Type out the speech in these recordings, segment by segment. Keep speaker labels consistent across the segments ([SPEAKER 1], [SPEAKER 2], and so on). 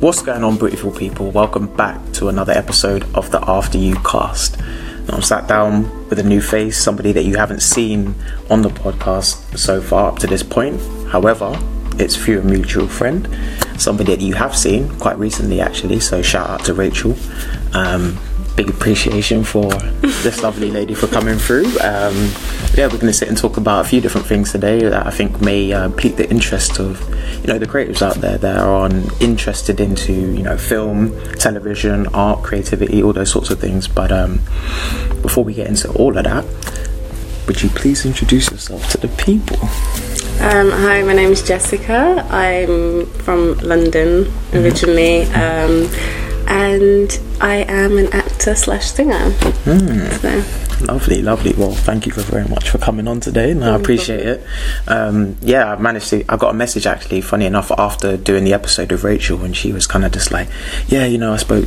[SPEAKER 1] What's going on, beautiful people? Welcome back to another episode of the After You cast. Now, I'm sat down with a new face, somebody that you haven't seen on the podcast so far up to this point. However, it's through a mutual friend, somebody that you have seen quite recently, actually. So, shout out to Rachel. Um, big appreciation for this lovely lady for coming through. Um, yeah, we're going to sit and talk about a few different things today that I think may uh, pique the interest of you know the creatives out there that are on, interested into you know film, television, art, creativity, all those sorts of things. But um, before we get into all of that, would you please introduce yourself to the people?
[SPEAKER 2] Um, hi, my name is Jessica. I'm from London originally, um, and I am an actor slash singer. So,
[SPEAKER 1] Lovely, lovely. Well, thank you very much for coming on today, and I appreciate it. Um, yeah, I managed to. I got a message actually, funny enough, after doing the episode with Rachel, and she was kind of just like, "Yeah, you know, I spoke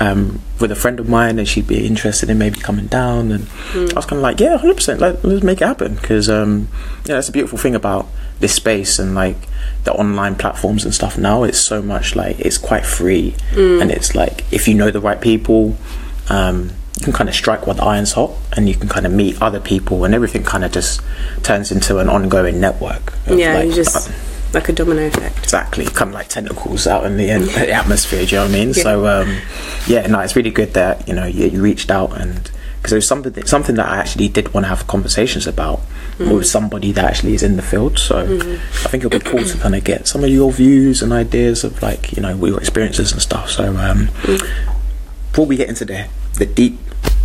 [SPEAKER 1] um, with a friend of mine, and she'd be interested in maybe coming down." And I was kind of like, "Yeah, hundred percent. Let, let's make it happen," because um, yeah, that's a beautiful thing about this space and like the online platforms and stuff. Now it's so much like it's quite free, and it's like if you know the right people um, you can kind of strike while the iron's hot and you can kind of meet other people and everything kind of just turns into an ongoing network of,
[SPEAKER 2] yeah,
[SPEAKER 1] like, uh,
[SPEAKER 2] you just like a domino effect.
[SPEAKER 1] exactly kind of like tentacles out in the, in the atmosphere do you know what i mean
[SPEAKER 2] Yeah.
[SPEAKER 1] so um, yeah no it's really good that you know you, you reached out and because it was something that, something that i actually did want to have conversations about
[SPEAKER 2] Mm-hmm.
[SPEAKER 1] with somebody that actually is in the field so i think it'll be cool to kind of get some of your views and ideas of like you know your experiences and stuff so um,
[SPEAKER 2] Mm-hmm.
[SPEAKER 1] before we get into the the deep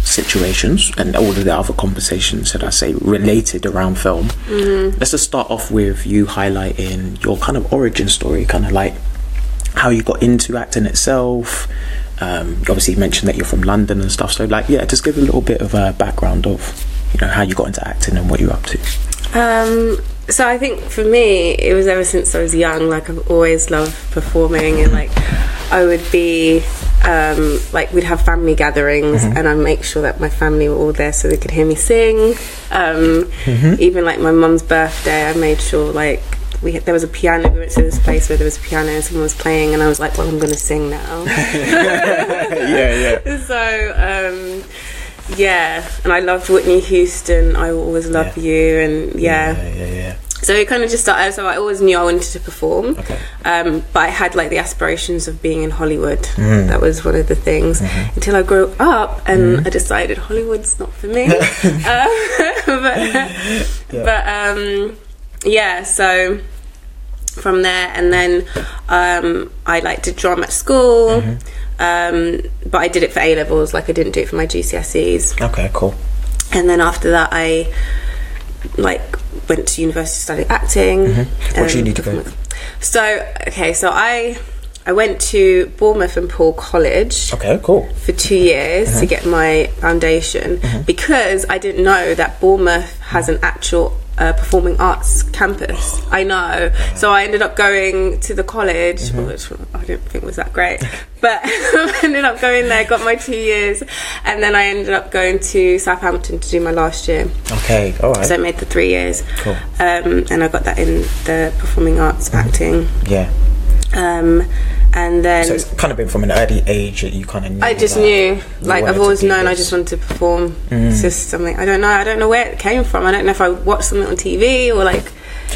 [SPEAKER 1] situations and all of the other conversations that I say related around film, let's just start off with you highlighting your kind of origin story, kind of like how you got into acting itself. Um, you obviously mentioned that you're from London and stuff, so like yeah, just give a little bit of a background of you know how you got into acting and what you're up to.
[SPEAKER 2] Um, so I think for me, it was ever since I was young. Like I've always loved performing, and like I would be um, like we'd have family gatherings, and I'd make sure that my family were all there so they could hear me sing. Um, Even like my mum's birthday, I made sure like. We had, there was a piano. We went to this place where there was a piano, and someone was playing, and I was like, "Well, I'm going to sing now."
[SPEAKER 1] yeah, yeah.
[SPEAKER 2] so um, yeah, and I loved Whitney Houston. I will always love
[SPEAKER 1] Yeah.
[SPEAKER 2] you, and yeah.
[SPEAKER 1] yeah, yeah, yeah.
[SPEAKER 2] So it kind of just started. So I always knew I wanted to perform, um, but I had like the aspirations of being in Hollywood. That was one of the things until I grew up and I decided Hollywood's not for me. uh, but but um, yeah, so from there, and then um, I like did drama at school, um, but I did it for A levels. Like I didn't do it for my GCSEs
[SPEAKER 1] Okay, cool.
[SPEAKER 2] and then after that I like went to university to study acting.
[SPEAKER 1] Mm-hmm. What
[SPEAKER 2] um,
[SPEAKER 1] you need to go?
[SPEAKER 2] performance. So okay, so I I went to Bournemouth and Paul College
[SPEAKER 1] Okay, cool.
[SPEAKER 2] for two years
[SPEAKER 1] Uh-huh.
[SPEAKER 2] to get my foundation because I didn't know that Bournemouth has an actual uh, performing arts campus. I know, so I ended up going to the college,
[SPEAKER 1] Uh-huh.
[SPEAKER 2] which I didn't think was that great, but I ended up going there, got my two years, and then I ended up going to Southampton to do my last year.
[SPEAKER 1] Okay, all right.
[SPEAKER 2] So I made the three years,
[SPEAKER 1] Cool. Mm-hmm.
[SPEAKER 2] um, and I got that in the performing arts acting,
[SPEAKER 1] yeah.
[SPEAKER 2] um, and then.
[SPEAKER 1] So it's kind of been from an early age that you kind of knew.
[SPEAKER 2] I just
[SPEAKER 1] that
[SPEAKER 2] knew,
[SPEAKER 1] you
[SPEAKER 2] like
[SPEAKER 1] wanted
[SPEAKER 2] I've
[SPEAKER 1] to
[SPEAKER 2] always
[SPEAKER 1] do
[SPEAKER 2] known, I
[SPEAKER 1] this. Mm-hmm.
[SPEAKER 2] just wanted to perform. It's just something I don't know. I don't know where it came from. I don't know if I watched something on TV or like.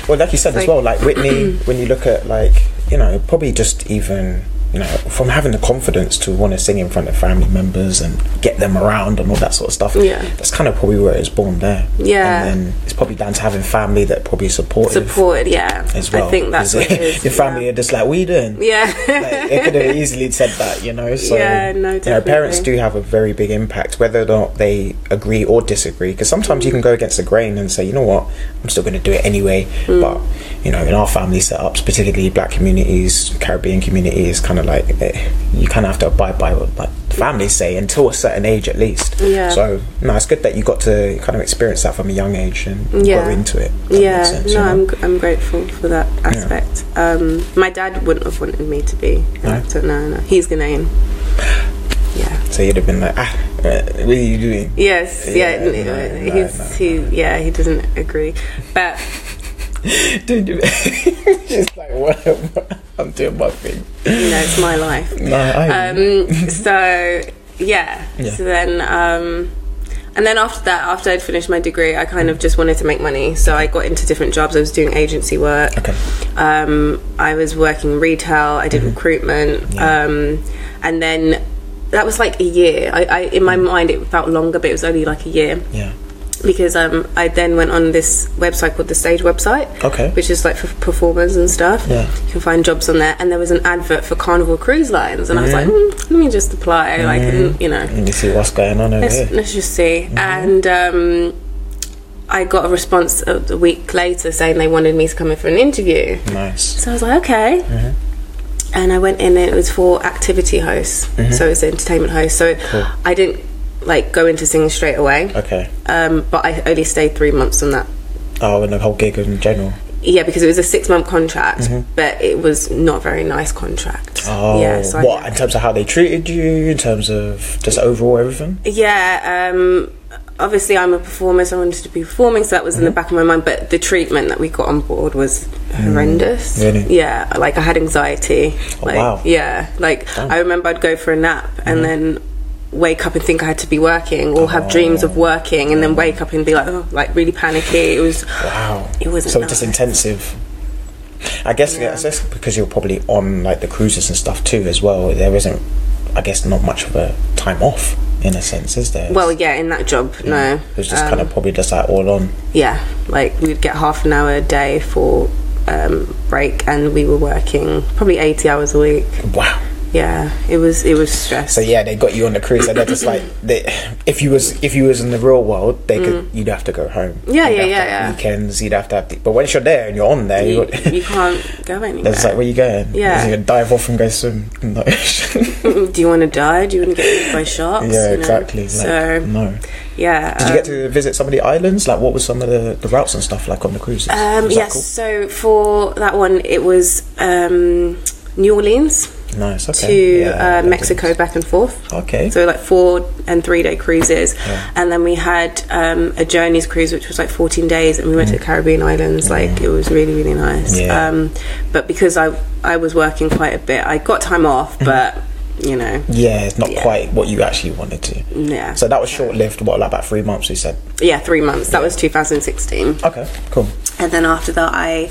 [SPEAKER 1] Well, like you said as
[SPEAKER 2] Like-
[SPEAKER 1] well, like Whitney, when you look at like you know probably just even you know from having the confidence to want to sing in front of family members and get them around and all that sort of stuff.
[SPEAKER 2] Yeah.
[SPEAKER 1] that's kind of probably where it's born there.
[SPEAKER 2] Yeah.
[SPEAKER 1] and then it's probably down to having family that probably supportive
[SPEAKER 2] Supported, yeah.
[SPEAKER 1] as well.
[SPEAKER 2] I think that's
[SPEAKER 1] 'Cause
[SPEAKER 2] what it is.
[SPEAKER 1] Your family are just like we doing.
[SPEAKER 2] Yeah.
[SPEAKER 1] like, they could have easily said that, you know. So
[SPEAKER 2] Yeah, no,
[SPEAKER 1] you know, parents
[SPEAKER 2] definitely.
[SPEAKER 1] do have a very big impact, whether or not they agree or disagree. Because sometimes you can go against the grain and say, you know what, I'm still going to do it anyway.
[SPEAKER 2] Hmm.
[SPEAKER 1] But you know, in our family setups, particularly black communities, Caribbean communities, kind of like eh, you kind of have to abide by what like the families say until a certain age, at least.
[SPEAKER 2] Yeah.
[SPEAKER 1] So no, it's good that you got to kind of experience that from a young age and
[SPEAKER 2] Yeah.
[SPEAKER 1] grow into it. That makes
[SPEAKER 2] yeah,
[SPEAKER 1] sense, you
[SPEAKER 2] no,
[SPEAKER 1] know?
[SPEAKER 2] I'm, gr- I'm grateful for that aspect. Um, my dad wouldn't have wanted me to be an
[SPEAKER 1] No?
[SPEAKER 2] actor. No, no, he's Ghanaian. Yeah.
[SPEAKER 1] So you'd have been like, ah, eh, what are you doing?
[SPEAKER 2] Yes.
[SPEAKER 1] Yeah,
[SPEAKER 2] Yeah. n-
[SPEAKER 1] no,
[SPEAKER 2] uh,
[SPEAKER 1] no,
[SPEAKER 2] he's
[SPEAKER 1] no,
[SPEAKER 2] he. Yeah, he doesn't agree. But
[SPEAKER 1] Dude, just like what? I'm doing my thing.
[SPEAKER 2] you know, it's my life.
[SPEAKER 1] No, I.
[SPEAKER 2] um, so yeah.
[SPEAKER 1] Mm-hmm. Yeah.
[SPEAKER 2] So then, um, and then after that, after I'd finished my degree, I kind of just wanted to make money. So I got into different jobs. I was doing agency work.
[SPEAKER 1] Okay. Mm-hmm.
[SPEAKER 2] Um, I was working retail. I did recruitment. Um, and then that was like a year. I, I in my
[SPEAKER 1] Mm.
[SPEAKER 2] mind it felt longer, but it was only like a year
[SPEAKER 1] yeah.
[SPEAKER 2] because um, I then went on this website called the Stage website,
[SPEAKER 1] Okay.
[SPEAKER 2] which is like for performers and stuff.
[SPEAKER 1] Yeah.
[SPEAKER 2] you can find jobs on there, and there was an advert for Carnival Cruise Lines, and I was like, mm, let me just apply, like, and, you know,
[SPEAKER 1] Let me see what's going on over
[SPEAKER 2] let's,
[SPEAKER 1] here.
[SPEAKER 2] let's just see. And um, I got a response a a week later saying they wanted me to come in for an interview.
[SPEAKER 1] Nice.
[SPEAKER 2] So I was like, okay.
[SPEAKER 1] Uh-huh.
[SPEAKER 2] And I went in, and it was for activity hosts,
[SPEAKER 1] Uh-huh.
[SPEAKER 2] so it's entertainment hosts. So I didn't like go into singing straight away
[SPEAKER 1] Okay.
[SPEAKER 2] um, but I only stayed three months on that.
[SPEAKER 1] Oh, and the whole gig in general.
[SPEAKER 2] Yeah, because it was a six month contract, but it was not a very nice contract.
[SPEAKER 1] Mm-hmm. Oh,
[SPEAKER 2] yeah, so I-
[SPEAKER 1] what in terms of how they treated you, in terms of just overall everything?
[SPEAKER 2] yeah. Um, obviously, I'm a performer, so I wanted to be performing, so that was in
[SPEAKER 1] Mm-hmm.
[SPEAKER 2] the back of my mind. But the treatment that we got on board was horrendous.
[SPEAKER 1] Mm, Really?
[SPEAKER 2] Yeah, like I had anxiety.
[SPEAKER 1] Oh,
[SPEAKER 2] like,
[SPEAKER 1] wow. Mm-hmm.
[SPEAKER 2] Yeah, like I remember I'd go for a nap and then wake up and think I had to be working or
[SPEAKER 1] Oh.
[SPEAKER 2] have dreams of working and then wake up and be like, oh, like really panicky. It was.
[SPEAKER 1] Wow.
[SPEAKER 2] It wasn't
[SPEAKER 1] so just
[SPEAKER 2] nice.
[SPEAKER 1] intensive. I guess yeah. that's because you're probably on like the cruises and stuff too as well. There isn't, I guess, not much of a time off in a sense, is there?
[SPEAKER 2] Well, um, yeah, in that job, no.
[SPEAKER 1] It was just kind of probably just like all on.
[SPEAKER 2] yeah, like we'd get half an hour a day for um, break, and we were working probably eighty hours a week.
[SPEAKER 1] Wow.
[SPEAKER 2] Yeah, it was it was stress.
[SPEAKER 1] So yeah, they got you on the cruise, and they're just like, they, if you was if you was in the real world, they could you'd have to go home.
[SPEAKER 2] Mm. Yeah,
[SPEAKER 1] You'd
[SPEAKER 2] yeah,
[SPEAKER 1] have to
[SPEAKER 2] yeah,
[SPEAKER 1] have
[SPEAKER 2] yeah.
[SPEAKER 1] Weekends, you'd have to have. The, but once you're there and you're on there,
[SPEAKER 2] you,
[SPEAKER 1] you,
[SPEAKER 2] you can't go anywhere.
[SPEAKER 1] they're just like, where you going?
[SPEAKER 2] Yeah.
[SPEAKER 1] you gonna dive off and go swim in the ocean.
[SPEAKER 2] Do you want to die? Do you want to get eaten by sharks?
[SPEAKER 1] yeah,
[SPEAKER 2] You know?
[SPEAKER 1] exactly. Like,
[SPEAKER 2] So
[SPEAKER 1] no.
[SPEAKER 2] yeah,
[SPEAKER 1] Did you
[SPEAKER 2] um,
[SPEAKER 1] get to visit some of the islands? Like, what were some of the, the routes and stuff like on the cruises?
[SPEAKER 2] Um,
[SPEAKER 1] Was that
[SPEAKER 2] yes. So for that one, it was um, New Orleans
[SPEAKER 1] cool? nice. Okay.
[SPEAKER 2] to
[SPEAKER 1] Yeah,
[SPEAKER 2] uh,
[SPEAKER 1] that
[SPEAKER 2] Mexico back and forth.
[SPEAKER 1] did- Okay.
[SPEAKER 2] So like four and three day cruises,
[SPEAKER 1] Yeah.
[SPEAKER 2] and then we had um, a journeys cruise which was like 14 days, and we went to the Caribbean islands. Like it was really really nice.
[SPEAKER 1] Mm. Yeah.
[SPEAKER 2] Um, but because I I was working quite a bit, I got time off, but you know,
[SPEAKER 1] yeah, it's not
[SPEAKER 2] Yeah.
[SPEAKER 1] quite what you actually wanted to.
[SPEAKER 2] yeah,
[SPEAKER 1] So that was short lived. What like about three months? We said.
[SPEAKER 2] yeah, three months. That was 2016,
[SPEAKER 1] Okay. Cool.
[SPEAKER 2] and then after that I.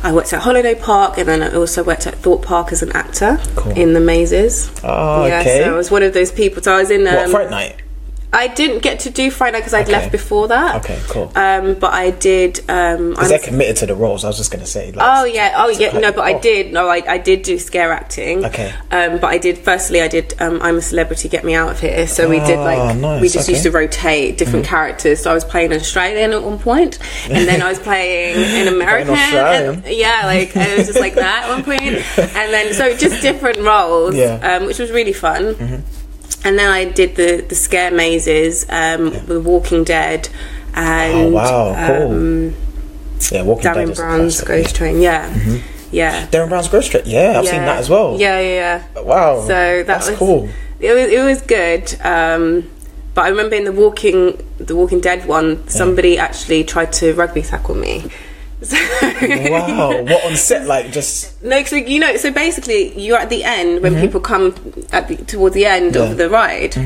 [SPEAKER 2] I worked at Holiday Park and then I also worked at Thorpe Park as an actor
[SPEAKER 1] Cool.
[SPEAKER 2] in The Mazes.
[SPEAKER 1] Oh,
[SPEAKER 2] yeah,
[SPEAKER 1] okay.
[SPEAKER 2] so I was one of those people. So I was in. Um,
[SPEAKER 1] What Fright Night?
[SPEAKER 2] I didn't get to do Friday because I'd
[SPEAKER 1] Okay.
[SPEAKER 2] left before that.
[SPEAKER 1] Okay, cool.
[SPEAKER 2] Um, but I did. Um,
[SPEAKER 1] Because
[SPEAKER 2] I'm-
[SPEAKER 1] they're committed to the roles. I was just gonna say. Like,
[SPEAKER 2] oh yeah, oh yeah.
[SPEAKER 1] quite-
[SPEAKER 2] No, but I
[SPEAKER 1] oh.
[SPEAKER 2] did. No, I, I did do scare acting.
[SPEAKER 1] Okay.
[SPEAKER 2] Um, but I did. Firstly, I did. Um, I'm a celebrity. Get me out of here. So we did
[SPEAKER 1] Ah,
[SPEAKER 2] like
[SPEAKER 1] nice,
[SPEAKER 2] we just used
[SPEAKER 1] okay. Mm-hmm.
[SPEAKER 2] to rotate different characters. So I was playing an Australian at one point, and then I was playing an American.
[SPEAKER 1] Australian?
[SPEAKER 2] and- yeah, like and it was just like that at one point, and then so just different roles.
[SPEAKER 1] Yeah. Mm-hmm.
[SPEAKER 2] Um, which was really fun. And then I did the the scare mazes, um, The Walking Dead, and uh, um,
[SPEAKER 1] Oh wow. Cool. yeah, Walking Dead
[SPEAKER 2] Darren
[SPEAKER 1] is a
[SPEAKER 2] Brown's
[SPEAKER 1] classic.
[SPEAKER 2] Ghost Train. Yeah, yeah.
[SPEAKER 1] Darren Brown's Ghost Trip. Yeah, Mm-hmm. I've seen
[SPEAKER 2] Yeah.
[SPEAKER 1] that as well.
[SPEAKER 2] Yeah, yeah, yeah.
[SPEAKER 1] Wow.
[SPEAKER 2] So that
[SPEAKER 1] that's
[SPEAKER 2] was
[SPEAKER 1] cool.
[SPEAKER 2] It was it was good. Um, but I remember in the Walking the Walking Dead one,
[SPEAKER 1] Mm.
[SPEAKER 2] somebody actually tried to rugby tackle me. So
[SPEAKER 1] Wow. what on set? Like just.
[SPEAKER 2] No, so you know, so basically, you're at the end when people come at the, toward the
[SPEAKER 1] Mm-hmm.
[SPEAKER 2] end
[SPEAKER 1] Yeah. Mm-hmm.
[SPEAKER 2] of the ride,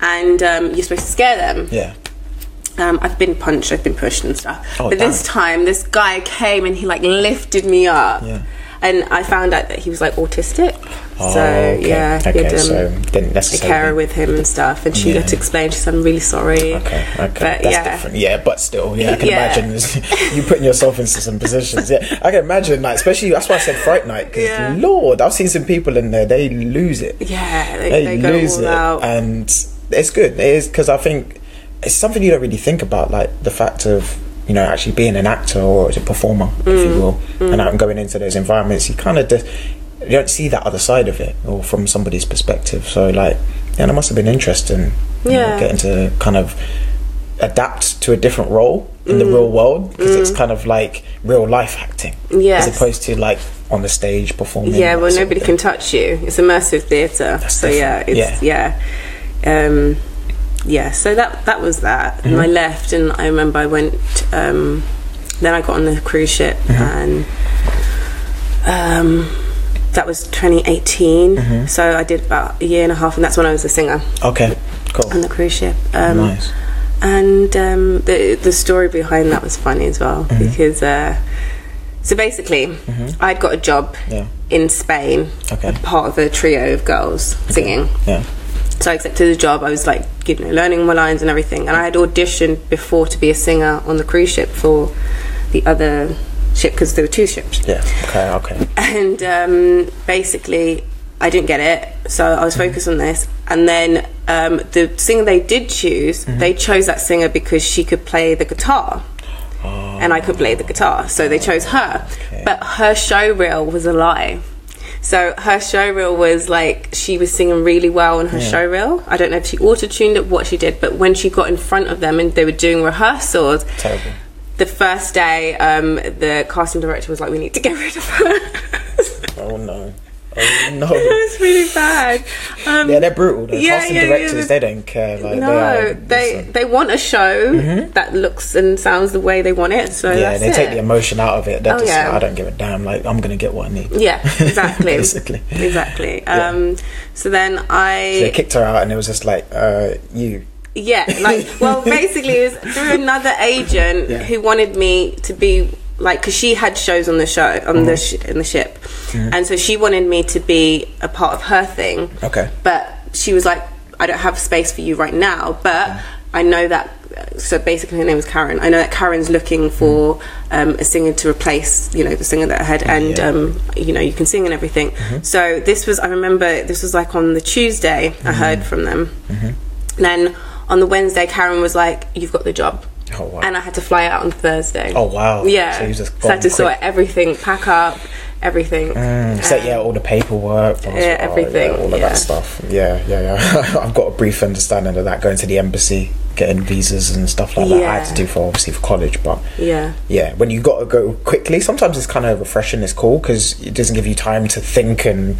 [SPEAKER 2] and um, you're supposed to scare them.
[SPEAKER 1] Yeah.
[SPEAKER 2] Um, I've been punched, I've been pushed and stuff.
[SPEAKER 1] Oh,
[SPEAKER 2] but this
[SPEAKER 1] damn.
[SPEAKER 2] time, this guy came and he like lifted me up.
[SPEAKER 1] Yeah.
[SPEAKER 2] And I found out that he was like autistic.
[SPEAKER 1] Oh,
[SPEAKER 2] so
[SPEAKER 1] okay.
[SPEAKER 2] yeah,
[SPEAKER 1] Okay,
[SPEAKER 2] he um,
[SPEAKER 1] so didn't
[SPEAKER 2] a
[SPEAKER 1] necessarily.
[SPEAKER 2] carer with him and stuff. And she
[SPEAKER 1] Yeah.
[SPEAKER 2] had to explain. She said, "I'm really sorry."
[SPEAKER 1] Okay, okay,
[SPEAKER 2] But
[SPEAKER 1] that's
[SPEAKER 2] yeah,
[SPEAKER 1] different. Yeah, but still, yeah, I can
[SPEAKER 2] Yeah.
[SPEAKER 1] imagine you putting yourself into some positions. Yeah, I can imagine, like especially that's why I said Fright Night because
[SPEAKER 2] Yeah.
[SPEAKER 1] Lord, I've seen some people in there they lose it.
[SPEAKER 2] yeah, they,
[SPEAKER 1] They,
[SPEAKER 2] they go
[SPEAKER 1] lose
[SPEAKER 2] all
[SPEAKER 1] it,
[SPEAKER 2] out.
[SPEAKER 1] and it's good. It is because I think it's something you don't really think about, like the fact of you know actually being an actor or as a performer, if
[SPEAKER 2] Mm,
[SPEAKER 1] you will, and out and going into those environments. You kind of just you don't see that other side of it, or from somebody's perspective. So like, and it must have been interesting. you know,
[SPEAKER 2] Yeah.
[SPEAKER 1] getting to kind of adapt to a different role in
[SPEAKER 2] Mm.
[SPEAKER 1] the real world because it's kind of like real life acting
[SPEAKER 2] Yes.
[SPEAKER 1] as opposed to like on the stage performing
[SPEAKER 2] yeah,
[SPEAKER 1] that
[SPEAKER 2] well,
[SPEAKER 1] sort of
[SPEAKER 2] nobody
[SPEAKER 1] thing.
[SPEAKER 2] can touch you. It's immersive theatre. So yeah, it's yeah. Um, yeah, so that that was that. And I left, and I remember I went. Mm-hmm. Um, then I got on the cruise ship, and um, that was 2018. So I did about a year and a half, and that's when I was a singer
[SPEAKER 1] Okay, cool.
[SPEAKER 2] on the cruise ship. Um,
[SPEAKER 1] nice.
[SPEAKER 2] And um, the the story behind that was funny as well because uh, so basically I'd got a job
[SPEAKER 1] Yeah.
[SPEAKER 2] in Spain,
[SPEAKER 1] Okay.
[SPEAKER 2] a part of a trio of girls singing.
[SPEAKER 1] Yeah.
[SPEAKER 2] So I accepted the job. I was like, you know, learning my lines and everything. And I had auditioned before to be a singer on the cruise ship for the other ship because there were two ships
[SPEAKER 1] Yeah. Okay. Okay.
[SPEAKER 2] and um, basically I didn't get it, so I was focused on this. And then um, the singer they did choose, they chose that singer because she could play the guitar, and I could play the guitar, so they chose her. But her show reel was a lie. So her show reel was like she was singing really well in her show reel. I don't know if she auto tuned it, what she did, but when she got in front of them and they were doing rehearsals,
[SPEAKER 1] Terrible.
[SPEAKER 2] the first day, um, the casting director was like, "We need to get rid of her."
[SPEAKER 1] Oh no. Oh no.
[SPEAKER 2] it was really bad. Um,
[SPEAKER 1] Yeah, they're brutal. The
[SPEAKER 2] Yeah,
[SPEAKER 1] casting
[SPEAKER 2] yeah, yeah,
[SPEAKER 1] directors,
[SPEAKER 2] they-
[SPEAKER 1] they don't care. Like, they,
[SPEAKER 2] no,
[SPEAKER 1] Mm-hmm.
[SPEAKER 2] they they want a show that looks and sounds the way they want it. So
[SPEAKER 1] yeah,
[SPEAKER 2] that's
[SPEAKER 1] they take
[SPEAKER 2] it.
[SPEAKER 1] the emotion out of it. They're
[SPEAKER 2] Oh,
[SPEAKER 1] just like,
[SPEAKER 2] yeah.
[SPEAKER 1] I don't give a damn. Like, I'm gonna get what I need.
[SPEAKER 2] yeah, exactly,
[SPEAKER 1] Basically.
[SPEAKER 2] exactly. Um, So then I
[SPEAKER 1] They kicked her out, and it was just like, uh, you.
[SPEAKER 2] Yeah, like well, basically, it was through another agent
[SPEAKER 1] Yeah.
[SPEAKER 2] who wanted me to be like because she had shows on the show on
[SPEAKER 1] Uh-huh.
[SPEAKER 2] the sh- in the ship, and so she wanted me to be a part of her thing.
[SPEAKER 1] Okay.
[SPEAKER 2] but she was like, "I don't have space for you right now, but I know that." So basically, her name was Karen. I know that Karen's looking for um, a singer to replace, you know, the singer that I had, and
[SPEAKER 1] Mm. Yeah.
[SPEAKER 2] um, you know, you can sing and everything.
[SPEAKER 1] Mm-hmm.
[SPEAKER 2] So this was, I remember, this was like on the Tuesday.
[SPEAKER 1] Mm-hmm.
[SPEAKER 2] I heard from them. Then on the Wednesday, Karen was like, "You've got the job,"
[SPEAKER 1] Oh wow.
[SPEAKER 2] and I had to fly out on Thursday.
[SPEAKER 1] oh wow.
[SPEAKER 2] yeah!
[SPEAKER 1] So you just
[SPEAKER 2] I had to
[SPEAKER 1] gone
[SPEAKER 2] sort
[SPEAKER 1] quick.
[SPEAKER 2] everything, pack up everything.
[SPEAKER 1] Mm, so yeah, all the paperwork, passport, yeah,
[SPEAKER 2] everything,
[SPEAKER 1] all of
[SPEAKER 2] yeah.
[SPEAKER 1] that stuff. Yeah, yeah, yeah. I've got a brief understanding of that. Going to the embassy, getting visas and stuff like that. I had to
[SPEAKER 2] Yeah.
[SPEAKER 1] do for obviously for college, but
[SPEAKER 2] Yeah.
[SPEAKER 1] yeah, when you got to go quickly, sometimes it's kind of refreshing. It's cool because it doesn't give you time to think and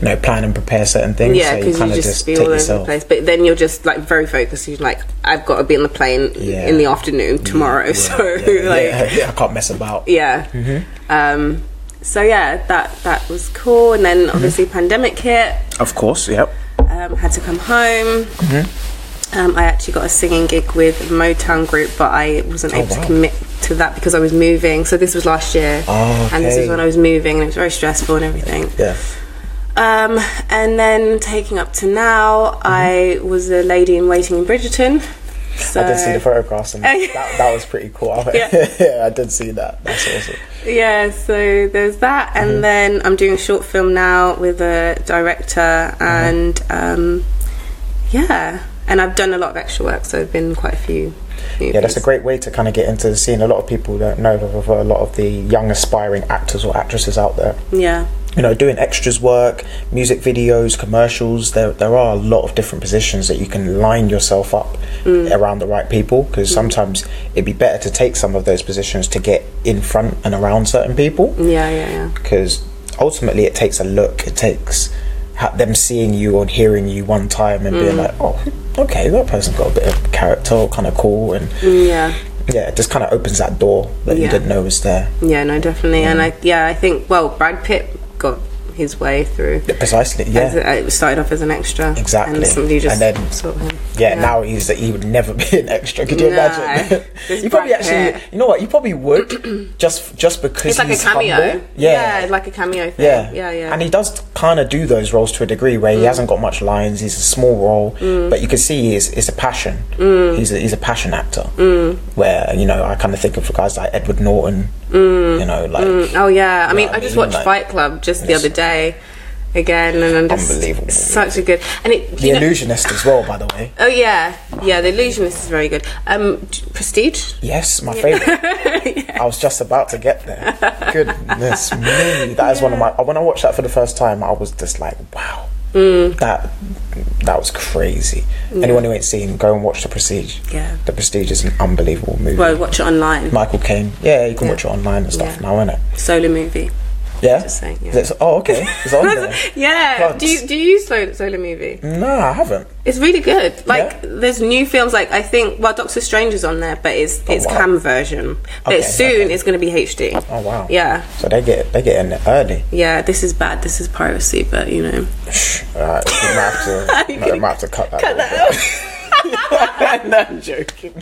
[SPEAKER 1] you know plan and prepare certain things.
[SPEAKER 2] Yeah,
[SPEAKER 1] so
[SPEAKER 2] because you,
[SPEAKER 1] kinda
[SPEAKER 2] just, be all over the place. But then you're just like very focused. You're like, I've got to be on the plane
[SPEAKER 1] Yeah. Mm,
[SPEAKER 2] in the afternoon tomorrow. so
[SPEAKER 1] Yeah,
[SPEAKER 2] like, yeah.
[SPEAKER 1] yeah, yeah, I can't mess about. Mm-hmm.
[SPEAKER 2] Um, so yeah, that that was cool. And
[SPEAKER 1] Mm-hmm.
[SPEAKER 2] then obviously pandemic hit.
[SPEAKER 1] Of course, yep.
[SPEAKER 2] Um, had to come home.
[SPEAKER 1] Mm-hmm.
[SPEAKER 2] Um, I actually got a singing gig with Motown Group, but I wasn't able
[SPEAKER 1] Oh, wow.
[SPEAKER 2] to commit to that because I was moving. So this was last year,
[SPEAKER 1] Oh,
[SPEAKER 2] and this
[SPEAKER 1] okay.
[SPEAKER 2] is when I was moving, and it was very stressful and everything.
[SPEAKER 1] Yeah.
[SPEAKER 2] Um, and then taking up to now,
[SPEAKER 1] Mm-hmm.
[SPEAKER 2] I was a lady in waiting in Bridgerton. So,
[SPEAKER 1] I did see the photographs and that, that was pretty cool.
[SPEAKER 2] Uh, Yeah.
[SPEAKER 1] yeah, I did see that. That's awesome.
[SPEAKER 2] yeah, so there's that, and
[SPEAKER 1] Mm-hmm.
[SPEAKER 2] then I'm doing a short film now with a director,
[SPEAKER 1] Mm-hmm.
[SPEAKER 2] and um, yeah, and I've done a lot of extra work, so I've been quite a few.
[SPEAKER 1] Yeah, that's a great way to kind of get into the scene. A lot of people don't know of a lot of the young aspiring actors or actresses out there.
[SPEAKER 2] yeah,
[SPEAKER 1] you know, doing extras work, music videos, commercials. There, there are a lot of different positions that you can line yourself up around the right people. Because sometimes it'd be better to take some of those positions to get in front and around certain people.
[SPEAKER 2] yeah, yeah, yeah.
[SPEAKER 1] Because ultimately, it takes a look. It takes ha- them seeing you or hearing you one time and being like, "Oh, okay, that person got a bit of character, or kind of cool." And
[SPEAKER 2] Yeah,
[SPEAKER 1] yeah, it just kind of opens that door that you
[SPEAKER 2] Mm. Yeah.
[SPEAKER 1] didn't know was there.
[SPEAKER 2] yeah, no, definitely, and
[SPEAKER 1] Mm.
[SPEAKER 2] I, yeah, I think well, Brad Pitt got his way through.
[SPEAKER 1] Precisely. Yeah.
[SPEAKER 2] As a, uh, it started off as an extra,
[SPEAKER 1] Exactly.
[SPEAKER 2] and somebody just
[SPEAKER 1] And then-
[SPEAKER 2] sort of
[SPEAKER 1] Yeah, now he's he would never be an extra. Could you
[SPEAKER 2] No.
[SPEAKER 1] imagine?
[SPEAKER 2] This
[SPEAKER 1] you probably
[SPEAKER 2] Brad
[SPEAKER 1] actually,
[SPEAKER 2] Pitt.
[SPEAKER 1] you know what? You probably would just just because
[SPEAKER 2] It's like a
[SPEAKER 1] he's
[SPEAKER 2] cameo.
[SPEAKER 1] humble.
[SPEAKER 2] Yeah.
[SPEAKER 1] Yeah.
[SPEAKER 2] like a cameo thing.
[SPEAKER 1] yeah,
[SPEAKER 2] yeah, yeah. Mm.
[SPEAKER 1] and he does kind of do those roles to a degree where he hasn't got much lines. He's a small role, but you can see he's it's a passion.
[SPEAKER 2] Mm.
[SPEAKER 1] He's a, he's a passion actor. Where you know I kind of think of guys like Edward Norton. You know, like
[SPEAKER 2] oh yeah. I mean,
[SPEAKER 1] Yeah,
[SPEAKER 2] I just
[SPEAKER 1] even
[SPEAKER 2] watched
[SPEAKER 1] like-
[SPEAKER 2] Fight Club just the
[SPEAKER 1] Yes.
[SPEAKER 2] other day, again, and I'm just
[SPEAKER 1] Unbelievable.
[SPEAKER 2] Such a good and it.
[SPEAKER 1] The
[SPEAKER 2] you know-
[SPEAKER 1] Illusionist as well, by the way.
[SPEAKER 2] oh yeah, yeah. The illusionist is very good. Um, d- Prestige.
[SPEAKER 1] Yes, my favorite. I was just about to get there. Goodness me, that is one of my. When I watched that for the first time, I was just like, wow,
[SPEAKER 2] Mm.
[SPEAKER 1] that that was crazy. Anyone who ain't seen, go and watch The Prestige.
[SPEAKER 2] Yeah.
[SPEAKER 1] The Prestige is an unbelievable movie.
[SPEAKER 2] Well, watch it online.
[SPEAKER 1] Michael Caine. Yeah, you can
[SPEAKER 2] Yeah.
[SPEAKER 1] watch it online and stuff
[SPEAKER 2] Yeah.
[SPEAKER 1] now, innit?
[SPEAKER 2] Solo movie.
[SPEAKER 1] Yeah.
[SPEAKER 2] Just saying, yeah.
[SPEAKER 1] That's- oh, okay. It's on there.
[SPEAKER 2] Yeah.
[SPEAKER 1] Plugs.
[SPEAKER 2] Do you, do you use Solo, Solo Movie?
[SPEAKER 1] No, I haven't.
[SPEAKER 2] It's really good. Like,
[SPEAKER 1] Yeah?
[SPEAKER 2] there's new films. Like, I think well, Doctor Strange is on there, but it's it's
[SPEAKER 1] Oh, wow.
[SPEAKER 2] cam version. But
[SPEAKER 1] Okay,
[SPEAKER 2] soon
[SPEAKER 1] okay.
[SPEAKER 2] it's going to be HD.
[SPEAKER 1] Oh wow.
[SPEAKER 2] Yeah.
[SPEAKER 1] So they get they get in there early.
[SPEAKER 2] Yeah. This is bad. This is piracy, but you know.
[SPEAKER 1] Shh. Alright, we might have to,
[SPEAKER 2] You
[SPEAKER 1] might,
[SPEAKER 2] can
[SPEAKER 1] might have to cut that. bit.
[SPEAKER 2] Cut that out.
[SPEAKER 1] no, I'm joking.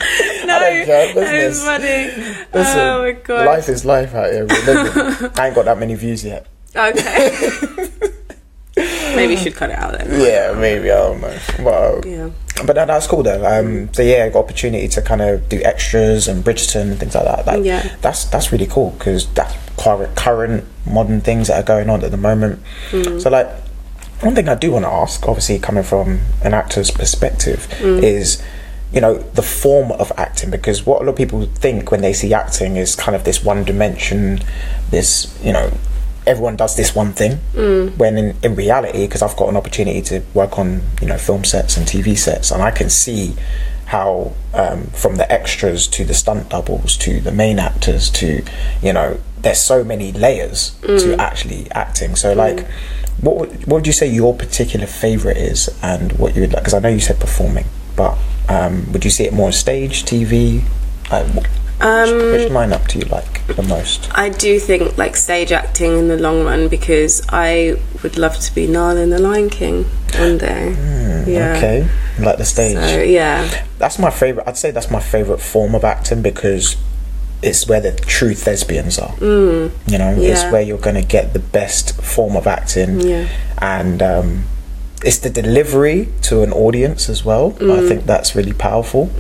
[SPEAKER 2] No,
[SPEAKER 1] don't care, business.
[SPEAKER 2] it's funny.
[SPEAKER 1] Listen,
[SPEAKER 2] oh my god.
[SPEAKER 1] Life is life out here. We're living. I ain't got that many views yet.
[SPEAKER 2] Okay. Maybe you should cut it out then.
[SPEAKER 1] Yeah, maybe I don't know. But, um,
[SPEAKER 2] Yeah.
[SPEAKER 1] but that, that's cool though. Um, so yeah, I got opportunity to kind of do extras and Bridgerton and things like that. Like,
[SPEAKER 2] Yeah.
[SPEAKER 1] that's that's really cool because that's current, current modern things that are going on at the moment. So like, one thing I do want to ask, obviously coming from an actor's perspective, is you know the form of acting because what a lot of people think when they see acting is kind of this one dimension, this you know everyone does this one thing
[SPEAKER 2] Mm.
[SPEAKER 1] when in, in reality because i've got an opportunity to work on you know film sets and tv sets and i can see how um, from the extras to the stunt doubles to the main actors to you know there's so many layers
[SPEAKER 2] Mm.
[SPEAKER 1] to actually acting so like what would, what would you say your particular favorite is and what you would like because i know you said performing but um, would you see it more on stage tv like, wh- which,
[SPEAKER 2] Um,
[SPEAKER 1] which lineup do you like the most
[SPEAKER 2] I do think like stage acting in the long run because I would love to be Nala in the Lion King one day. yeah.
[SPEAKER 1] Hmm, okay You like the stage
[SPEAKER 2] So yeah.
[SPEAKER 1] that's my favorite. I'd say that's my favorite form of acting because it's where the true thespians are. Mm, you know, it's
[SPEAKER 2] yeah.
[SPEAKER 1] where you're going to get the best form of acting,
[SPEAKER 2] Yeah.
[SPEAKER 1] and um, it's the delivery to an audience as well.
[SPEAKER 2] Mm.
[SPEAKER 1] I think that's really powerful.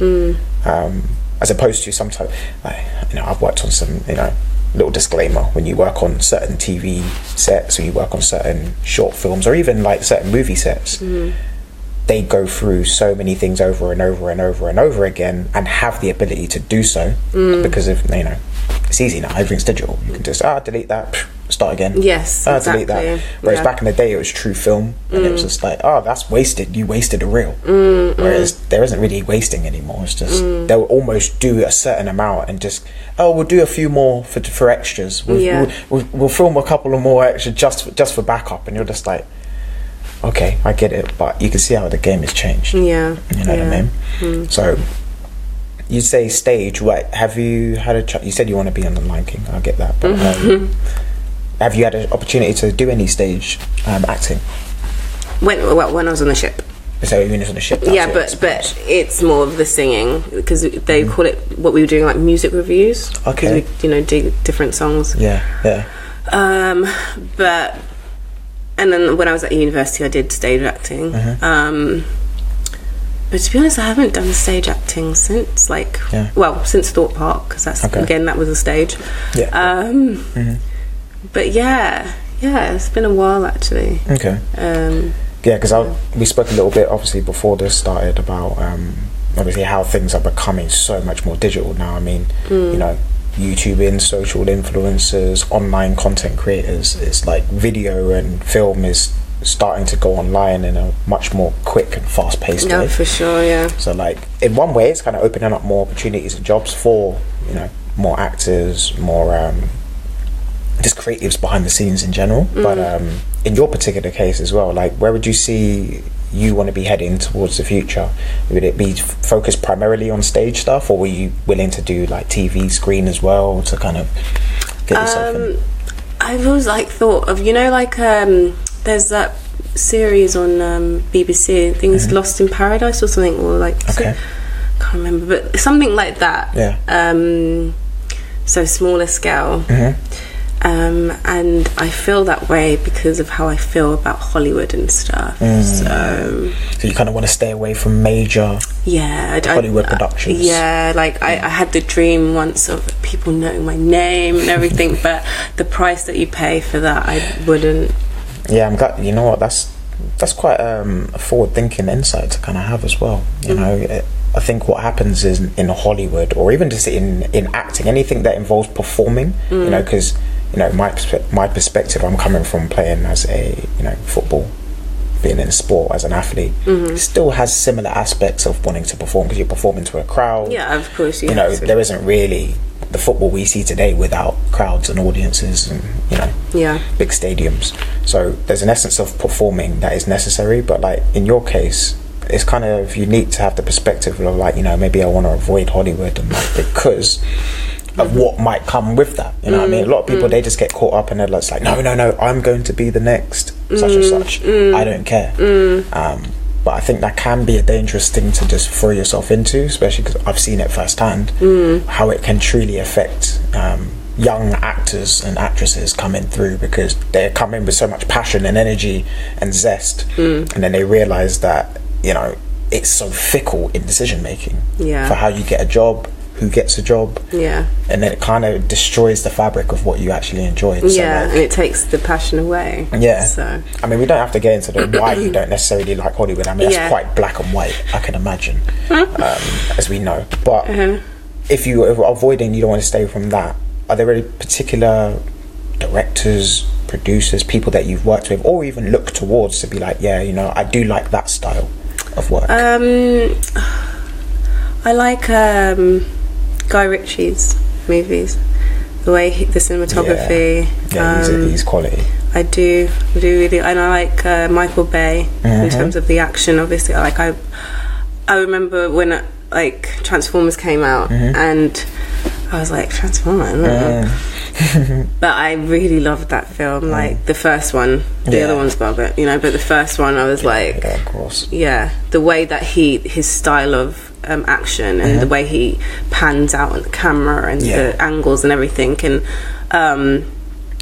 [SPEAKER 1] Um, as opposed to sometimes, like, you know, I've worked on some, you know. Little disclaimer: When you work on certain TV sets, or you work on certain short films, or even like certain movie sets,
[SPEAKER 2] Mm.
[SPEAKER 1] they go through so many things over and over and over and over again and have the ability to do so
[SPEAKER 2] Mm.
[SPEAKER 1] because of you know it's easy now everything's digital you can just ah delete that psh, start again
[SPEAKER 2] Yes,
[SPEAKER 1] ah, delete that
[SPEAKER 2] exactly.
[SPEAKER 1] whereas
[SPEAKER 2] Yeah. Mm.
[SPEAKER 1] back in the day it was true film and it was just like oh that's wasted you wasted a reel whereas there isn't really wasting anymore it's just
[SPEAKER 2] Mm.
[SPEAKER 1] they'll almost do a certain amount and just oh we'll do a few more for, for extras we'll,
[SPEAKER 2] Yeah.
[SPEAKER 1] we'll, we'll, we'll film a couple of more extra just for, just for backup and you're just like okay, I get it, but you can see how the game has changed.
[SPEAKER 2] Yeah.
[SPEAKER 1] You know what I
[SPEAKER 2] Mm. yeah. Mm.
[SPEAKER 1] mean? So you say stage. What have you had a? Ch- you said you want to be on the Lion King. I get that. But
[SPEAKER 2] Mm-hmm.
[SPEAKER 1] um, have you had an opportunity to do any stage um, acting?
[SPEAKER 2] When well, when I was on the ship.
[SPEAKER 1] So even on the ship. that's
[SPEAKER 2] yeah,
[SPEAKER 1] it,
[SPEAKER 2] but
[SPEAKER 1] I
[SPEAKER 2] but it's more of the singing because they call it what we were doing like music reviews. 'cause
[SPEAKER 1] Okay.
[SPEAKER 2] we you know do different songs.
[SPEAKER 1] suppose. Yeah, yeah.
[SPEAKER 2] Um, but and then when I was at university, I did stage acting.
[SPEAKER 1] Uh-huh.
[SPEAKER 2] Um, but to be honest, I haven't done stage acting since like
[SPEAKER 1] Yeah.
[SPEAKER 2] well since Thought Park because that's
[SPEAKER 1] Okay. Mm-hmm.
[SPEAKER 2] again that was a stage.
[SPEAKER 1] Yeah.
[SPEAKER 2] Um, But yeah, yeah, it's been a while actually.
[SPEAKER 1] Okay.
[SPEAKER 2] Um,
[SPEAKER 1] Yeah, because we spoke a little bit obviously before this started about um, obviously how things are becoming so much more digital now. I mean, you know, YouTube in social influencers, online content creators. It's like video and film is starting to go online in a much more quick and fast paced
[SPEAKER 2] no,
[SPEAKER 1] way.
[SPEAKER 2] for sure, yeah.
[SPEAKER 1] So like in one way, it's kind of opening up more opportunities and jobs for you know more actors, more um, just creatives behind the scenes in general. But um, in your particular case as well, like where would you see you want to be heading towards the future? Would it be f- focused primarily on stage stuff, or were you willing to do like TV screen as well to kind of get yourself? in?
[SPEAKER 2] I've always like thought of you know like um, there's that series on um, BBC. I think it's Lost in Paradise or something, or like is it-
[SPEAKER 1] Okay.
[SPEAKER 2] can't remember, but something like that.
[SPEAKER 1] Yeah.
[SPEAKER 2] Um, so smaller scale.
[SPEAKER 1] Mm-hmm.
[SPEAKER 2] Um, and I feel that way because of how I feel about Hollywood and stuff.
[SPEAKER 1] Mm.
[SPEAKER 2] So
[SPEAKER 1] So you kind of want to stay away from major.
[SPEAKER 2] yeah, I'd- I'd-
[SPEAKER 1] Hollywood
[SPEAKER 2] uh,
[SPEAKER 1] productions.
[SPEAKER 2] Yeah, like I, I had the dream once of people knowing my name and everything, but the price that you pay for that, I wouldn't.
[SPEAKER 1] Yeah, I'm glad. You know what? That's that's quite um, a forward-thinking insight to kind of have as well. You
[SPEAKER 2] Mm.
[SPEAKER 1] know, it, I think what happens is in Hollywood or even just in in acting, anything that involves performing.
[SPEAKER 2] Mm.
[SPEAKER 1] You know, because you know my perspe- my perspective. I'm coming from playing as a you know football. Being in sport as an athlete
[SPEAKER 2] Mm-hmm.
[SPEAKER 1] still has similar aspects of wanting to perform because you're performing to a crowd
[SPEAKER 2] Yeah, of course, you,
[SPEAKER 1] you
[SPEAKER 2] have
[SPEAKER 1] know
[SPEAKER 2] to.
[SPEAKER 1] there isn't really the football we see today without crowds and audiences and you know
[SPEAKER 2] Yeah.
[SPEAKER 1] big stadiums. So there's an essence of performing that is necessary, but like in your case, it's kind of unique to have the perspective of like you know maybe I want to avoid Hollywood and like because of what might come with that. You know what I mean? A lot of people they just get caught up and they're just like no no no I'm going to be the next such and such. I don't care. Um, but I think that can be a dangerous thing to just throw yourself into, especially because I've seen it firsthand how it can truly affect um, young actors and actresses coming through because they come in with so much passion and energy and zest,
[SPEAKER 2] Mm.
[SPEAKER 1] and then they realize that you know it's so fickle in decision making
[SPEAKER 2] Yeah.
[SPEAKER 1] for how you get a job, who gets a job,
[SPEAKER 2] Yeah.
[SPEAKER 1] and then it kind of destroys the fabric of what you actually enjoyed. So,
[SPEAKER 2] yeah,
[SPEAKER 1] like,
[SPEAKER 2] and it takes the passion away.
[SPEAKER 1] yeah.
[SPEAKER 2] So
[SPEAKER 1] I mean, we don't have to get into the why you don't necessarily like Hollywood. I mean, that's
[SPEAKER 2] Yeah. Hmm?
[SPEAKER 1] quite black and white, I can imagine, um, as we know. But
[SPEAKER 2] Uh-huh.
[SPEAKER 1] if you are avoiding, you don't want to stay from that, are there any particular directors, producers, people that you've worked with or even looked towards to be like, yeah, you know, I do like that style of work?
[SPEAKER 2] um, I like um, Guy Ritchie's movies. The way he, the cinematography.
[SPEAKER 1] yeah, he's,
[SPEAKER 2] um,
[SPEAKER 1] he's quality.
[SPEAKER 2] I do, I do really, and I like uh, Michael Bay
[SPEAKER 1] Uh-huh.
[SPEAKER 2] in terms of the action. Obviously, like I, I remember when uh, like Transformers came out,
[SPEAKER 1] Uh-huh.
[SPEAKER 2] and I was like Transformers, but I really loved that film. Like the first one, the
[SPEAKER 1] Yeah.
[SPEAKER 2] other one's Barbet, you know, but the first one I was like,
[SPEAKER 1] Yeah, of course.
[SPEAKER 2] yeah, the way that he his style of um, action and the way he pans out on the camera and
[SPEAKER 1] Uh-huh. Yeah.
[SPEAKER 2] the angles and everything, and um,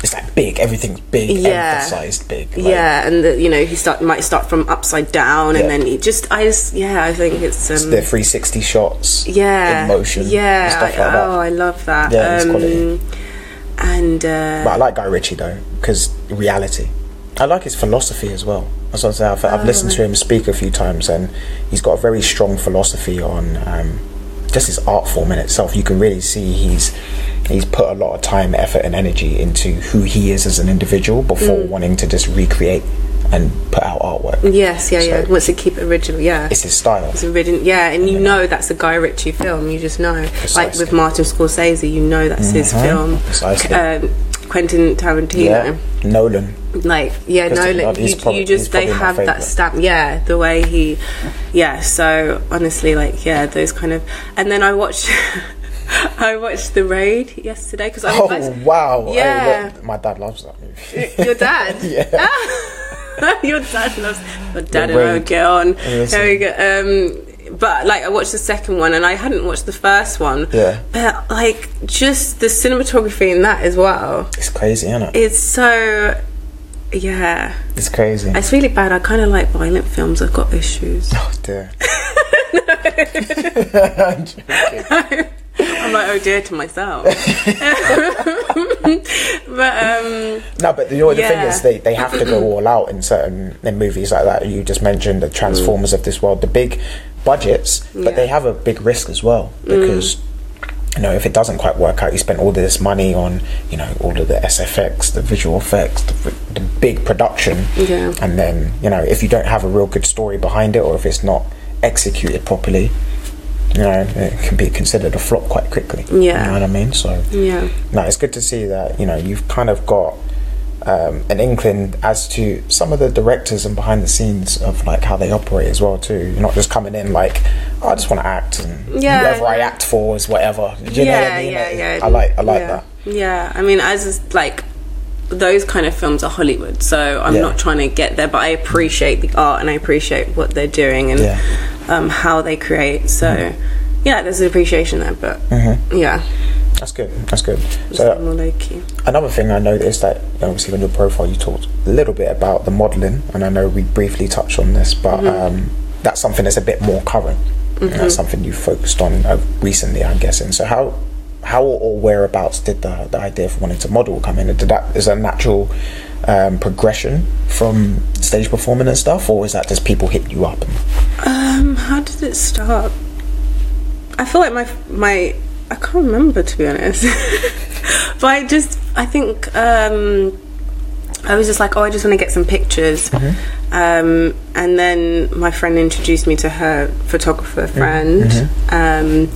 [SPEAKER 1] It's like big, everything's big,
[SPEAKER 2] Yeah.
[SPEAKER 1] emphasized big. like-
[SPEAKER 2] yeah, and the, you know he start might start from upside down,
[SPEAKER 1] Yeah.
[SPEAKER 2] and then he just I just yeah I think it's um
[SPEAKER 1] The 360 shots,
[SPEAKER 2] yeah
[SPEAKER 1] in motion, and
[SPEAKER 2] yeah
[SPEAKER 1] stuff like
[SPEAKER 2] I,
[SPEAKER 1] that.
[SPEAKER 2] oh I love that Um,
[SPEAKER 1] Yeah, it's quality.
[SPEAKER 2] and uh,
[SPEAKER 1] But I like Guy Ritchie though, because reality. I like his philosophy as well. As I say, I've, I've
[SPEAKER 2] Oh.
[SPEAKER 1] listened to him speak a few times, and he's got a very strong philosophy on um, just his art form in itself. You can really see he's he's put a lot of time, effort, and energy into who he is as an individual before
[SPEAKER 2] Mm.
[SPEAKER 1] wanting to just recreate and put out artwork.
[SPEAKER 2] yes yeah yeah
[SPEAKER 1] So-
[SPEAKER 2] wants to keep it original yeah
[SPEAKER 1] It's his style.
[SPEAKER 2] Mm. It's original yeah and you know that's a Guy Ritchie film you just know like
[SPEAKER 1] Precisely.
[SPEAKER 2] with Martin Scorsese you know that's his
[SPEAKER 1] Mhm,
[SPEAKER 2] film
[SPEAKER 1] precisely.
[SPEAKER 2] um, Quentin Tarantino.
[SPEAKER 1] yeah, Nolan.
[SPEAKER 2] like yeah no
[SPEAKER 1] Christopher
[SPEAKER 2] like,
[SPEAKER 1] Nolan,
[SPEAKER 2] you,
[SPEAKER 1] he's probably-
[SPEAKER 2] you just
[SPEAKER 1] he's
[SPEAKER 2] they
[SPEAKER 1] probably my
[SPEAKER 2] have that
[SPEAKER 1] favourite.
[SPEAKER 2] stamp yeah the way he yeah so honestly like yeah those kind of and then i watched i watched the raid yesterday because i
[SPEAKER 1] Oh
[SPEAKER 2] was
[SPEAKER 1] wow! Hey,
[SPEAKER 2] Yeah.
[SPEAKER 1] look, my dad loves that movie.
[SPEAKER 2] your dad
[SPEAKER 1] yeah,
[SPEAKER 2] your dad loves your dad
[SPEAKER 1] The
[SPEAKER 2] and I'll
[SPEAKER 1] Raid.
[SPEAKER 2] get on
[SPEAKER 1] Yes.
[SPEAKER 2] there we go um but like I watched the second one and I hadn't watched the first one
[SPEAKER 1] Yeah.
[SPEAKER 2] but like just the cinematography in that as well
[SPEAKER 1] it's crazy, isn't it?
[SPEAKER 2] is so yeah
[SPEAKER 1] It's crazy.
[SPEAKER 2] It's really bad. I kind of like violent films. I've got issues.
[SPEAKER 1] Oh dear.
[SPEAKER 2] I'm like, oh dear, to myself. but um,
[SPEAKER 1] No, but you know what the thing
[SPEAKER 2] Yeah.
[SPEAKER 1] is, they, they have to go all out in certain in movies like that. You just mentioned the Transformers of this world, the big budgets, but
[SPEAKER 2] Yeah.
[SPEAKER 1] they have a big risk as well because you know if it doesn't quite work out, you spent all this money on you know all of the SFX, the visual effects, the, the big production,
[SPEAKER 2] Yeah.
[SPEAKER 1] and then you know if you don't have a real good story behind it or if it's not executed properly. You know, it can be considered a flop quite quickly.
[SPEAKER 2] Yeah.
[SPEAKER 1] You know what I mean? So
[SPEAKER 2] yeah,
[SPEAKER 1] no, it's good to see that you know you've kind of got um, an inkling as to some of the directors and behind the scenes of like how they operate as well too. You're not just coming in like "Oh, I just want to act and
[SPEAKER 2] Yeah,
[SPEAKER 1] whoever I
[SPEAKER 2] yeah.
[SPEAKER 1] act for is whatever. Do you know what
[SPEAKER 2] yeah,
[SPEAKER 1] I mean?
[SPEAKER 2] yeah, yeah.
[SPEAKER 1] I like I like
[SPEAKER 2] yeah.
[SPEAKER 1] that.
[SPEAKER 2] Yeah, I mean, as is, like those kind of films are Hollywood, so I'm
[SPEAKER 1] Yeah.
[SPEAKER 2] not trying to get there, but I appreciate the art and I appreciate what they're doing and
[SPEAKER 1] Yeah. Mm-hmm.
[SPEAKER 2] um, how they create. So yeah, there's an appreciation there, but yeah,
[SPEAKER 1] That's good. That's good.
[SPEAKER 2] it's
[SPEAKER 1] Mm-hmm. So
[SPEAKER 2] more low key.
[SPEAKER 1] Another thing I noticed that obviously on your profile you talked a little bit about the modelling, and I know we briefly touched on this, but
[SPEAKER 2] Mm-hmm.
[SPEAKER 1] um, that's something that's a bit more current. And that's something you focused on uh, recently, I'm guessing. So how how or whereabouts did the, the idea of wanting to model come in? Did that is that a natural um, progression from stage performing and stuff, or is that just people hit you up? And,
[SPEAKER 2] Um, how did it start? I feel like my my I can't remember to be honest. but I just I think um I was just like, oh, I just want to get some pictures. Um, and then my friend introduced me to her photographer friend. Um,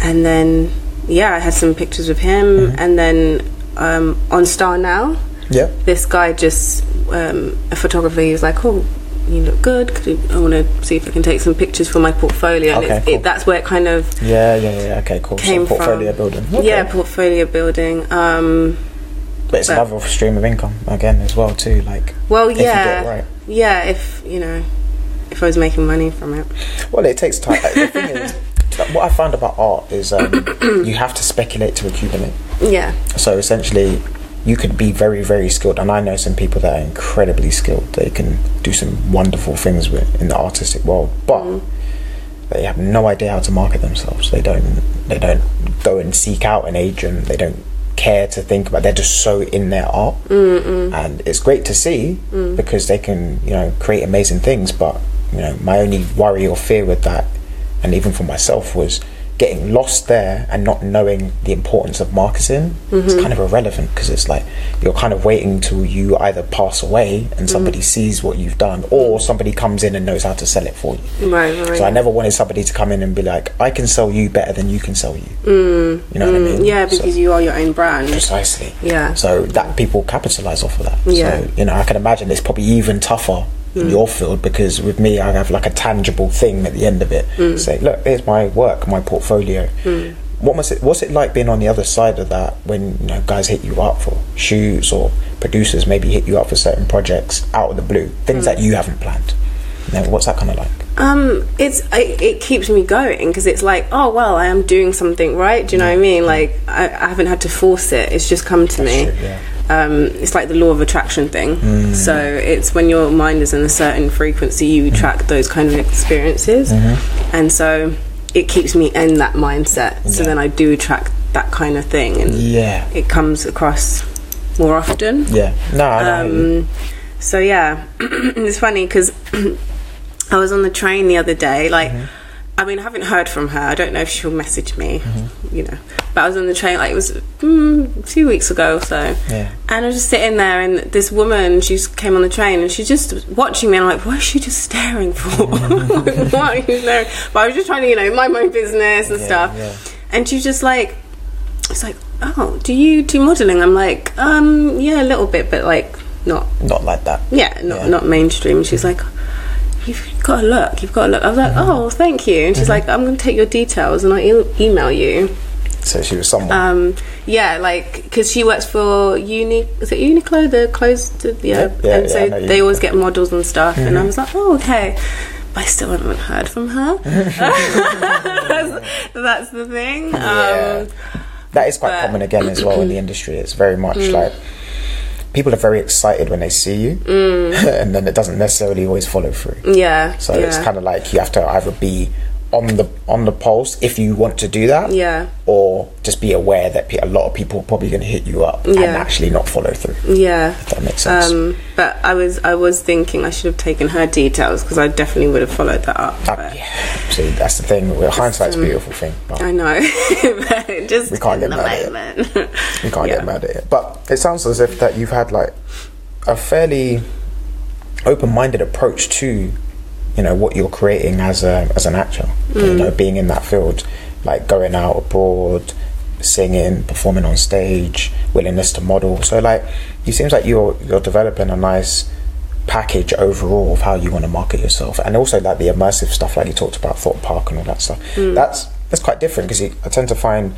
[SPEAKER 2] and then yeah, I had some pictures with him, and then um, on Star Now,
[SPEAKER 1] Yeah.
[SPEAKER 2] this guy just um, a photographer. He was like, "Oh, you look good. Could you, I want to see if I can take some pictures for my portfolio." And
[SPEAKER 1] Okay,
[SPEAKER 2] it's,
[SPEAKER 1] cool.
[SPEAKER 2] it, that's where it kind of
[SPEAKER 1] Yeah, yeah, yeah. Okay, cool.
[SPEAKER 2] came
[SPEAKER 1] so portfolio
[SPEAKER 2] from.
[SPEAKER 1] building. Okay.
[SPEAKER 2] Yeah, portfolio building. Um,
[SPEAKER 1] but it's
[SPEAKER 2] but-
[SPEAKER 1] another stream of income again as well too. Like,
[SPEAKER 2] well,
[SPEAKER 1] If you
[SPEAKER 2] yeah,
[SPEAKER 1] get it right.
[SPEAKER 2] yeah. If you know, if I was making money from it,
[SPEAKER 1] well, it takes time. the thing is, what I found about art is um, you have to speculate to accumulate.
[SPEAKER 2] yeah,
[SPEAKER 1] So essentially, you could be very, very skilled, and I know some people that are incredibly skilled. They can do some wonderful things with, in the artistic world, but they have no idea how to market themselves. They don't. They don't go and seek out an agent. They don't care to think about. They're just so in their art, mm and it's great to see because they can, you know, create amazing things. But you know, my only worry or fear with that, and even for myself, was getting lost there and not knowing the importance of marketing it's kind of irrelevant because it's like you're kind of waiting till you either pass away and somebody sees what you've done or somebody comes in and knows how to sell it for you
[SPEAKER 2] right, right.
[SPEAKER 1] so i never wanted somebody to come in and be like i can sell you better than you can sell you mm, you know what i mean
[SPEAKER 2] yeah,
[SPEAKER 1] So-
[SPEAKER 2] because you are your own brand.
[SPEAKER 1] precisely
[SPEAKER 2] Yeah.
[SPEAKER 1] so that people capitalize off of that
[SPEAKER 2] Yeah. Mm.
[SPEAKER 1] so you know i can imagine it's probably even tougher in your field because with me i have like a tangible thing at the end of it
[SPEAKER 2] Mm.
[SPEAKER 1] say look here's my work my portfolio what was it what's it like being on the other side of that when you know guys hit you up for shoots or producers maybe hit you up for certain projects out of the blue
[SPEAKER 2] Mm.
[SPEAKER 1] things that you haven't planned you know, what's that kind of like
[SPEAKER 2] Um, it's I, it keeps me going because it's like, oh well, I am doing something right. Do you know
[SPEAKER 1] Mm,
[SPEAKER 2] what I mean? Like I, I haven't had to force it. It's just come to me.
[SPEAKER 1] true, yeah.
[SPEAKER 2] Um, it's like the law of attraction thing.
[SPEAKER 1] Mm.
[SPEAKER 2] So it's when your mind is in a certain frequency,
[SPEAKER 1] Mm.
[SPEAKER 2] you attract those kind of experiences, and so it keeps me in that mindset. So
[SPEAKER 1] Mm-hmm. Yeah.
[SPEAKER 2] then I do attract that kind of thing, and
[SPEAKER 1] yeah
[SPEAKER 2] it comes across more often.
[SPEAKER 1] yeah no I know how you-
[SPEAKER 2] Um, so yeah, it's funny because I was on the train the other day. Like, I mean, I haven't heard from her. I don't know if she'll message me. You know, but I was on the train. Like it was mm, two weeks ago or so.
[SPEAKER 1] Yeah.
[SPEAKER 2] And I was just sitting there, and this woman, she just came on the train, and she's just watching me. And I'm like, what is she just staring for? like, why are you staring? But I was just trying to, you know, mind my own business and
[SPEAKER 1] Yeah,
[SPEAKER 2] stuff.
[SPEAKER 1] yeah.
[SPEAKER 2] And she's just like, it's like, oh, do you do modelling? I'm like, um, yeah, a little bit, but like, not,
[SPEAKER 1] not like that
[SPEAKER 2] yeah, not,
[SPEAKER 1] Yeah.
[SPEAKER 2] not mainstream. She's like, you've got to look, you've got to look. I was like,
[SPEAKER 1] Uh-huh.
[SPEAKER 2] oh, thank you. And she's like, I'm going to take your details and I'll e- email you.
[SPEAKER 1] so she was someone
[SPEAKER 2] Um, yeah, like because she works for Uni, is it Uniqlo? The clothes, the, yeah.
[SPEAKER 1] Yep, yeah,
[SPEAKER 2] and
[SPEAKER 1] yeah,
[SPEAKER 2] so
[SPEAKER 1] I know
[SPEAKER 2] they
[SPEAKER 1] Uniqlo. Mm-hmm.
[SPEAKER 2] always get models and stuff. And I was like, oh, okay. But I still haven't heard from her. that's, that's the thing. Um,
[SPEAKER 1] Yeah. that is quite
[SPEAKER 2] but- Mm.
[SPEAKER 1] common again as well in the industry. It's very much like people are very excited when they see you, and then it doesn't necessarily always follow through.
[SPEAKER 2] um, Yeah.
[SPEAKER 1] So
[SPEAKER 2] Mm. yeah.
[SPEAKER 1] it's kind of like you have to either be on the on the pulse if you want to do that,
[SPEAKER 2] Yeah.
[SPEAKER 1] or just be aware that pe- a lot of people are probably going to hit you up and
[SPEAKER 2] Yeah.
[SPEAKER 1] actually not follow through.
[SPEAKER 2] yeah.
[SPEAKER 1] If that makes sense.
[SPEAKER 2] Um, but I was I was thinking I should have taken her details because I definitely would have followed that up.
[SPEAKER 1] Uh,
[SPEAKER 2] but um,
[SPEAKER 1] yeah. See, that's the thing. Well, hindsight's a beautiful thing. but-
[SPEAKER 2] I know, but just
[SPEAKER 1] We can't get
[SPEAKER 2] in the
[SPEAKER 1] mad at it.
[SPEAKER 2] moment.
[SPEAKER 1] You can't
[SPEAKER 2] Yeah.
[SPEAKER 1] get mad at it. But it sounds as if that you've had like a fairly open-minded approach to, you know, what you're creating as a as an actor. You know, being in that field, like going out abroad, singing, performing on stage, willingness to model. So like, it seems like you're you're developing a nice package overall of how you want to market yourself and also like the immersive stuff like you talked about thought park and all that stuff that's that's quite different because i tend to find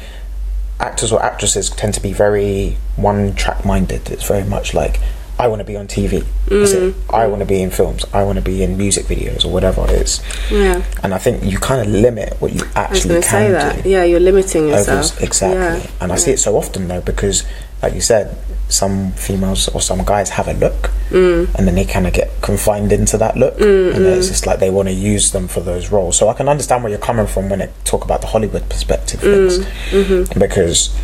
[SPEAKER 1] actors or actresses tend to be very one track minded it's very much like i want to be on tv That's it.
[SPEAKER 2] Mm.
[SPEAKER 1] i want to be in films i want to be in music videos or whatever it is
[SPEAKER 2] Yeah.
[SPEAKER 1] and i think you kind of limit what you
[SPEAKER 2] I was
[SPEAKER 1] actually
[SPEAKER 2] going to
[SPEAKER 1] can
[SPEAKER 2] say
[SPEAKER 1] do
[SPEAKER 2] that. Yeah, you're limiting
[SPEAKER 1] overs
[SPEAKER 2] yourself.
[SPEAKER 1] exactly
[SPEAKER 2] Yeah.
[SPEAKER 1] and i see it so often though because like you said some females or some guys have a look
[SPEAKER 2] Mm.
[SPEAKER 1] and then they kind of get confined into that look and then it's just like they want to use them for those roles so i can understand where you're coming from when it talk about the hollywood perspective things
[SPEAKER 2] Mm, mm-hmm.
[SPEAKER 1] because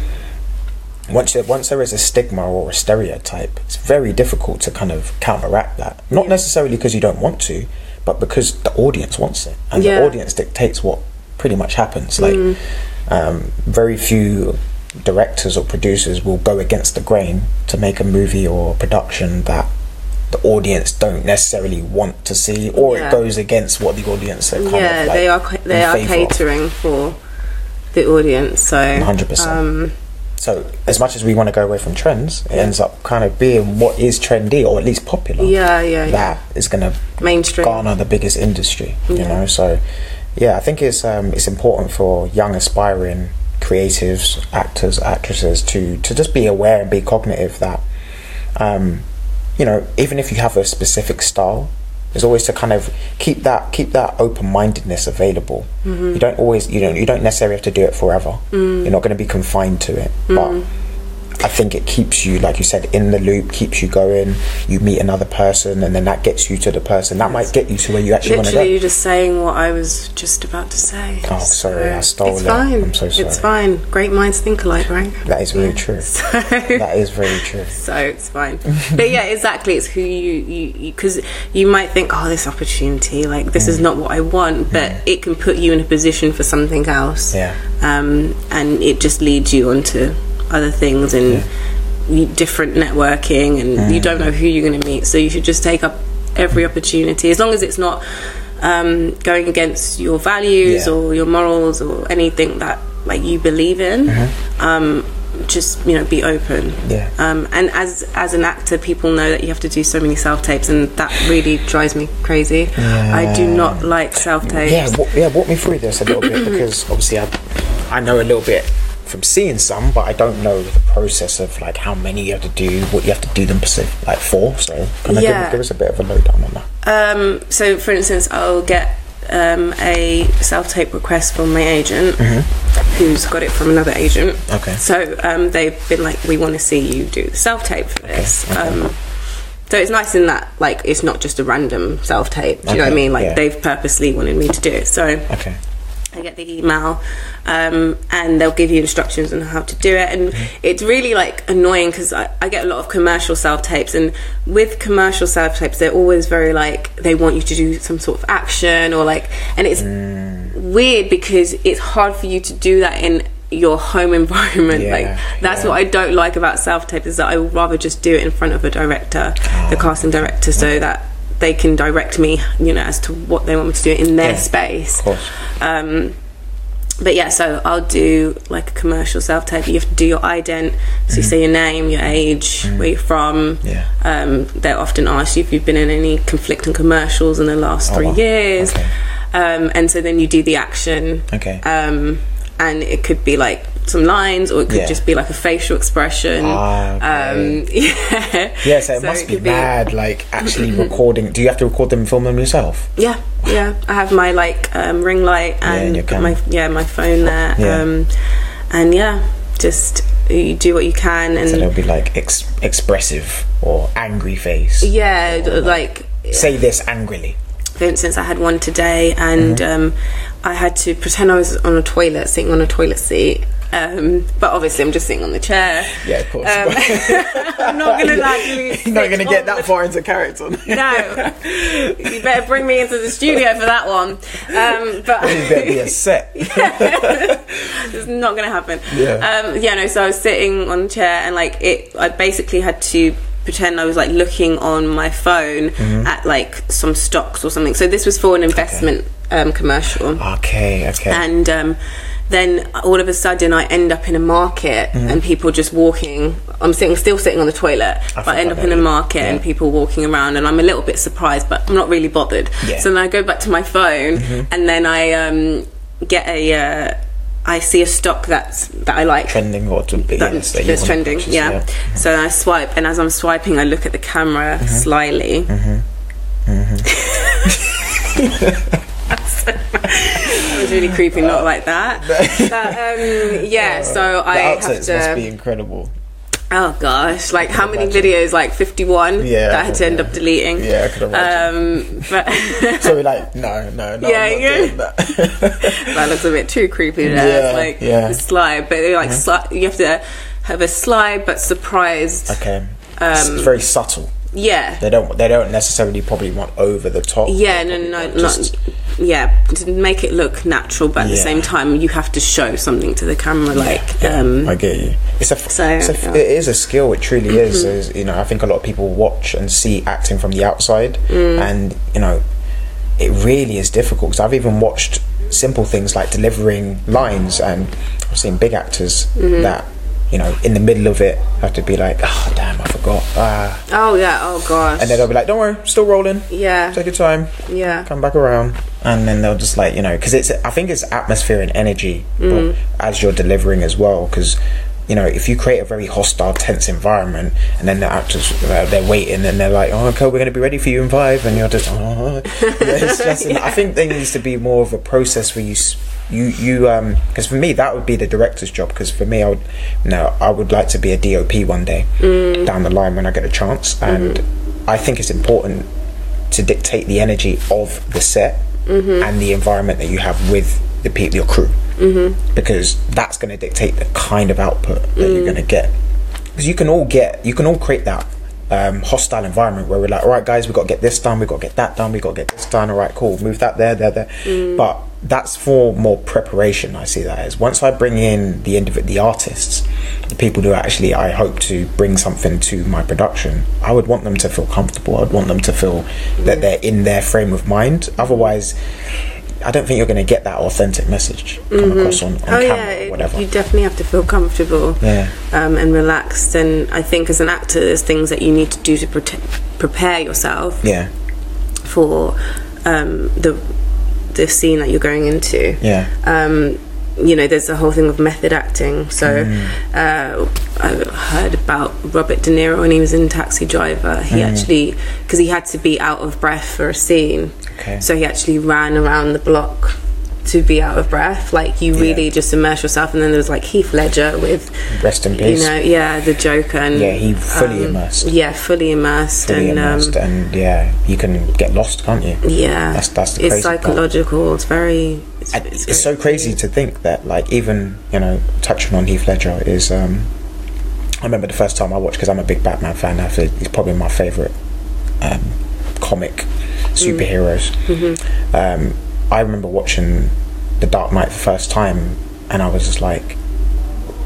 [SPEAKER 1] once there, once there is a stigma or a stereotype, it's very difficult to kind of counteract that. Not necessarily because you don't want to, but because the audience wants it, and
[SPEAKER 2] Yeah. Mm.
[SPEAKER 1] the audience dictates what pretty much happens. Like, um, very few directors or producers will go against the grain to make a movie or production that the audience don't necessarily want to see, or
[SPEAKER 2] Yeah.
[SPEAKER 1] it goes against what the audience are kind
[SPEAKER 2] yeah,
[SPEAKER 1] of like
[SPEAKER 2] they are ca- they
[SPEAKER 1] in
[SPEAKER 2] are
[SPEAKER 1] favour of.
[SPEAKER 2] catering for the audience. So
[SPEAKER 1] 100%.
[SPEAKER 2] Um,
[SPEAKER 1] So, as much as we want to go away from trends, it ends up kind of being what is trendy or at least popular.
[SPEAKER 2] Yeah, yeah, yeah.
[SPEAKER 1] That is going to
[SPEAKER 2] mainstream.
[SPEAKER 1] garner the biggest industry. You
[SPEAKER 2] Yeah.
[SPEAKER 1] know, so yeah, I think it's um, it's important for young aspiring creatives, actors, actresses to to just be aware and be cognitive that um, you know even if you have a specific style. Is always to kind of keep that keep that open mindedness available. You don't always you don't you don't necessarily have to do it forever. You're not going to be confined to it, but I think it keeps you, like you said, in the loop, keeps you going. You meet another person, and then that gets you to the person that might get you to where you actually want to
[SPEAKER 2] Literally,
[SPEAKER 1] go.
[SPEAKER 2] you're just saying what I was just about to say.
[SPEAKER 1] Oh, sorry, I stole
[SPEAKER 2] it's
[SPEAKER 1] it.
[SPEAKER 2] Fine.
[SPEAKER 1] I'm so sorry.
[SPEAKER 2] It's fine. Great minds think alike, right?
[SPEAKER 1] That is very true.
[SPEAKER 2] So
[SPEAKER 1] That is very true.
[SPEAKER 2] so it's fine. but yeah, exactly. It's who you you because you, 'cause you might think, oh, this opportunity, like this
[SPEAKER 1] Mm.
[SPEAKER 2] is not what I want, but it can put you in a position for something else.
[SPEAKER 1] Yeah.
[SPEAKER 2] Um, and it just leads you onto other things and you, different networking, and
[SPEAKER 1] Mm.
[SPEAKER 2] you don't know who you're going to meet. So you should just take up every opportunity, as long as it's not um, going against your values
[SPEAKER 1] Yeah.
[SPEAKER 2] or your morals or anything that like you believe in. Um, just you know, be open.
[SPEAKER 1] Uh-huh. Yeah.
[SPEAKER 2] Um, and as as an actor, people know that you have to do so many self tapes, and that really drives me crazy. I do not like self tapes.
[SPEAKER 1] Yeah, wa- yeah. Walk me through this a little bit because obviously I, I know a little bit from seeing some, but I don't know the process of like how many you have to do, what you have to do them specific, like for. So can I
[SPEAKER 2] Yeah.
[SPEAKER 1] give, give us a bit of a lowdown on that?
[SPEAKER 2] um, so for instance, I'll get um, a self tape request from my agent, who's got it from another agent.
[SPEAKER 1] Mm-hmm. Okay.
[SPEAKER 2] So um, they've been like, we want to see you do the self tape for this. Um, so it's nice in that like it's not just a random self tape. Do you know what I
[SPEAKER 1] Okay,
[SPEAKER 2] mean? Like
[SPEAKER 1] yeah.
[SPEAKER 2] they've purposely wanted me to do it. So
[SPEAKER 1] Okay.
[SPEAKER 2] I get the email, um, and they'll give you instructions on how to do it. And
[SPEAKER 1] Mm-hmm.
[SPEAKER 2] it's really like annoying because I, I get a lot of commercial self tapes, and with commercial self tapes, they're always very like they want you to do some sort of action or like, and it's
[SPEAKER 1] Mm.
[SPEAKER 2] weird because it's hard for you to do that in your home environment.
[SPEAKER 1] Yeah,
[SPEAKER 2] like that's
[SPEAKER 1] yeah.
[SPEAKER 2] what I don't like about self tape is that I would rather just do it in front of a director,
[SPEAKER 1] Oh.
[SPEAKER 2] the casting director, so that they can direct me, you know, as to what they want me to do in their
[SPEAKER 1] Yeah.
[SPEAKER 2] space.
[SPEAKER 1] Of course.
[SPEAKER 2] Um, but yeah, so I'll do like a commercial self tape. You have to do your ident, so you say your name, your age, where you're from.
[SPEAKER 1] Mm. Yeah.
[SPEAKER 2] Um, they often ask you if you've been in any conflicting commercials in the last three
[SPEAKER 1] Oh, wow.
[SPEAKER 2] years,
[SPEAKER 1] Okay.
[SPEAKER 2] um, and so then you do the action.
[SPEAKER 1] Okay.
[SPEAKER 2] Um, and it could be like some lines, or it could
[SPEAKER 1] Yeah.
[SPEAKER 2] just be like a facial expression.
[SPEAKER 1] Ah, okay.
[SPEAKER 2] Um, yeah.
[SPEAKER 1] yeah, so it must
[SPEAKER 2] could
[SPEAKER 1] be mad, like actually recording. Do you have to record them and film them yourself?
[SPEAKER 2] Yeah, yeah. I have my like um, ring light
[SPEAKER 1] and
[SPEAKER 2] and
[SPEAKER 1] your camera.
[SPEAKER 2] my yeah my phone there.
[SPEAKER 1] Yeah.
[SPEAKER 2] Um, and yeah, just you do what you can and
[SPEAKER 1] So they'll be like ex- expressive or angry face.
[SPEAKER 2] yeah, d- like
[SPEAKER 1] Say this angrily.
[SPEAKER 2] for instance, I had one today and
[SPEAKER 1] Mm-hmm.
[SPEAKER 2] um, I had to pretend I was on a toilet, sitting on a toilet seat. Um, but obviously, I'm just sitting on the chair.
[SPEAKER 1] Yeah, of course.
[SPEAKER 2] Um, I'm not gonna like lose.
[SPEAKER 1] You're not going to
[SPEAKER 2] sit
[SPEAKER 1] get
[SPEAKER 2] on
[SPEAKER 1] that
[SPEAKER 2] the
[SPEAKER 1] far into character. you
[SPEAKER 2] No, you better bring me into the studio for that one. Um, but
[SPEAKER 1] better be a set.
[SPEAKER 2] it's not going to happen.
[SPEAKER 1] Yeah.
[SPEAKER 2] Um, yeah, no, so I was sitting on a chair and like it, I basically had to pretend I was like looking on my phone at like some stocks or something. So this was for an investment um, commercial.
[SPEAKER 1] Okay, okay.
[SPEAKER 2] And um, then all of a sudden, I end up in a market
[SPEAKER 1] Mm-hmm.
[SPEAKER 2] and people just walking. I'm sitting, still sitting on the toilet, but I end up
[SPEAKER 1] forgot
[SPEAKER 2] in a
[SPEAKER 1] about
[SPEAKER 2] market and people walking around, and I'm a little bit surprised, but I'm not really bothered.
[SPEAKER 1] Yeah. Mm-hmm.
[SPEAKER 2] So then I go back to my phone, and then I um, get a. Uh, I see a stock that's that I like
[SPEAKER 1] trending or to be.
[SPEAKER 2] that's, that's trending. Yeah. So I swipe, and as I'm swiping, I look at the camera
[SPEAKER 1] Mm-hmm.
[SPEAKER 2] slyly. That was really creepy, not like that. But, um, yeah, so I
[SPEAKER 1] The
[SPEAKER 2] have
[SPEAKER 1] outtakes must be
[SPEAKER 2] to. um,
[SPEAKER 1] incredible.
[SPEAKER 2] Oh gosh, like how many
[SPEAKER 1] imagine.
[SPEAKER 2] videos? Like fifty-one
[SPEAKER 1] Yeah,
[SPEAKER 2] that I
[SPEAKER 1] I
[SPEAKER 2] had to
[SPEAKER 1] can-
[SPEAKER 2] end up deleting.
[SPEAKER 1] Yeah, I can
[SPEAKER 2] Um, but
[SPEAKER 1] So we're like, no, no, no.
[SPEAKER 2] Yeah,
[SPEAKER 1] I'm not
[SPEAKER 2] yeah.
[SPEAKER 1] doing that.
[SPEAKER 2] that looks a bit too creepy there.
[SPEAKER 1] Yeah,
[SPEAKER 2] it's like
[SPEAKER 1] yeah. Mm-hmm.
[SPEAKER 2] a slide, but like sli- you have to have a slide but surprised.
[SPEAKER 1] okay. It's-
[SPEAKER 2] Um,
[SPEAKER 1] it's very subtle.
[SPEAKER 2] Yeah,
[SPEAKER 1] They don't. They don't necessarily probably want over the top.
[SPEAKER 2] Yeah,
[SPEAKER 1] They
[SPEAKER 2] no, no,
[SPEAKER 1] probably
[SPEAKER 2] no,
[SPEAKER 1] want just-
[SPEAKER 2] not yeah. To make it look natural, but at the
[SPEAKER 1] Yeah.
[SPEAKER 2] same time, you have to show something to the camera, like um,
[SPEAKER 1] I get you. It's a, f-
[SPEAKER 2] So,
[SPEAKER 1] it's a f-
[SPEAKER 2] yeah. Mm-hmm.
[SPEAKER 1] it is a skill. It truly is. Is, You know, I think a lot of people watch and see
[SPEAKER 2] Mm.
[SPEAKER 1] acting from the outside, and you know, it really is difficult. Because I've even watched simple things like delivering lines. And I've seen big actors
[SPEAKER 2] Mm-hmm.
[SPEAKER 1] that, you know, in the middle of it have to be like, oh, damn, I forgot. Ah.
[SPEAKER 2] Oh yeah. Oh gosh.
[SPEAKER 1] And then they'll be like, don't worry, still rolling.
[SPEAKER 2] Yeah.
[SPEAKER 1] Take your time.
[SPEAKER 2] Yeah.
[SPEAKER 1] Come back around. And then they'll just like, you know, because it's, I think it's atmosphere and energy but as you're delivering as well. Because, you know, if you create a very hostile, tense environment and then the actors, uh, they're waiting and they're like, oh, okay, we're going to be ready for you in five. And you're just, oh. it's just I think there needs to be more of a process where you. s- You, you, um, because for me that would be the director's job. Because for me, I would, no, I would like to be a DOP one day down the line when I get a chance, and I think it's important to dictate the energy of the set and the environment that you have with the people, your crew, mm-hmm. because that's going to dictate the kind of output that you're going to get. Because you can all get, you can all create that um, hostile environment where we're like, all right, guys, we got to get this done, we got to get that done, we got to get this done. All right, cool, move that there, there, there. But that's for more preparation. I see that as once I bring in the indiv- the artists, the people who actually I hope to bring something to my production, I would want them to feel comfortable. I'd want them to feel
[SPEAKER 2] Mm.
[SPEAKER 1] that they're in their frame of mind. Otherwise, I don't think you're going to get that authentic message come across on, on
[SPEAKER 2] Oh
[SPEAKER 1] camera
[SPEAKER 2] yeah,
[SPEAKER 1] or
[SPEAKER 2] it-
[SPEAKER 1] whatever.
[SPEAKER 2] you definitely have to feel comfortable
[SPEAKER 1] Yeah.
[SPEAKER 2] um, and relaxed. And I think as an actor, there's things that you need to do to prote- prepare yourself
[SPEAKER 1] yeah,
[SPEAKER 2] for um, the the scene that you're going into.
[SPEAKER 1] yeah,
[SPEAKER 2] Um, you know, there's a whole thing of method acting. So
[SPEAKER 1] Mm.
[SPEAKER 2] uh, I heard about Robert De Niro when he was in Taxi Driver. He
[SPEAKER 1] Mm.
[SPEAKER 2] actually, because he had to be out of breath for a scene,
[SPEAKER 1] Okay.
[SPEAKER 2] so he actually ran around the block to be out of breath. Like you really just immerse yourself. And then there was like Heath Ledger with,
[SPEAKER 1] Rest in
[SPEAKER 2] you
[SPEAKER 1] peace.
[SPEAKER 2] know, yeah, the Joker. And, um,
[SPEAKER 1] yeah. He fully immersed.
[SPEAKER 2] Yeah, fully immersed.
[SPEAKER 1] fully
[SPEAKER 2] and, Um,
[SPEAKER 1] immersed, and yeah, you can get lost, can't you?
[SPEAKER 2] yeah,
[SPEAKER 1] That's- that's the
[SPEAKER 2] it's
[SPEAKER 1] crazy part.
[SPEAKER 2] psychological. It's very. It's,
[SPEAKER 1] And it's, so crazy to think that like even you know touching on Heath Ledger is um I remember the first time I watched because I'm a big Batman fan now so he's probably my favorite um comic
[SPEAKER 2] Mm.
[SPEAKER 1] superheroes
[SPEAKER 2] Mm-hmm.
[SPEAKER 1] um I remember watching The Dark Knight the first time and I was just like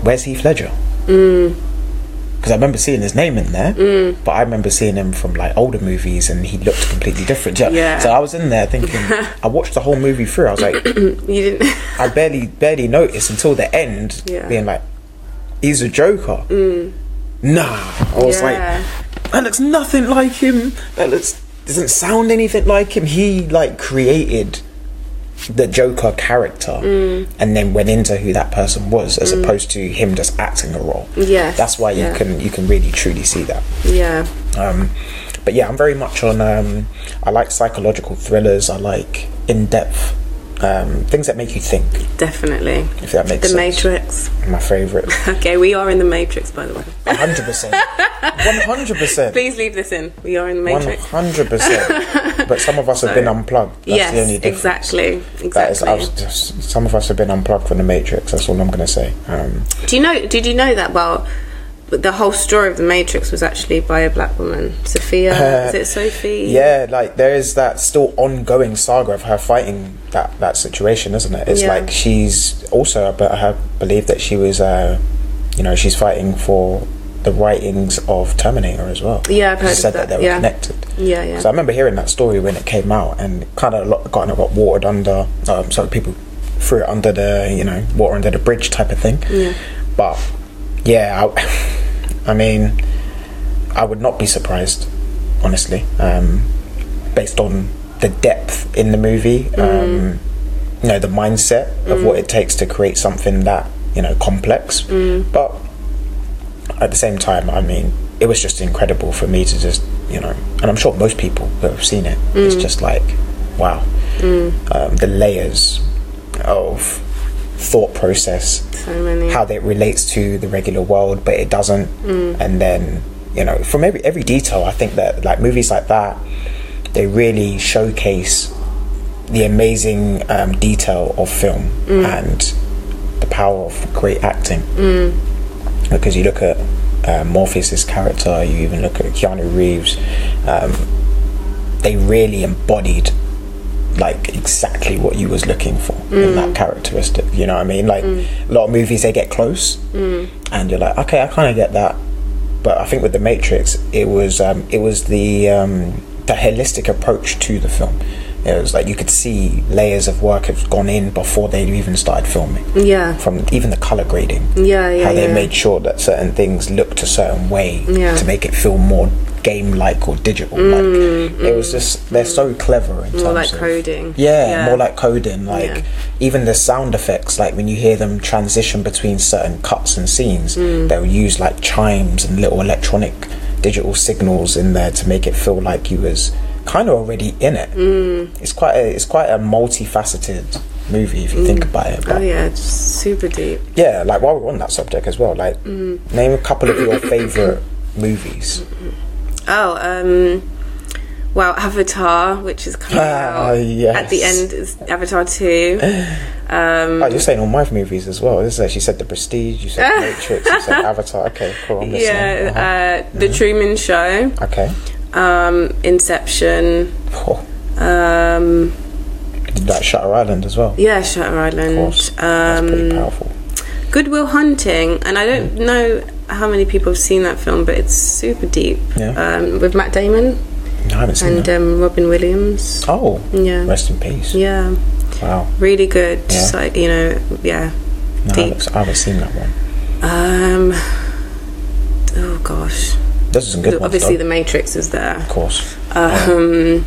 [SPEAKER 1] where's Heath Ledger
[SPEAKER 2] Mm.
[SPEAKER 1] because I remember seeing his name in there, but I remember seeing him from like older movies, and he looked completely different. Yeah.
[SPEAKER 2] Yeah.
[SPEAKER 1] So I was in there thinking, I watched the whole movie through. I was like,
[SPEAKER 2] You didn't.
[SPEAKER 1] I barely barely noticed until the end,
[SPEAKER 2] Yeah. Mm.
[SPEAKER 1] being like, "He's a Joker." Nah, I was
[SPEAKER 2] Yeah.
[SPEAKER 1] like, "That looks nothing like him. That looks doesn't sound anything like him." He like created the Joker character,
[SPEAKER 2] Mm.
[SPEAKER 1] and then went into who that person was, as opposed to him just acting a role.
[SPEAKER 2] Yes,
[SPEAKER 1] that's why you
[SPEAKER 2] yeah.
[SPEAKER 1] can you can really truly see that.
[SPEAKER 2] yeah.
[SPEAKER 1] Um, but yeah, I'm very much on. Um, I like psychological thrillers. I like in depth um, things that make you think.
[SPEAKER 2] Definitely.
[SPEAKER 1] If that makes
[SPEAKER 2] the
[SPEAKER 1] sense.
[SPEAKER 2] Matrix.
[SPEAKER 1] My favorite.
[SPEAKER 2] Okay, we are in the Matrix, by the way.
[SPEAKER 1] 100%. 100%.
[SPEAKER 2] Please leave this in. We are in the Matrix.
[SPEAKER 1] 100%. But some of us have been unplugged. That's the only
[SPEAKER 2] yes,
[SPEAKER 1] difference.
[SPEAKER 2] exactly.
[SPEAKER 1] That is,
[SPEAKER 2] Exactly.
[SPEAKER 1] I was just, some of us have been unplugged from the Matrix. That's all I'm going to say. Um,
[SPEAKER 2] Do you know? Did you know that? Well, the whole story of the Matrix was actually by a black woman, Sophia. is it Sophie?
[SPEAKER 1] Uh, yeah, like there is that still ongoing saga of her fighting that, that situation, isn't it? It's
[SPEAKER 2] Yeah.
[SPEAKER 1] like she's also about her belief that she was, uh, you know, she's fighting for the writings of Terminator as well.
[SPEAKER 2] Yeah, I've heard
[SPEAKER 1] She
[SPEAKER 2] of
[SPEAKER 1] said that,
[SPEAKER 2] that,
[SPEAKER 1] they were
[SPEAKER 2] yeah.
[SPEAKER 1] connected.
[SPEAKER 2] Yeah, yeah.
[SPEAKER 1] So I remember hearing that story when it came out, and kind of lot, kind of got watered under. Um, so people threw it under the, you know, water under the bridge type of thing.
[SPEAKER 2] Yeah.
[SPEAKER 1] But yeah, I, I mean, I would not be surprised, honestly, um, based on the depth in the movie.
[SPEAKER 2] Mm-hmm.
[SPEAKER 1] Um, you know, the mindset of what it takes to create something that you know complex,
[SPEAKER 2] Mm-hmm.
[SPEAKER 1] but at the same time, I mean, it was just incredible for me to just, you know, and I'm sure most people who have seen it, it's
[SPEAKER 2] Mm.
[SPEAKER 1] just like, wow, um, the layers of thought process,
[SPEAKER 2] So many.
[SPEAKER 1] how that relates to the regular world, but it doesn't,
[SPEAKER 2] Mm.
[SPEAKER 1] and then you know, from every every detail, I think that like movies like that, they really showcase the amazing um, detail of film
[SPEAKER 2] Mm.
[SPEAKER 1] and the power of great acting because you look at uh, Morpheus's character, you even look at Keanu Reeves. Um, they really embodied like exactly what you was looking for in that characteristic. You know what I mean? Like a lot of movies, they get close, and you're like, okay, I kind of get that. But I think with the Matrix, it was um, it was the um, the holistic approach to the film. It was like you could see layers of work had gone in before they even started filming.
[SPEAKER 2] Yeah.
[SPEAKER 1] From even the color grading.
[SPEAKER 2] Yeah, yeah,
[SPEAKER 1] How they
[SPEAKER 2] yeah.
[SPEAKER 1] made sure that certain things looked a certain way
[SPEAKER 2] Yeah.
[SPEAKER 1] to make it feel more game-like or digital. like it was just they're so clever in
[SPEAKER 2] Mm, More
[SPEAKER 1] terms
[SPEAKER 2] like
[SPEAKER 1] of-
[SPEAKER 2] coding.
[SPEAKER 1] yeah, more like coding. Like
[SPEAKER 2] Yeah.
[SPEAKER 1] even the sound effects, like when you hear them transition between certain cuts and scenes,
[SPEAKER 2] Mm.
[SPEAKER 1] they'll use like chimes and little electronic digital signals in there to make it feel like you was kind of already in it. Mm. It's quite a, it's quite a multifaceted movie if you think about it. But
[SPEAKER 2] Oh yeah, it's super deep.
[SPEAKER 1] yeah, like while we're on that subject as well, like
[SPEAKER 2] Mm.
[SPEAKER 1] name a couple of your favorite movies.
[SPEAKER 2] Oh, um, well, Avatar, which is coming
[SPEAKER 1] Ah,
[SPEAKER 2] out
[SPEAKER 1] yes.
[SPEAKER 2] at the end, is Avatar Two. Mm.
[SPEAKER 1] Oh, you're saying all my movies as well. This is actually said The Prestige, you said Matrix, you said Avatar. Okay, cool. I'm listening. Uh-huh.
[SPEAKER 2] yeah, uh, The Truman Show,
[SPEAKER 1] Okay.
[SPEAKER 2] um, Inception.
[SPEAKER 1] Oh,
[SPEAKER 2] Um,
[SPEAKER 1] like Shutter Island as well. Of
[SPEAKER 2] yeah, Shutter Island.
[SPEAKER 1] course. That's pretty Mm.
[SPEAKER 2] Um,
[SPEAKER 1] powerful.
[SPEAKER 2] Goodwill Hunting, and I don't know how many people have seen that film, but it's super deep.
[SPEAKER 1] Yeah.
[SPEAKER 2] Um, with Matt Damon
[SPEAKER 1] No, I haven't seen
[SPEAKER 2] and
[SPEAKER 1] that.
[SPEAKER 2] um, Robin Williams.
[SPEAKER 1] oh,
[SPEAKER 2] yeah.
[SPEAKER 1] Rest in peace.
[SPEAKER 2] Yeah,
[SPEAKER 1] Wow.
[SPEAKER 2] really good.
[SPEAKER 1] Yeah.
[SPEAKER 2] So you know, yeah,
[SPEAKER 1] No, I
[SPEAKER 2] deep.
[SPEAKER 1] haven't, I haven't seen that one.
[SPEAKER 2] Um. Oh gosh.
[SPEAKER 1] Those are some good ones.
[SPEAKER 2] Obviously,
[SPEAKER 1] though.
[SPEAKER 2] The Matrix is there.
[SPEAKER 1] Of course.
[SPEAKER 2] Um.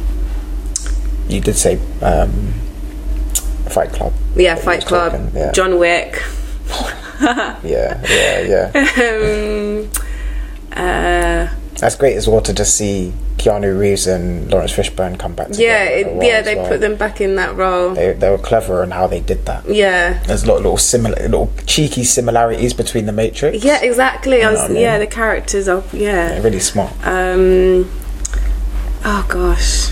[SPEAKER 1] You did say um, Fight Club.
[SPEAKER 2] Yeah,
[SPEAKER 1] that you
[SPEAKER 2] Fight
[SPEAKER 1] was
[SPEAKER 2] Club,
[SPEAKER 1] talking, Yeah.
[SPEAKER 2] John Wick.
[SPEAKER 1] Yeah, yeah, yeah.
[SPEAKER 2] Um. Uh.
[SPEAKER 1] That's great as well to just see Keanu Reeves and Lawrence Fishburne come back together.
[SPEAKER 2] Yeah.
[SPEAKER 1] as
[SPEAKER 2] It,
[SPEAKER 1] well,
[SPEAKER 2] yeah.
[SPEAKER 1] as
[SPEAKER 2] They
[SPEAKER 1] well.
[SPEAKER 2] put them back in that role.
[SPEAKER 1] They, they were clever in how they did that.
[SPEAKER 2] Yeah.
[SPEAKER 1] There's a lot of little similar, little cheeky similarities between the Matrix.
[SPEAKER 2] Yeah. Exactly. I
[SPEAKER 1] know what
[SPEAKER 2] was.
[SPEAKER 1] I mean?
[SPEAKER 2] Yeah. The characters are.
[SPEAKER 1] They're
[SPEAKER 2] Yeah.
[SPEAKER 1] really smart.
[SPEAKER 2] Um. Oh gosh.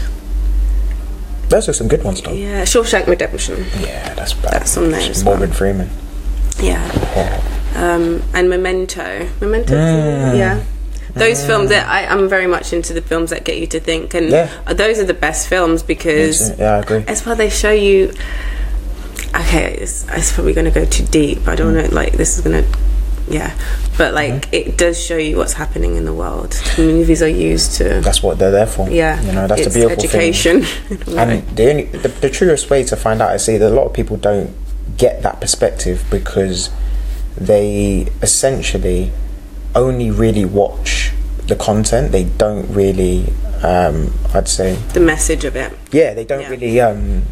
[SPEAKER 1] Those are some good ones, though.
[SPEAKER 2] Yeah. Shawshank Redemption.
[SPEAKER 1] Yeah, that's bad.
[SPEAKER 2] That's on there as well.
[SPEAKER 1] Morgan Freeman.
[SPEAKER 2] Yeah.
[SPEAKER 1] Oh,
[SPEAKER 2] um, and Memento. Memento,
[SPEAKER 1] Mm.
[SPEAKER 2] yeah. Those films that I, I'm very much into the films that get you to think, and
[SPEAKER 1] Yeah.
[SPEAKER 2] those are the best films because
[SPEAKER 1] yeah, I agree.
[SPEAKER 2] as well they show you. Okay, it's, it's probably going to go too deep. I
[SPEAKER 1] Mm.
[SPEAKER 2] don't know. Like this is going to, yeah. But like
[SPEAKER 1] Mm-hmm.
[SPEAKER 2] it does show you what's happening in the world. Movies are used to,
[SPEAKER 1] That's what they're there for.
[SPEAKER 2] yeah.
[SPEAKER 1] you know, that's
[SPEAKER 2] it's
[SPEAKER 1] the beautiful thing.
[SPEAKER 2] education.
[SPEAKER 1] And the only the, the truest way to find out is see that a lot of people don't get that perspective because they essentially only really watch the content. They don't really, um, I'd say,
[SPEAKER 2] the message of it.
[SPEAKER 1] yeah, they don't
[SPEAKER 2] Yeah.
[SPEAKER 1] really. Um,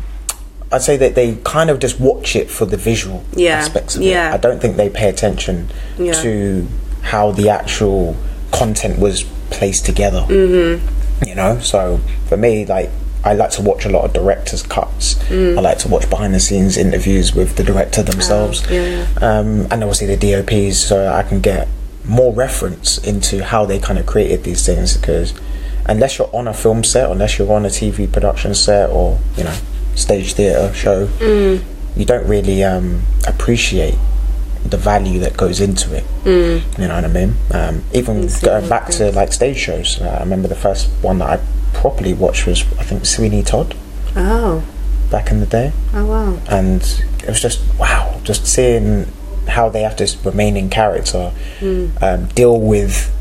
[SPEAKER 1] I'd say that they kind of just watch it for the visual
[SPEAKER 2] Yeah,
[SPEAKER 1] aspects of
[SPEAKER 2] yeah.
[SPEAKER 1] it. I don't think they pay attention
[SPEAKER 2] Yeah.
[SPEAKER 1] to how the actual content was placed together. Mm-hmm. You know, so for me, like I like to watch a lot of directors' cuts.
[SPEAKER 2] Mm.
[SPEAKER 1] I like to watch behind-the-scenes interviews with the director themselves,
[SPEAKER 2] Oh, yeah, yeah.
[SPEAKER 1] Um, and obviously the DOPs, so I can get more reference into how they kind of created these things. Because unless you're on a film set, unless you're on a TV production set, or you know, stage theatre show, you don't really um, appreciate the value that goes into it. You know what I mean? Um, even going back to like stage shows, uh, I remember the first one that I properly watched was I think Sweeney Todd
[SPEAKER 2] Oh,
[SPEAKER 1] back in the day
[SPEAKER 2] oh wow.
[SPEAKER 1] and it was just wow, just seeing how they have to s- remain in character,
[SPEAKER 2] Hmm.
[SPEAKER 1] um, deal with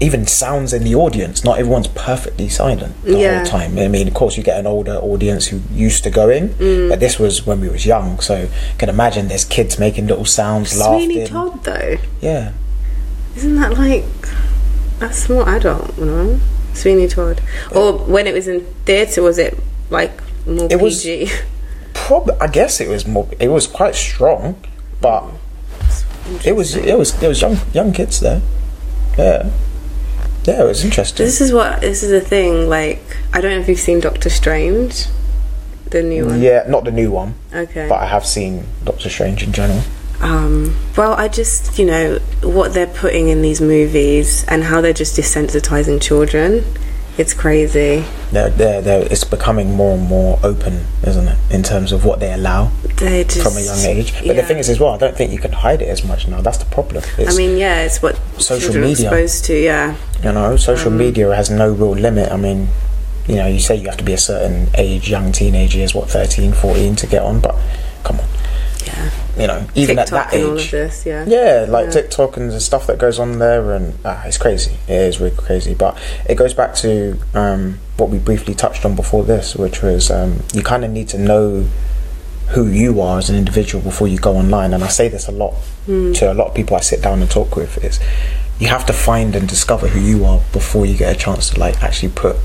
[SPEAKER 1] even sounds in the audience. Not everyone's perfectly silent the
[SPEAKER 2] Yeah.
[SPEAKER 1] whole time. I mean, of course, you get an older audience who used to go in,
[SPEAKER 2] Hmm.
[SPEAKER 1] but this was when we was young, so you can imagine there's kids making little sounds,
[SPEAKER 2] Sweeney
[SPEAKER 1] laughing.
[SPEAKER 2] Todd though.
[SPEAKER 1] Yeah,
[SPEAKER 2] Isn't that like that's more adult, you know? Sweeney Todd. Or when it was in theatre, was it like more
[SPEAKER 1] It was-
[SPEAKER 2] PG?
[SPEAKER 1] probably. I guess it was more. It was quite strong, but
[SPEAKER 2] Hmm.
[SPEAKER 1] it was it was there was young young kids there. Yeah, yeah, it was interesting.
[SPEAKER 2] this is what this is the thing. Like I don't know if you've seen Doctor Strange, the new one.
[SPEAKER 1] Yeah, not the new one.
[SPEAKER 2] Okay.
[SPEAKER 1] But I have seen Doctor Strange in general.
[SPEAKER 2] Um, well, I just you know what they're putting in these movies and how they're just desensitizing children. It's crazy.
[SPEAKER 1] They're, they're, they're, it's becoming more and more open, isn't it, in terms of what they allow
[SPEAKER 2] They just
[SPEAKER 1] from a young age. But the
[SPEAKER 2] yeah.
[SPEAKER 1] thing is, as well, I don't think you can hide it as much now. That's the problem. It's,
[SPEAKER 2] I mean, yeah, it's what
[SPEAKER 1] Social
[SPEAKER 2] children
[SPEAKER 1] media.
[SPEAKER 2] are exposed to. Yeah.
[SPEAKER 1] you know,
[SPEAKER 2] um,
[SPEAKER 1] social media has no real limit. I mean, you know, you say you have to be a certain age, young teenage years, what, 13, 14 to get on, but come on.
[SPEAKER 2] Yeah.
[SPEAKER 1] you know, even at
[SPEAKER 2] TikTok
[SPEAKER 1] that
[SPEAKER 2] and all of
[SPEAKER 1] age.
[SPEAKER 2] this, yeah.
[SPEAKER 1] Yeah, like
[SPEAKER 2] Yeah.
[SPEAKER 1] TikTok and the stuff that goes on there, and ah, it's crazy. It is really crazy. But it goes back to um, what we briefly touched on before this, which was um, you kind of need to know who you are as an individual before you go online. And I say this a lot to a lot of people I sit down and talk with is you have to find and discover who you are before you get a chance to like actually put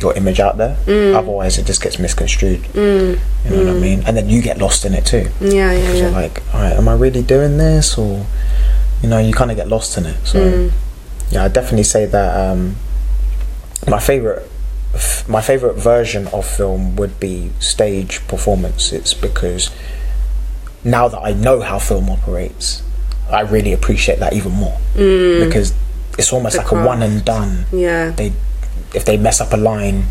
[SPEAKER 1] your image out there. Otherwise, it just gets misconstrued. You know what I mean? And then you get lost in it too.
[SPEAKER 2] Yeah, yeah,
[SPEAKER 1] Because
[SPEAKER 2] yeah.
[SPEAKER 1] you're like, all right, am I really doing this? Or, you know, you kind of get lost in it. So,
[SPEAKER 2] Mm.
[SPEAKER 1] yeah, I definitely say that um, my favorite. f- My favorite version of film would be stage performance. It's because now that I know how film operates, I really appreciate that even more because it's almost
[SPEAKER 2] Mm. The
[SPEAKER 1] like a
[SPEAKER 2] craft.
[SPEAKER 1] one and done.
[SPEAKER 2] Yeah.
[SPEAKER 1] They, if they mess up a line,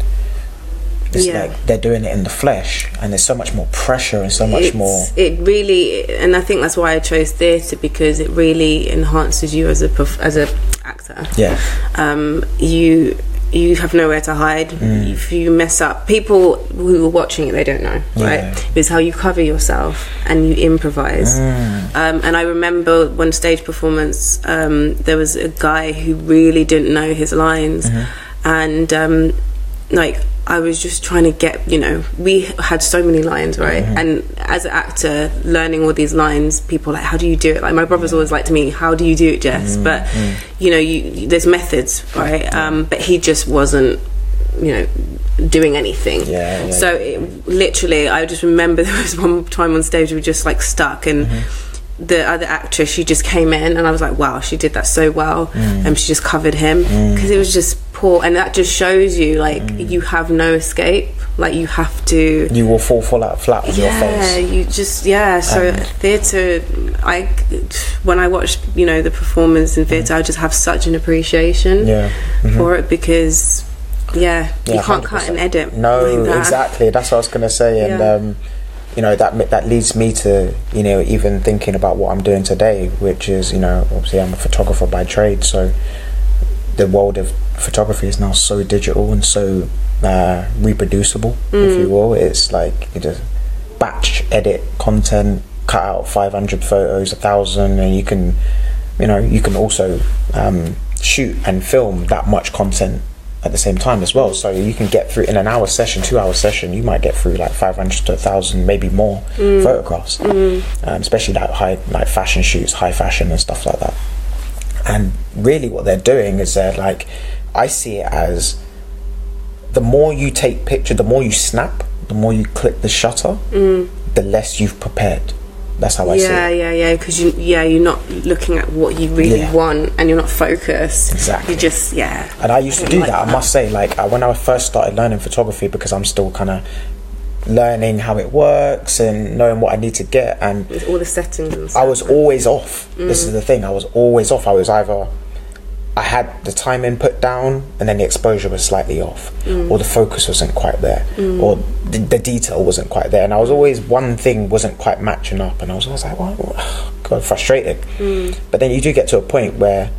[SPEAKER 1] it's
[SPEAKER 2] Yeah.
[SPEAKER 1] like they're doing it in the flesh, and there's so much more pressure and so much
[SPEAKER 2] It's-
[SPEAKER 1] more.
[SPEAKER 2] It really, and I think that's why I chose theatre because it really enhances you as a perf- as a actor.
[SPEAKER 1] Yeah.
[SPEAKER 2] Um, you you have nowhere to hide.
[SPEAKER 1] Mm.
[SPEAKER 2] If you mess up, people who are watching it they don't know,
[SPEAKER 1] Yeah.
[SPEAKER 2] right? It's how you cover yourself and you improvise.
[SPEAKER 1] Mm.
[SPEAKER 2] Um, and I remember one stage performance. Um, there was a guy who really didn't know his lines,
[SPEAKER 1] Mm-hmm.
[SPEAKER 2] and um, like I was just trying to get you know we had so many lines right
[SPEAKER 1] Mm-hmm.
[SPEAKER 2] and as an actor learning all these lines people are like how do you do it like my brother's always like to me how do you do it Jess
[SPEAKER 1] Mm-hmm.
[SPEAKER 2] but you know you there's methods right um, but he just wasn't you know doing anything
[SPEAKER 1] Yeah, yeah.
[SPEAKER 2] so it, literally I just remember there was one time on stage we were just like stuck and
[SPEAKER 1] Mm-hmm.
[SPEAKER 2] The other actress, she just came in, and I was like, "Wow, she did that so well."
[SPEAKER 1] Mm.
[SPEAKER 2] And she just covered him because it was just poor, and that just shows you like
[SPEAKER 1] Mm.
[SPEAKER 2] you have no escape. Like you have to,
[SPEAKER 1] you will fall fall out flat on your
[SPEAKER 2] yeah,
[SPEAKER 1] face. Um.
[SPEAKER 2] you just yeah. So
[SPEAKER 1] And-
[SPEAKER 2] theatre, I when I watch you know the performance in theatre, I just have such an appreciation
[SPEAKER 1] Yeah. Mm-hmm.
[SPEAKER 2] for it because yeah, you
[SPEAKER 1] Yeah,
[SPEAKER 2] can't cut and
[SPEAKER 1] 100%.
[SPEAKER 2] edit.
[SPEAKER 1] No,
[SPEAKER 2] like that.
[SPEAKER 1] exactly. That's what I was gonna say, and
[SPEAKER 2] Yeah.
[SPEAKER 1] um, you know that mi- that leads me to you know even thinking about what I'm doing today, which is you know obviously I'm a photographer by trade, so the world of photography is now so digital and so uh, reproducible, if you will. It's like you just batch edit content, cut out 500 photos, a thousand, and you can, you know, you can also um, shoot and film that much content at the same time as well. So you can get through in an hour session, two hour session, you might get through like 500 to 1,000, maybe more photographs, um, especially like high, like fashion shoots, high fashion and stuff like that. And really, what they're doing is they're like, I see it as the more you take picture, the more you snap, the more you click the shutter, the less you've prepared. That's how I
[SPEAKER 2] Mm. Yeah,
[SPEAKER 1] see it.
[SPEAKER 2] yeah, yeah. Because you, yeah, you're not looking at what you really
[SPEAKER 1] Yeah.
[SPEAKER 2] want, and you're not focused.
[SPEAKER 1] Exactly.
[SPEAKER 2] You just yeah.
[SPEAKER 1] And I used to
[SPEAKER 2] I
[SPEAKER 1] do
[SPEAKER 2] like
[SPEAKER 1] that. I
[SPEAKER 2] that.
[SPEAKER 1] must say, like I, when I first started learning photography, because I'm still kind of learning how it works and knowing what I need to get. And
[SPEAKER 2] With all the settings and stuff.
[SPEAKER 1] I was always off. This is the thing. I was always off. I was either I had the time input down, and then the exposure was slightly off, or the focus wasn't quite there, or the, the detail wasn't quite there. And I was always one thing wasn't quite matching up, and I was always like, "What?" God, frustrated. But then you do get to a point where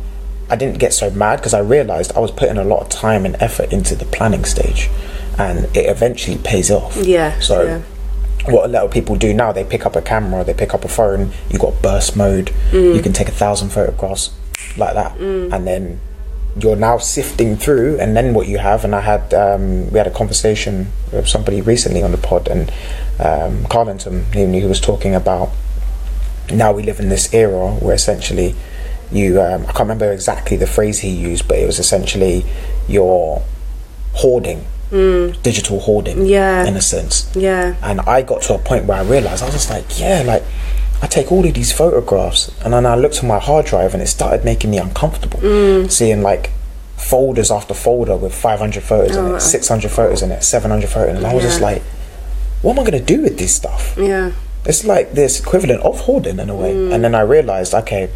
[SPEAKER 1] I didn't get so mad because I realized I was putting a lot of time and effort into the planning stage, and it eventually pays off.
[SPEAKER 2] Yeah,
[SPEAKER 1] So
[SPEAKER 2] yeah.
[SPEAKER 1] what a lot of people do now they pick up a camera they pick up a phone you've got burst mode you
[SPEAKER 2] Mm.
[SPEAKER 1] can take a thousand photographs like that and then you're now sifting through and then what you have and i had um, we had a conversation with somebody recently on the pod and um, carlington he, he was talking about now we live in this era where essentially you um, i can't remember exactly the phrase he used but it was essentially your hoarding digital hoarding
[SPEAKER 2] Mm. Yeah.
[SPEAKER 1] in a sense
[SPEAKER 2] yeah.
[SPEAKER 1] and I got to a point where I realized I was just like, yeah, like I take all of these photographs, and then I looked at my hard drive, and it started making me uncomfortable
[SPEAKER 2] Mm.
[SPEAKER 1] seeing like folders after folder with 500 photos in
[SPEAKER 2] Oh,
[SPEAKER 1] it,
[SPEAKER 2] right.
[SPEAKER 1] 600 photos in it, 700 photos, and I was
[SPEAKER 2] Yeah.
[SPEAKER 1] just like, what am I gonna do with this stuff?
[SPEAKER 2] Yeah.
[SPEAKER 1] It's like this equivalent of hoarding in a way. And then I realized, okay,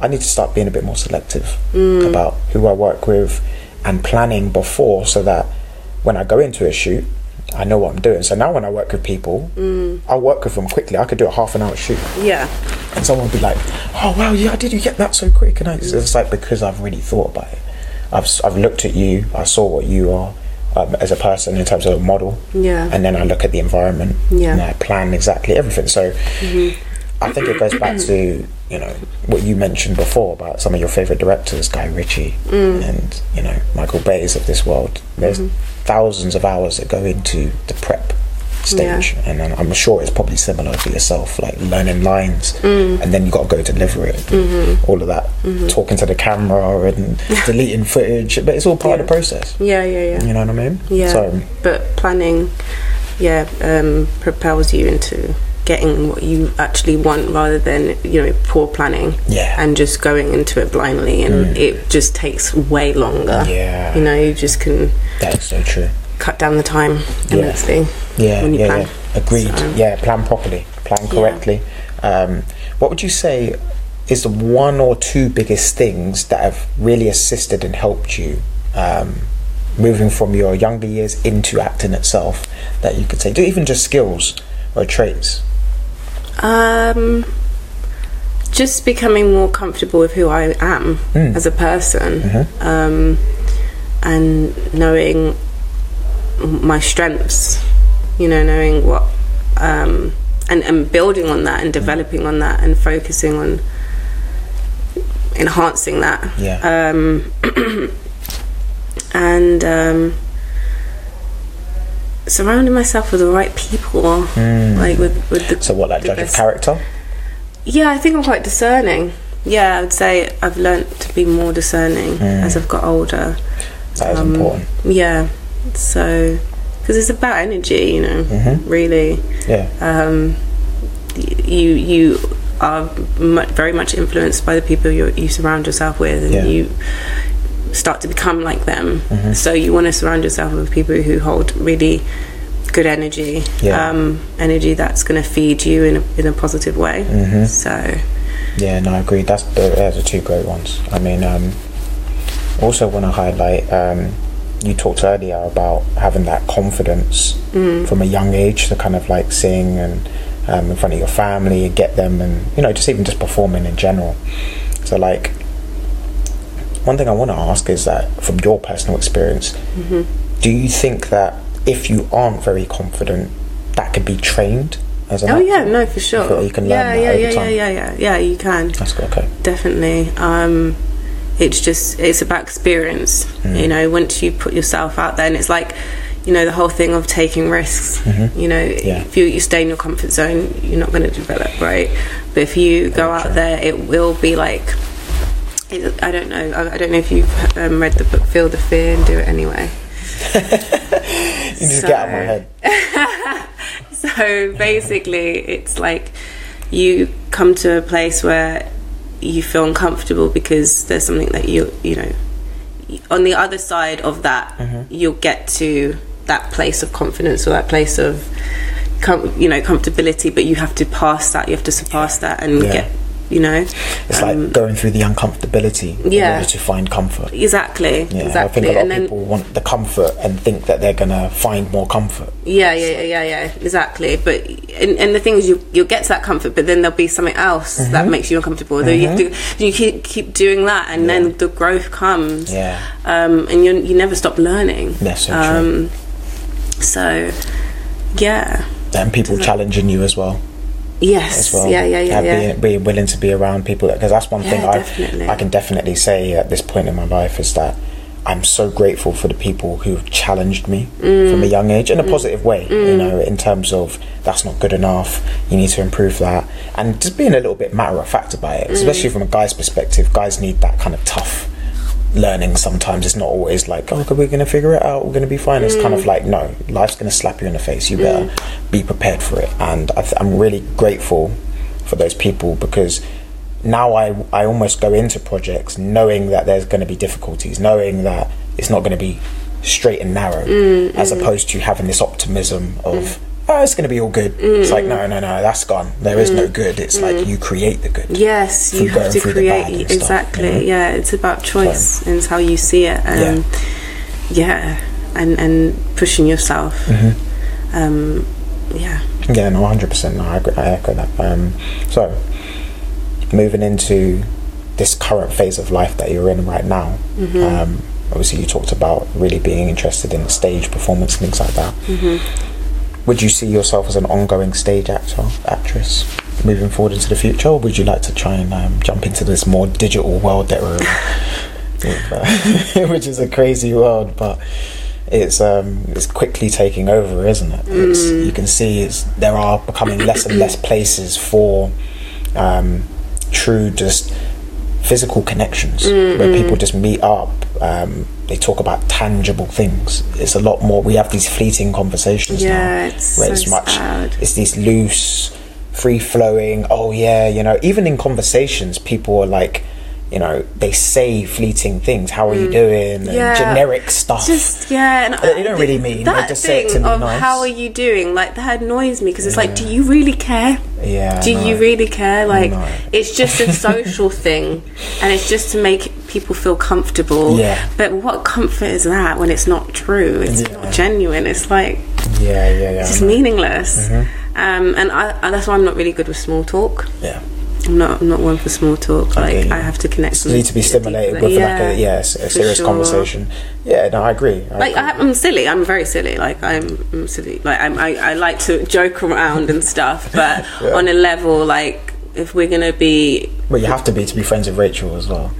[SPEAKER 1] I need to start being a bit more selective about who I work with and planning before so that when I go into a shoot, I know what I'm doing. So now when I work with people, I work with them quickly. I could do a half an hour shoot.
[SPEAKER 2] Yeah.
[SPEAKER 1] And someone would be like, oh, wow, yeah, did you get that so quick? And I, it's like because I've really thought about it. I've, s- I've looked at you, I saw what you are um, as a person in terms of a model.
[SPEAKER 2] Yeah.
[SPEAKER 1] And then I look at the environment.
[SPEAKER 2] Yeah. Mm-hmm.
[SPEAKER 1] And I plan exactly everything. So I think it goes back to you know what you mentioned before about some of your favorite directors, Guy Ritchie
[SPEAKER 2] Mm.
[SPEAKER 1] and you know Michael Bay's of this world. There's
[SPEAKER 2] Mm-hmm.
[SPEAKER 1] thousands of hours that go into the prep stage, and then I'm sure it's probably similar for yourself, like learning lines,
[SPEAKER 2] Mm.
[SPEAKER 1] and then you got to go deliver it,
[SPEAKER 2] Mm-hmm.
[SPEAKER 1] all of that, talking to the camera and deleting footage, but it's all part of the
[SPEAKER 2] Yeah.
[SPEAKER 1] process.
[SPEAKER 2] Yeah, yeah, yeah.
[SPEAKER 1] You know what I mean?
[SPEAKER 2] Yeah.
[SPEAKER 1] So
[SPEAKER 2] But planning, yeah, um, propels you into getting what you actually want rather than, you know, poor planning.
[SPEAKER 1] Yeah.
[SPEAKER 2] And just going into it blindly and it just takes way longer.
[SPEAKER 1] Mm. Yeah.
[SPEAKER 2] You know, you just can
[SPEAKER 1] that is so true.
[SPEAKER 2] cut down the time immensely.
[SPEAKER 1] Yeah,
[SPEAKER 2] when you
[SPEAKER 1] yeah,
[SPEAKER 2] plan.
[SPEAKER 1] yeah. Agreed.
[SPEAKER 2] So-
[SPEAKER 1] Yeah, plan properly, plan correctly. Um, what would you say is the one or two biggest things that have really assisted and helped you um, moving from your younger years into acting itself that you could say, do even just skills or traits?
[SPEAKER 2] Um, just becoming more comfortable with who I am as a person, um, and knowing my strengths. You know, knowing what, um, and and building on that, and developing on that, and focusing on enhancing that.
[SPEAKER 1] Yeah.
[SPEAKER 2] Um, and um, surrounding myself with the right people, like with with the
[SPEAKER 1] So what, like
[SPEAKER 2] the
[SPEAKER 1] judge of
[SPEAKER 2] best-
[SPEAKER 1] character?
[SPEAKER 2] yeah, I think I'm quite discerning. Yeah, I would say I've learnt to be more discerning
[SPEAKER 1] Mm.
[SPEAKER 2] as I've got older.
[SPEAKER 1] That is
[SPEAKER 2] Um,
[SPEAKER 1] important.
[SPEAKER 2] Yeah, so because it's about energy, you know,
[SPEAKER 1] Mm-hmm.
[SPEAKER 2] really.
[SPEAKER 1] Yeah.
[SPEAKER 2] Um, y- you you are mu- very much influenced by the people you you surround yourself with, and
[SPEAKER 1] Yeah. Mm-hmm.
[SPEAKER 2] you start to become like them. So you want to surround yourself with people who hold really good energy,
[SPEAKER 1] Yeah.
[SPEAKER 2] um, energy that's going to feed you in a, in a positive way.
[SPEAKER 1] Mm-hmm.
[SPEAKER 2] So
[SPEAKER 1] Yeah, no, I agree. That's the, those are two great ones. I mean, um, also want to highlight. Um, you talked earlier about having that confidence
[SPEAKER 2] Mm.
[SPEAKER 1] from a young age to kind of like sing and um, in front of your family and get them, and you know, just even just performing in general. So, like, one thing I want to ask is that from your personal experience,
[SPEAKER 2] Mm-hmm.
[SPEAKER 1] do you think that if you aren't very confident, that could be trained as an
[SPEAKER 2] Oh
[SPEAKER 1] actor?
[SPEAKER 2] yeah, no, for sure.
[SPEAKER 1] feel like you can learn
[SPEAKER 2] yeah,
[SPEAKER 1] that
[SPEAKER 2] yeah,
[SPEAKER 1] over
[SPEAKER 2] yeah,
[SPEAKER 1] time.
[SPEAKER 2] yeah, yeah, yeah, yeah. You can
[SPEAKER 1] That's good. Okay.
[SPEAKER 2] definitely. Um, it's just it's about experience.
[SPEAKER 1] Mm.
[SPEAKER 2] You know, once you put yourself out there, and it's like, you know, the whole thing of taking risks. You know,
[SPEAKER 1] Mm-hmm. Yeah.
[SPEAKER 2] if you, you stay in your comfort zone, you're not going to develop, right? But if you go
[SPEAKER 1] Very
[SPEAKER 2] out
[SPEAKER 1] true.
[SPEAKER 2] there, it will be like. It, I don't know. I, I don't know if you've um, read the book "Feel the Fear and Do It Anyway."
[SPEAKER 1] You just get out of my
[SPEAKER 2] So-
[SPEAKER 1] head.
[SPEAKER 2] So basically, it's like you come to a place where you feel uncomfortable because there's something that you you know. On the other side of that,
[SPEAKER 1] Mm-hmm.
[SPEAKER 2] you'll get to that place of confidence or that place of, com- you know, comfortability. But you have to pass that. You have to surpass that and
[SPEAKER 1] Yeah.
[SPEAKER 2] get, you know,
[SPEAKER 1] It's like going through the uncomfortability in
[SPEAKER 2] Um, yeah.
[SPEAKER 1] order to find comfort.
[SPEAKER 2] exactly,
[SPEAKER 1] Yeah,
[SPEAKER 2] exactly.
[SPEAKER 1] I think a lot
[SPEAKER 2] and
[SPEAKER 1] of
[SPEAKER 2] then
[SPEAKER 1] people want the comfort and think that they're gonna find more comfort.
[SPEAKER 2] Yeah, yeah, yeah, yeah, yeah, exactly. But and, and the thing is, you you'll get to that comfort, but then there'll be something else that
[SPEAKER 1] Mm-hmm.
[SPEAKER 2] makes you uncomfortable. Though you have to, you keep keep doing that, and then the growth comes.
[SPEAKER 1] Yeah.
[SPEAKER 2] Um, and you you never stop learning.
[SPEAKER 1] That's so
[SPEAKER 2] um, So, yeah,
[SPEAKER 1] And people challenging you as well.
[SPEAKER 2] yes,
[SPEAKER 1] As well.
[SPEAKER 2] yeah, yeah, yeah,
[SPEAKER 1] And
[SPEAKER 2] yeah.
[SPEAKER 1] Being, being willing to be around people because that's one thing
[SPEAKER 2] Yeah,
[SPEAKER 1] I
[SPEAKER 2] definitely.
[SPEAKER 1] I can definitely say at this point in my life is that I'm so grateful for the people who've challenged me
[SPEAKER 2] Mm.
[SPEAKER 1] from a young age in a positive way. You know, in terms of that's not good enough. You need to improve that, and just being a little bit matter of fact about it,
[SPEAKER 2] Mm.
[SPEAKER 1] especially from a guy's perspective. Guys need that kind of tough learning sometimes it's not always like oh we're gonna figure it out we're gonna be fine it's kind of like no life's gonna slap you in the face you better be prepared for it and I th- i'm really grateful for those people because now i i almost go into projects knowing that there's gonna be difficulties knowing that it's not gonna be straight and narrow as opposed to having this optimism of oh it's gonna be all good it's like no no no that's gone there is no good it's like you create the good
[SPEAKER 2] Yes,
[SPEAKER 1] through
[SPEAKER 2] you
[SPEAKER 1] going
[SPEAKER 2] have to
[SPEAKER 1] through the
[SPEAKER 2] create
[SPEAKER 1] bad and stuff,
[SPEAKER 2] exactly.
[SPEAKER 1] you know?
[SPEAKER 2] Yeah, it's about choice and it's how you see it, and yeah, and and pushing yourself.
[SPEAKER 1] Mm-hmm.
[SPEAKER 2] Um, yeah,
[SPEAKER 1] Yeah, no, hundred percent. No, I, agree, I echo that. Um, so, moving into this current phase of life that you're in right now, um, obviously you talked about really being interested in stage performance and things like that. Would you see yourself as an ongoing stage actor, actress? moving forward into the future, or would you like to try and um, jump into this more digital world that we're in, which is a crazy world, but it's um, it's quickly taking over, isn't it? It's, you can see it's, there are becoming less and less places for um, true just physical connections where people just meet up. Um, they talk about tangible things. It's a lot more. We have these fleeting conversations
[SPEAKER 2] Yeah,
[SPEAKER 1] now,
[SPEAKER 2] it's
[SPEAKER 1] where
[SPEAKER 2] so
[SPEAKER 1] it's much.
[SPEAKER 2] sad.
[SPEAKER 1] It's these loose, free flowing. Oh yeah, you know. Even in conversations, people are like. You know, they say fleeting things. How are you doing? And
[SPEAKER 2] Mm. Yeah.
[SPEAKER 1] generic stuff.
[SPEAKER 2] Just yeah, and
[SPEAKER 1] They don't really mean, they
[SPEAKER 2] that
[SPEAKER 1] just say it
[SPEAKER 2] thing
[SPEAKER 1] to be
[SPEAKER 2] of
[SPEAKER 1] nice.
[SPEAKER 2] how are you doing. Like that annoys me because it's like, do you really care?
[SPEAKER 1] Yeah,
[SPEAKER 2] Do
[SPEAKER 1] no.
[SPEAKER 2] you really care? Like
[SPEAKER 1] No.
[SPEAKER 2] it's just a social thing, and it's just to make people feel comfortable.
[SPEAKER 1] Yeah.
[SPEAKER 2] But what comfort is that when it's not true? It's
[SPEAKER 1] Yeah.
[SPEAKER 2] not genuine. It's like
[SPEAKER 1] Yeah, yeah, yeah. I
[SPEAKER 2] it's
[SPEAKER 1] know. Mm-hmm.
[SPEAKER 2] meaningless. Um, and I, I, that's why I'm not really good with small talk.
[SPEAKER 1] Yeah.
[SPEAKER 2] I'm not. I'm not one for small talk. Like
[SPEAKER 1] Okay, yeah.
[SPEAKER 2] I have to connect.
[SPEAKER 1] You need to be
[SPEAKER 2] with
[SPEAKER 1] stimulated
[SPEAKER 2] people.
[SPEAKER 1] with like a yeah, s- a
[SPEAKER 2] for
[SPEAKER 1] serious
[SPEAKER 2] sure.
[SPEAKER 1] conversation. Yeah, no, I agree. I
[SPEAKER 2] Like
[SPEAKER 1] agree.
[SPEAKER 2] I, I'm silly. I'm very silly. Like I'm, I'm silly. Like I'm, I, I like to joke around and stuff. But
[SPEAKER 1] Yeah.
[SPEAKER 2] on a level, like if we're gonna be,
[SPEAKER 1] but you have to be to be friends with Rachel as well.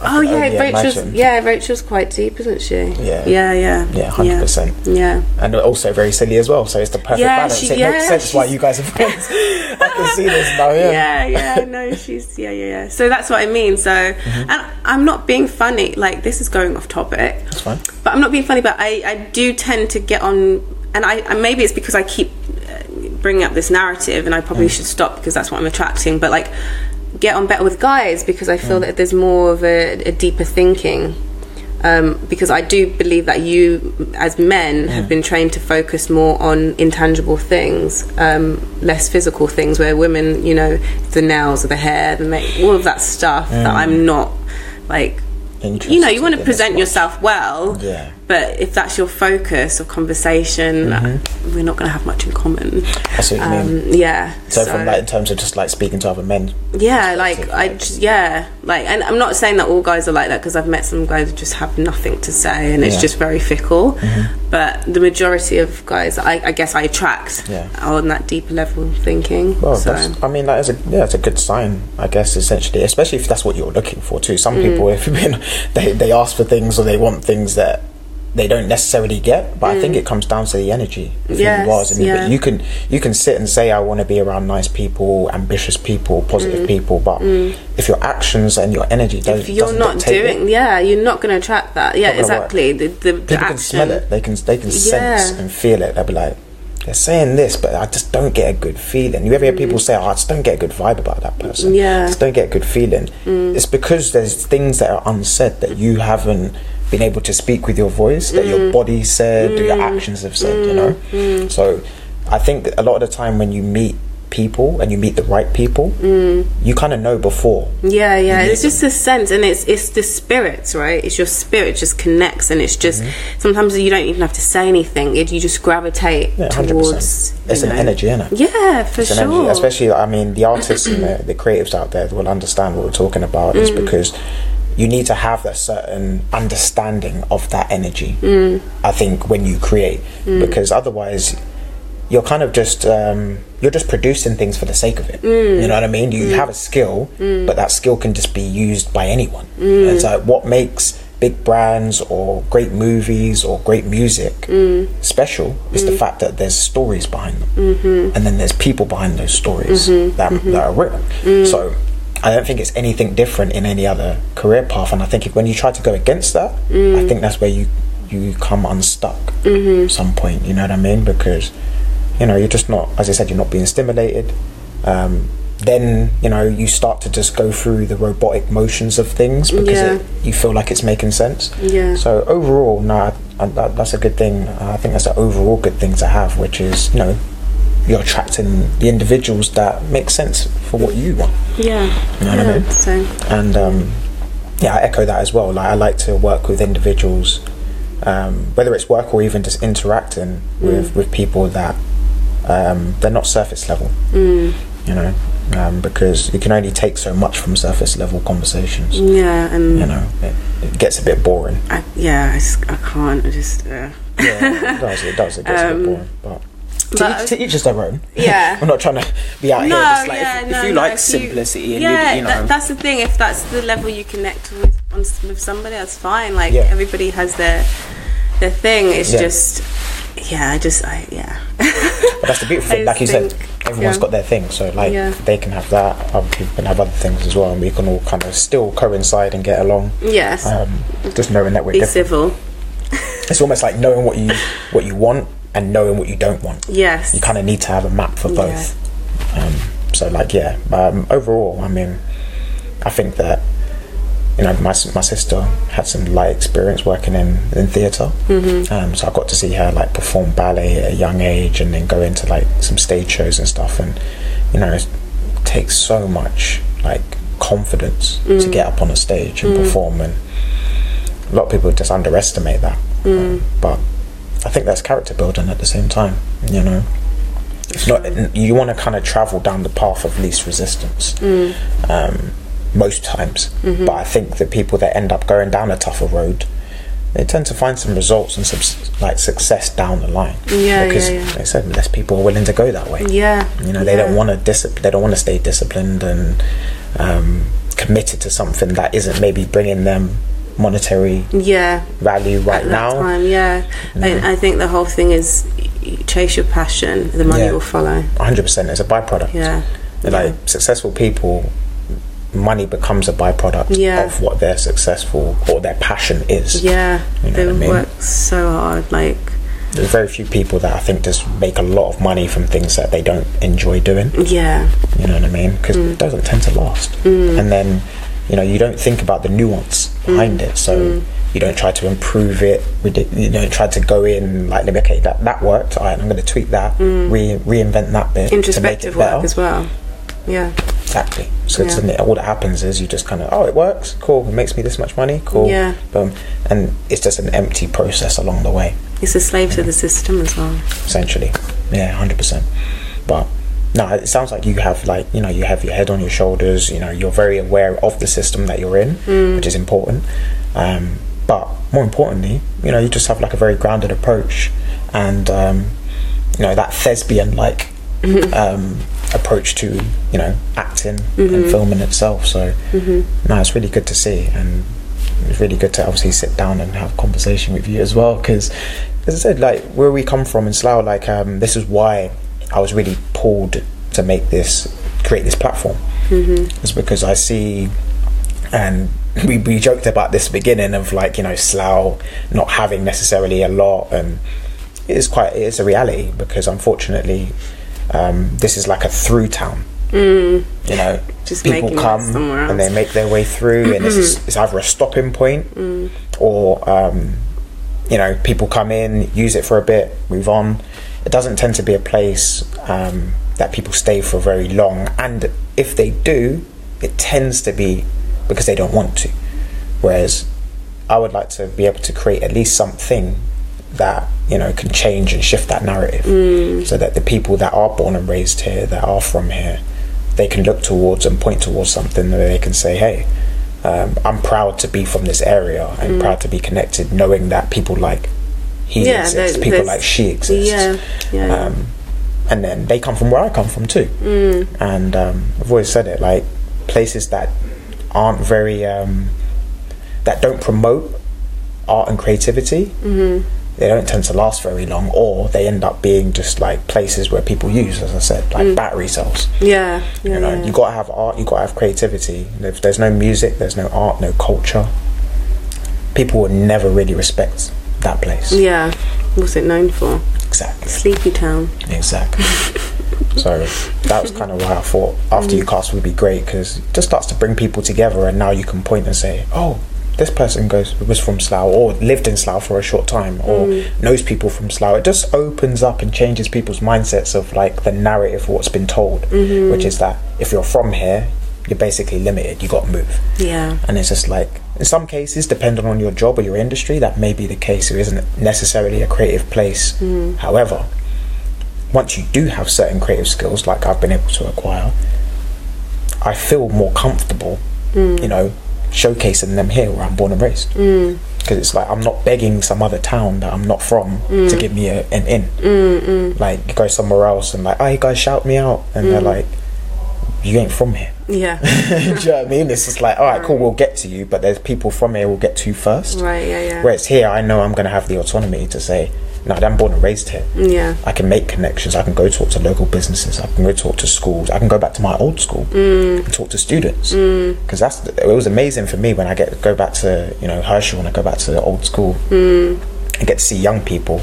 [SPEAKER 1] I
[SPEAKER 2] oh
[SPEAKER 1] can
[SPEAKER 2] yeah,
[SPEAKER 1] only
[SPEAKER 2] Rachel's
[SPEAKER 1] imagine.
[SPEAKER 2] yeah, Rachel's quite deep, isn't she?
[SPEAKER 1] Yeah.
[SPEAKER 2] yeah, yeah,
[SPEAKER 1] Yeah, 100%.
[SPEAKER 2] Yeah,
[SPEAKER 1] and also very silly as well. So it's the perfect
[SPEAKER 2] Yeah,
[SPEAKER 1] balance.
[SPEAKER 2] she-
[SPEAKER 1] it
[SPEAKER 2] yeah,
[SPEAKER 1] makes sense why
[SPEAKER 2] she's-
[SPEAKER 1] you guys are friends. I can see this now. Yeah,
[SPEAKER 2] yeah, yeah. No, she's yeah, yeah, yeah. So that's what I mean. So,
[SPEAKER 1] Mm-hmm.
[SPEAKER 2] and I'm not being funny. Like this is going off topic.
[SPEAKER 1] that's fine.
[SPEAKER 2] but I'm not being funny. But I, I do tend to get on, and I and maybe it's because I keep uh, bringing up this narrative, and I probably should stop because that's what I'm attracting. But like, get on better with guys because I feel that there's more of a, a deeper thinking. Um, because I do believe that you, as men, have been trained to focus more on intangible things, um, less physical things. Where women, you know, the nails or the hair, the make, all of that stuff that I'm not like. You know, you want
[SPEAKER 1] Interested in
[SPEAKER 2] to
[SPEAKER 1] as
[SPEAKER 2] present
[SPEAKER 1] well.
[SPEAKER 2] yourself well,
[SPEAKER 1] Yeah.
[SPEAKER 2] but if that's your focus of conversation, uh, we're not going to have much in common.
[SPEAKER 1] That's what you Mm-hmm.
[SPEAKER 2] um,
[SPEAKER 1] mean.
[SPEAKER 2] Yeah.
[SPEAKER 1] So, from like in terms of just like speaking to other men.
[SPEAKER 2] yeah, like
[SPEAKER 1] perspective,
[SPEAKER 2] I just, yeah, like, and I'm not saying that all guys are like that because I've met some guys who just have nothing to say and
[SPEAKER 1] Yeah. Mm-hmm.
[SPEAKER 2] it's just very fickle. But the majority of guys, I, I guess, I attract
[SPEAKER 1] Yeah.
[SPEAKER 2] are on that deeper level of thinking.
[SPEAKER 1] Well,
[SPEAKER 2] so.
[SPEAKER 1] that's, uh, I mean, that is a yeah, it's a good sign, I guess. Essentially, especially if that's what you're looking for too.
[SPEAKER 2] Mm.
[SPEAKER 1] Some people, if you've been, they they ask for things or they want things that they don't necessarily get. But I think it comes down to the energy. If
[SPEAKER 2] Mm. Yes,
[SPEAKER 1] you was, and you-
[SPEAKER 2] yeah.
[SPEAKER 1] you can you can sit and say, I want to be around nice people, ambitious people, positive people. But if your actions and your energy don't,
[SPEAKER 2] Mm. if you're
[SPEAKER 1] doesn't
[SPEAKER 2] not
[SPEAKER 1] dictate it,
[SPEAKER 2] doing, yeah, you're not going to attract that. Yeah,
[SPEAKER 1] not gonna work.
[SPEAKER 2] exactly. The, the, the
[SPEAKER 1] people
[SPEAKER 2] action.
[SPEAKER 1] can smell it. They can they can sense
[SPEAKER 2] Yeah.
[SPEAKER 1] and feel it. They'll be like, they're saying this, but I just don't get a good feeling. You ever hear people say, oh, I just don't get a good vibe about that person.
[SPEAKER 2] Mm. Yeah. Mm.
[SPEAKER 1] I just don't get a good feeling. It's because there's things that are unsaid that you haven't been able to speak with your voice, that
[SPEAKER 2] Mm.
[SPEAKER 1] your body said, that your actions have said, you know? So I think that a lot of the time when you meet people and you meet the right people,
[SPEAKER 2] Mm.
[SPEAKER 1] you kind of know before.
[SPEAKER 2] Yeah, yeah.
[SPEAKER 1] need
[SPEAKER 2] It's just a sense, and it's it's the spirits, right? It's your spirit just connects, and it's just
[SPEAKER 1] Mm-hmm.
[SPEAKER 2] sometimes you don't even have to say anything; it, you just gravitate
[SPEAKER 1] Yeah, 100%.
[SPEAKER 2] towards. you
[SPEAKER 1] It's an
[SPEAKER 2] know.
[SPEAKER 1] energy, innit?
[SPEAKER 2] Yeah, for
[SPEAKER 1] It's an energy,
[SPEAKER 2] sure.
[SPEAKER 1] Especially, I mean, the artists and the, the creatives out there will understand what we're talking about is
[SPEAKER 2] Mm.
[SPEAKER 1] because you need to have that certain understanding of that energy.
[SPEAKER 2] Mm.
[SPEAKER 1] I think when you create, because otherwise, you're kind of just um, you're just producing things for the sake of it.
[SPEAKER 2] Mm.
[SPEAKER 1] You know what I mean? You have a skill, but that skill can just be used by anyone.
[SPEAKER 2] Mm.
[SPEAKER 1] And It's like what makes big brands or great movies or great music special is the fact that there's stories behind them, and then there's people behind those stories that, that are written. So. I don't think it's anything different in any other career path, and I think if, when you try to go against that, I think that's where you you come unstuck at some point. You know what I mean? Because you know you're just not as i said you're not being stimulated um, then you know you start to just go through the robotic motions of things because
[SPEAKER 2] Yeah.
[SPEAKER 1] it, you feel like it's making sense
[SPEAKER 2] Yeah.
[SPEAKER 1] so overall no I, I, that, that's a good thing i think that's an overall good thing to have which is you know you're attracting the individuals that make sense for what you want
[SPEAKER 2] yeah.
[SPEAKER 1] You know what I
[SPEAKER 2] yeah.
[SPEAKER 1] mean?
[SPEAKER 2] So
[SPEAKER 1] and um, yeah, I echo that as well. Like I like to work with individuals, um, whether it's work or even just interacting with with people that um, they're not surface level. You know, um, because you can only take so much from surface level
[SPEAKER 2] Mm.
[SPEAKER 1] conversations.
[SPEAKER 2] yeah, and
[SPEAKER 1] You know, it, it gets a bit boring.
[SPEAKER 2] I, yeah, I, just, I can't. I just. Uh.
[SPEAKER 1] Yeah, it does. It does. It gets a bit boring. But To each, to each his their own.
[SPEAKER 2] Um, Yeah.
[SPEAKER 1] I'm not trying to be out
[SPEAKER 2] No,
[SPEAKER 1] here. Just like,
[SPEAKER 2] yeah,
[SPEAKER 1] if,
[SPEAKER 2] no,
[SPEAKER 1] if you
[SPEAKER 2] no,
[SPEAKER 1] like
[SPEAKER 2] if you-
[SPEAKER 1] simplicity, and
[SPEAKER 2] yeah,
[SPEAKER 1] you, you know,
[SPEAKER 2] that, that's the thing. If that's the level you connect with on, s- with somebody, that's fine. Like
[SPEAKER 1] Yeah.
[SPEAKER 2] everybody has their their thing. It's
[SPEAKER 1] Yeah.
[SPEAKER 2] just, yeah, I just, I yeah,
[SPEAKER 1] But that's the beautiful thing.
[SPEAKER 2] I
[SPEAKER 1] Like you said,
[SPEAKER 2] think,
[SPEAKER 1] everyone's
[SPEAKER 2] yeah.
[SPEAKER 1] got their thing. So like
[SPEAKER 2] Yeah.
[SPEAKER 1] they can have that. Other people can have other things as well, and we can all kind of still coincide and get along.
[SPEAKER 2] yes.
[SPEAKER 1] Um, just knowing that we're
[SPEAKER 2] Be
[SPEAKER 1] different.
[SPEAKER 2] civil.
[SPEAKER 1] It's almost like knowing what you what you want and knowing what you don't want.
[SPEAKER 2] Yes.
[SPEAKER 1] You kind of need to have a map for both. Um, so like yeah. Um, overall, I mean, I think that. You know, my, s- my sister had some light experience working in, in theater um, so I got to see her like perform ballet at a young age, and then go into like some stage shows and stuff. And you know, it takes so much like confidence to get up on a stage and perform. And a lot of people just underestimate that.
[SPEAKER 2] Mm.
[SPEAKER 1] Um, but I think that's character building at the same time. You know, it's not you want to kind of travel down the path of least resistance.
[SPEAKER 2] Mm.
[SPEAKER 1] Um, most times,
[SPEAKER 2] Mm-hmm.
[SPEAKER 1] but I think the people that end up going down a tougher road, they tend to find some results and some like success down the line.
[SPEAKER 2] Yeah,
[SPEAKER 1] because
[SPEAKER 2] yeah, yeah.
[SPEAKER 1] like I said less people are willing to go that way.
[SPEAKER 2] Yeah.
[SPEAKER 1] You know, they
[SPEAKER 2] yeah.
[SPEAKER 1] don't want to discipline. They don't want to stay disciplined and um, committed to something that isn't maybe bringing them monetary
[SPEAKER 2] Yeah.
[SPEAKER 1] value right
[SPEAKER 2] at
[SPEAKER 1] now.
[SPEAKER 2] that time, yeah. I, I think the whole thing is y- y- chase your passion, the money
[SPEAKER 1] Yeah.
[SPEAKER 2] will follow.
[SPEAKER 1] 100% is a byproduct.
[SPEAKER 2] Yeah.
[SPEAKER 1] They're Like successful people, money becomes a byproduct
[SPEAKER 2] Yeah.
[SPEAKER 1] of what their successful or their passion is.
[SPEAKER 2] Yeah.
[SPEAKER 1] You know
[SPEAKER 2] they
[SPEAKER 1] what I mean?
[SPEAKER 2] work so hard, like
[SPEAKER 1] There's very few people that I think just make a lot of money from things that they don't enjoy doing.
[SPEAKER 2] yeah.
[SPEAKER 1] You know what I mean? Because
[SPEAKER 2] Mm.
[SPEAKER 1] it doesn't tend to last. And then, you know, you don't think about the nuance behind it.
[SPEAKER 2] Mm.
[SPEAKER 1] So you don't try to improve it. We did- You don't try to go in like, okay, that, that worked. All right, I'm going to tweak that, re- reinvent that bit to make it
[SPEAKER 2] Mm. Introspective
[SPEAKER 1] better.
[SPEAKER 2] work as well. Yeah.
[SPEAKER 1] Exactly. So
[SPEAKER 2] Yeah.
[SPEAKER 1] then all that happens is you just kind of, oh, it works. Cool. It makes me this much money. Cool.
[SPEAKER 2] Yeah.
[SPEAKER 1] Boom. And it's just an empty process along the way
[SPEAKER 2] It's a slave to the system as well.
[SPEAKER 1] essentially. Yeah, hundred percent. But no, it sounds like you have like you know you have your head on your shoulders. You know you're very aware of the system that you're in, which is important. Um, but more importantly, you know you just have like a very grounded approach, and um, you know that thespian like um, approach to you know acting and filming itself. So no, it's really good to see and it's really good to obviously sit down and have a conversation with you as well because as i said like where we come from in slough like um, this is why i was really pulled to make this create this platform it's because i see and we, we joked about this beginning of like you know slough not having necessarily a lot and it is quite it is a reality because unfortunately um, this is like a through town you know
[SPEAKER 2] Just
[SPEAKER 1] people
[SPEAKER 2] making it
[SPEAKER 1] come
[SPEAKER 2] somewhere
[SPEAKER 1] and they
[SPEAKER 2] else. Mm-hmm.
[SPEAKER 1] make their way through and it's, it's either a stopping point
[SPEAKER 2] Mm.
[SPEAKER 1] or um, you know people come in use it for a bit move on it doesn't tend to be a place um, that people stay for very long and if they do it tends to be because they don't want to whereas i would like to be able to create at least something that you know can change and shift that narrative
[SPEAKER 2] Mm.
[SPEAKER 1] so that the people that are born and raised here that are from here they can look towards and point towards something where they can say hey um, i'm proud to be from this area i'm
[SPEAKER 2] Mm.
[SPEAKER 1] proud to be connected knowing that people like he
[SPEAKER 2] Yeah,
[SPEAKER 1] exists
[SPEAKER 2] there-
[SPEAKER 1] people
[SPEAKER 2] there's-
[SPEAKER 1] like she exists
[SPEAKER 2] Yeah. Yeah.
[SPEAKER 1] um, and then they come from where I come from too. And um, I've always said it like places that aren't very um, that don't promote art and creativity. They don't tend to last very long, or they end up being just like places where people use, as I said, like battery cells.
[SPEAKER 2] yeah. Yeah.
[SPEAKER 1] You know,
[SPEAKER 2] yeah.
[SPEAKER 1] you got to have art, you got to have creativity. And If there's no music, there's no art, no culture, people will never really respect that place.
[SPEAKER 2] yeah. What's it known for?
[SPEAKER 1] Exactly.
[SPEAKER 2] Sleepy Town.
[SPEAKER 1] Exactly. so that was kind of why I thought after you cast would be great because it just starts to bring people together, and now you can point and say, "Oh, this person goes was from Slough or lived in Slough for a short time or knows people from Slough." It just opens up and changes people's mindsets of like the narrative of what's been told, which is that if you're from here, you're basically limited. You got to move.
[SPEAKER 2] Yeah.
[SPEAKER 1] And it's just like, in some cases, depending on your job or your industry, that may be the case. It isn't necessarily a creative place. However, once you do have certain creative skills, like I've been able to acquire, I feel more comfortable, you know, showcasing them here where I'm born and raised. Because it's like I'm not begging some other town that I'm not from to give me a, an in. Like you go somewhere else and like, oh, you guys shout me out, and they're like, you ain't from here.
[SPEAKER 2] Yeah.
[SPEAKER 1] Do you know what I mean? It's just like, all right, cool, we'll get to you, but there's people from here we'll get to first.
[SPEAKER 2] right. Yeah. Yeah.
[SPEAKER 1] Whereas here, I know I'm going to have the autonomy to say, no, I'm born and raised here.
[SPEAKER 2] Yeah.
[SPEAKER 1] I can make connections. I can go talk to local businesses. I can go talk to schools. I can go back to my old school
[SPEAKER 2] Mm.
[SPEAKER 1] and talk to students. Because that's it was amazing for me when I get go back to you know Herschel and I go back to the old school
[SPEAKER 2] Mm.
[SPEAKER 1] and get to see young people,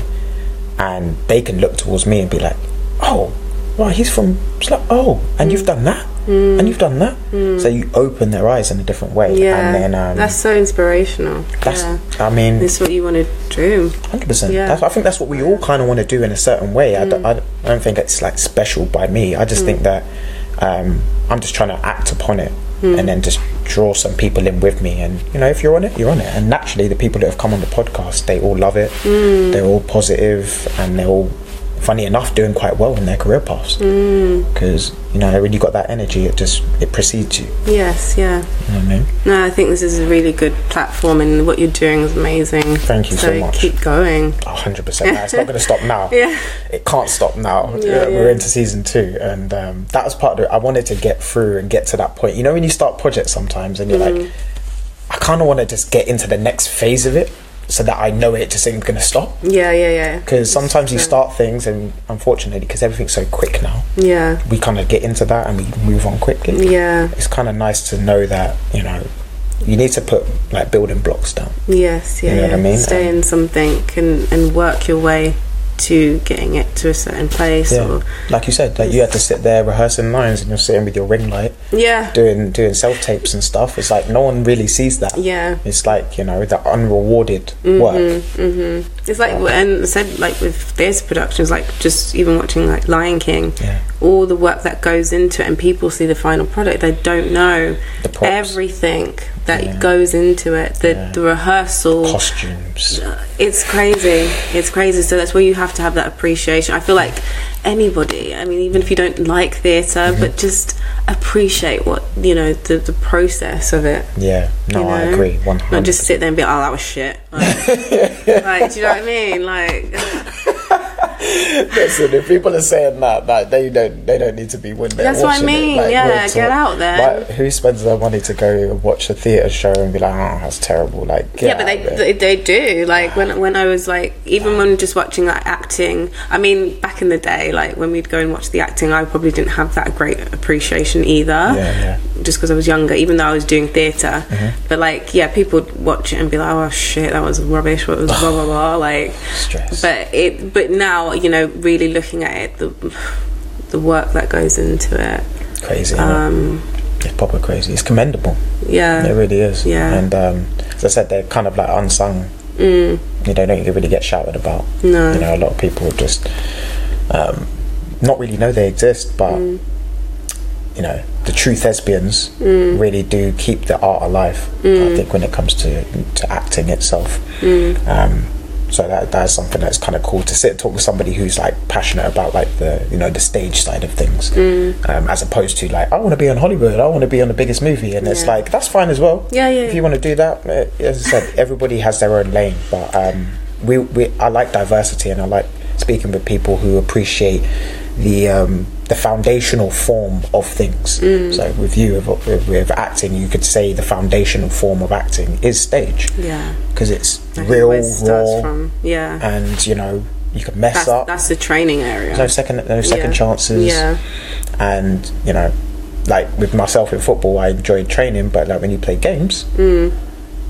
[SPEAKER 1] and they can look towards me and be like, oh, right, he's from Sla- oh, and
[SPEAKER 2] Mm.
[SPEAKER 1] you've done that, and you've done that. So you open their eyes in a different way.
[SPEAKER 2] Yeah.
[SPEAKER 1] and then um,
[SPEAKER 2] that's so inspirational.
[SPEAKER 1] that's
[SPEAKER 2] yeah.
[SPEAKER 1] I mean
[SPEAKER 2] This is what you want to do.
[SPEAKER 1] Hundred percent.
[SPEAKER 2] Yeah.
[SPEAKER 1] That's I think that's what we all kind of want to do in a certain way. I, don't, I don't- I don't think it's like special by me. I just think that um, I'm just trying to act upon it and then just draw some people in with me. And you know, if you're on it, you're on it. And naturally, the people that have come on the podcast, they all love it. They're all positive, and they're all, funny enough, doing quite well in their career paths. Because you know, when you got that energy, it just it precedes you. You
[SPEAKER 2] Yes. Yeah.
[SPEAKER 1] know what I mean?
[SPEAKER 2] No, I think this is a really good platform, and what you're doing is amazing.
[SPEAKER 1] Thank you so much.
[SPEAKER 2] Keep going.
[SPEAKER 1] hundred percent. It's not going to stop now.
[SPEAKER 2] Yeah.
[SPEAKER 1] It can't stop now.
[SPEAKER 2] Yeah,
[SPEAKER 1] Uh, We're
[SPEAKER 2] yeah.
[SPEAKER 1] into season two, and um, that was part of it. I wanted to get through and get to that point. You know, when you start projects sometimes, and you're like,
[SPEAKER 2] Mm-hmm.
[SPEAKER 1] I kind of want to just get into the next phase of it, so that I know it just ain't going to stop.
[SPEAKER 2] Yeah. Yeah. Yeah.
[SPEAKER 1] Because sometimes you
[SPEAKER 2] Yeah.
[SPEAKER 1] start things, and unfortunately, because everything's so quick now,
[SPEAKER 2] Yeah.
[SPEAKER 1] we kind of get into that and we move on quickly.
[SPEAKER 2] Yeah.
[SPEAKER 1] It's kind of nice to know that you know you need to put like building blocks down.
[SPEAKER 2] Yes. Yeah.
[SPEAKER 1] You know
[SPEAKER 2] yeah.
[SPEAKER 1] what I mean?
[SPEAKER 2] Stay in something and and work your way to getting it to a certain place.
[SPEAKER 1] Yeah.
[SPEAKER 2] Or,
[SPEAKER 1] Like you said, like you had to sit there rehearsing lines and you're sitting with your ring light
[SPEAKER 2] yeah.
[SPEAKER 1] doing doing self tapes and stuff. It's like no one really sees that.
[SPEAKER 2] Yeah.
[SPEAKER 1] It's like, you know, the unrewarded
[SPEAKER 2] Mm-hmm.
[SPEAKER 1] work.
[SPEAKER 2] It's like and I said like with theatre productions, like just even watching like Lion King,
[SPEAKER 1] Yeah.
[SPEAKER 2] all the work that goes into it, and people see the final product, they don't know
[SPEAKER 1] The props.
[SPEAKER 2] everything that
[SPEAKER 1] Yeah.
[SPEAKER 2] goes into it, the
[SPEAKER 1] Yeah.
[SPEAKER 2] the rehearsal.
[SPEAKER 1] Costumes.
[SPEAKER 2] It's crazy. It's crazy. So that's where you have to have that appreciation. I feel like anybody, I mean, even if you don't like theater
[SPEAKER 1] Mm-hmm.
[SPEAKER 2] but just appreciate what you know the the process of it.
[SPEAKER 1] Yeah. No,
[SPEAKER 2] you
[SPEAKER 1] I
[SPEAKER 2] know?
[SPEAKER 1] agree. One
[SPEAKER 2] Not
[SPEAKER 1] hundred
[SPEAKER 2] just sit there and be like, oh, that was shit. Like, like, do you know what I mean? Like,
[SPEAKER 1] Listen, if people are saying that, that they don't they don't need to be when they're
[SPEAKER 2] That's what I
[SPEAKER 1] watching it.
[SPEAKER 2] mean,
[SPEAKER 1] Like,
[SPEAKER 2] yeah,
[SPEAKER 1] real
[SPEAKER 2] get
[SPEAKER 1] talk.
[SPEAKER 2] out there.
[SPEAKER 1] Like, who spends their money to go and watch a theatre show and be like, Oh, that's terrible, like get
[SPEAKER 2] yeah, but
[SPEAKER 1] out of it.
[SPEAKER 2] they, they they do. Like when when I was like even when just watching like acting. I mean, back in the day, like when we'd go and watch the acting, I probably didn't have that great appreciation either.
[SPEAKER 1] yeah. Mm-hmm.
[SPEAKER 2] Just because I was younger, even though I was doing theater But like, yeah, people would watch it and be like, "Oh shit, that was rubbish." What was blah blah blah. Like,
[SPEAKER 1] Stress.
[SPEAKER 2] but it but now you know really looking at it, the the work that goes into it.
[SPEAKER 1] crazy. innit?
[SPEAKER 2] Um,
[SPEAKER 1] it's proper crazy. It's commendable.
[SPEAKER 2] yeah,
[SPEAKER 1] It really is.
[SPEAKER 2] Yeah.
[SPEAKER 1] And um, as I said, they're kind of like unsung. Mm. You know, don't really get shouted about.
[SPEAKER 2] No.
[SPEAKER 1] You know, a lot of people just um, not really know they exist, but
[SPEAKER 2] Mm.
[SPEAKER 1] you know, the true thespians
[SPEAKER 2] Mm.
[SPEAKER 1] really do keep the art alive. I think when it comes to to acting itself.
[SPEAKER 2] Mm.
[SPEAKER 1] Um, so that that's something that's kind of cool to sit and talk with somebody who's like passionate about like the you know the stage side of things,
[SPEAKER 2] Mm.
[SPEAKER 1] um, as opposed to like I want to be on Hollywood, I want to be on the biggest movie, and it's
[SPEAKER 2] Yeah.
[SPEAKER 1] like that's fine as well.
[SPEAKER 2] Yeah, yeah,
[SPEAKER 1] If
[SPEAKER 2] yeah.
[SPEAKER 1] you want to do that, eh, as I said, everybody has their own lane, but um, we we I like diversity and I like speaking with people who appreciate the um, the foundational form of things.
[SPEAKER 2] Mm.
[SPEAKER 1] So with you with, with, with acting, you could say the foundational form of acting is stage
[SPEAKER 2] yeah.
[SPEAKER 1] because it's
[SPEAKER 2] I think
[SPEAKER 1] real,
[SPEAKER 2] where it starts
[SPEAKER 1] raw,
[SPEAKER 2] from. Yeah.
[SPEAKER 1] and you know you can mess
[SPEAKER 2] that's,
[SPEAKER 1] up.
[SPEAKER 2] that's the training area.
[SPEAKER 1] no second, no second
[SPEAKER 2] Yeah.
[SPEAKER 1] chances.
[SPEAKER 2] Yeah.
[SPEAKER 1] And you know, like with myself in football, I enjoyed training, but like when you play games,
[SPEAKER 2] Mm.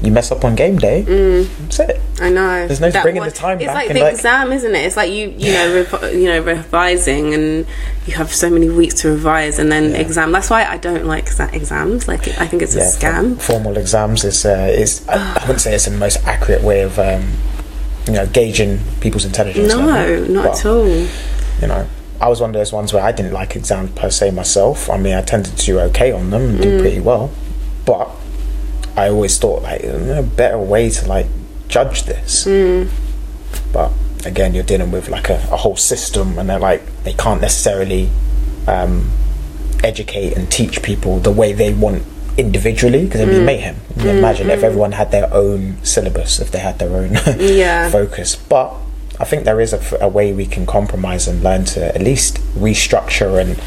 [SPEAKER 1] you mess up on game day. That's it.
[SPEAKER 2] I know.
[SPEAKER 1] There's no bringing
[SPEAKER 2] one-
[SPEAKER 1] the time
[SPEAKER 2] It's
[SPEAKER 1] back
[SPEAKER 2] like
[SPEAKER 1] and,
[SPEAKER 2] the
[SPEAKER 1] like-
[SPEAKER 2] exam, isn't it? It's like you, you know, rev- you know, revising, and you have so many weeks to revise, and then exam. That's why I don't like exa- exams. Like, I think it's a
[SPEAKER 1] for-
[SPEAKER 2] scam.
[SPEAKER 1] Formal exams is uh, is I, I wouldn't say it's the most accurate way of um, you know gauging people's intelligence.
[SPEAKER 2] No,
[SPEAKER 1] level,
[SPEAKER 2] not
[SPEAKER 1] but-
[SPEAKER 2] at all.
[SPEAKER 1] you know, I was one of those ones where I didn't like exams per se myself. I mean, I tended to do okay on them and do pretty well, but I always thought like there's no better way to like judge this. But again, you're dealing with like a, a whole system, and they're like they can't necessarily um, educate and teach people the way they want individually because it'd be mayhem. You can imagine if everyone had their own syllabus, if they had their own
[SPEAKER 2] Yeah.
[SPEAKER 1] focus. But I think there is a, f- a way we can compromise and learn to at least restructure and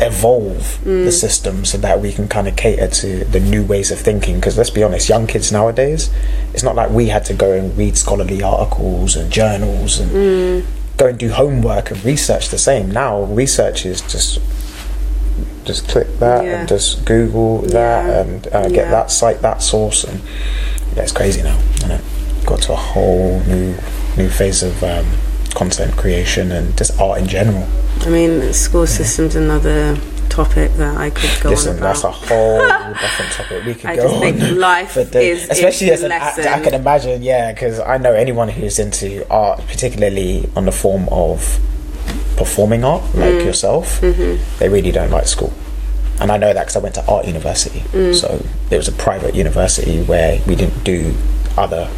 [SPEAKER 1] evolve the
[SPEAKER 2] Mm.
[SPEAKER 1] system so that we can kind of cater to the new ways of thinking because let's be honest young kids nowadays it's not like we had to go and read scholarly articles and journals and
[SPEAKER 2] Mm.
[SPEAKER 1] go and do homework and research the same now research is just just click that
[SPEAKER 2] Yeah.
[SPEAKER 1] and just google that
[SPEAKER 2] Yeah.
[SPEAKER 1] and uh, get
[SPEAKER 2] Yeah.
[SPEAKER 1] that site that source and yeah, it's crazy now and it got to a whole new new phase of um, content creation and just art in general
[SPEAKER 2] I mean, school system's another topic that I could go
[SPEAKER 1] listen
[SPEAKER 2] on about.
[SPEAKER 1] that's a whole different topic we could
[SPEAKER 2] I
[SPEAKER 1] go
[SPEAKER 2] just
[SPEAKER 1] on
[SPEAKER 2] think life
[SPEAKER 1] for days.
[SPEAKER 2] is
[SPEAKER 1] especially
[SPEAKER 2] its
[SPEAKER 1] as an actor i
[SPEAKER 2] lesson.
[SPEAKER 1] can imagine yeah because i know anyone who's into art particularly on the form of performing art like
[SPEAKER 2] Mm.
[SPEAKER 1] yourself
[SPEAKER 2] Mm-hmm.
[SPEAKER 1] they really don't like school and i know that because i went to art university
[SPEAKER 2] Mm.
[SPEAKER 1] so it was a private university where we didn't do other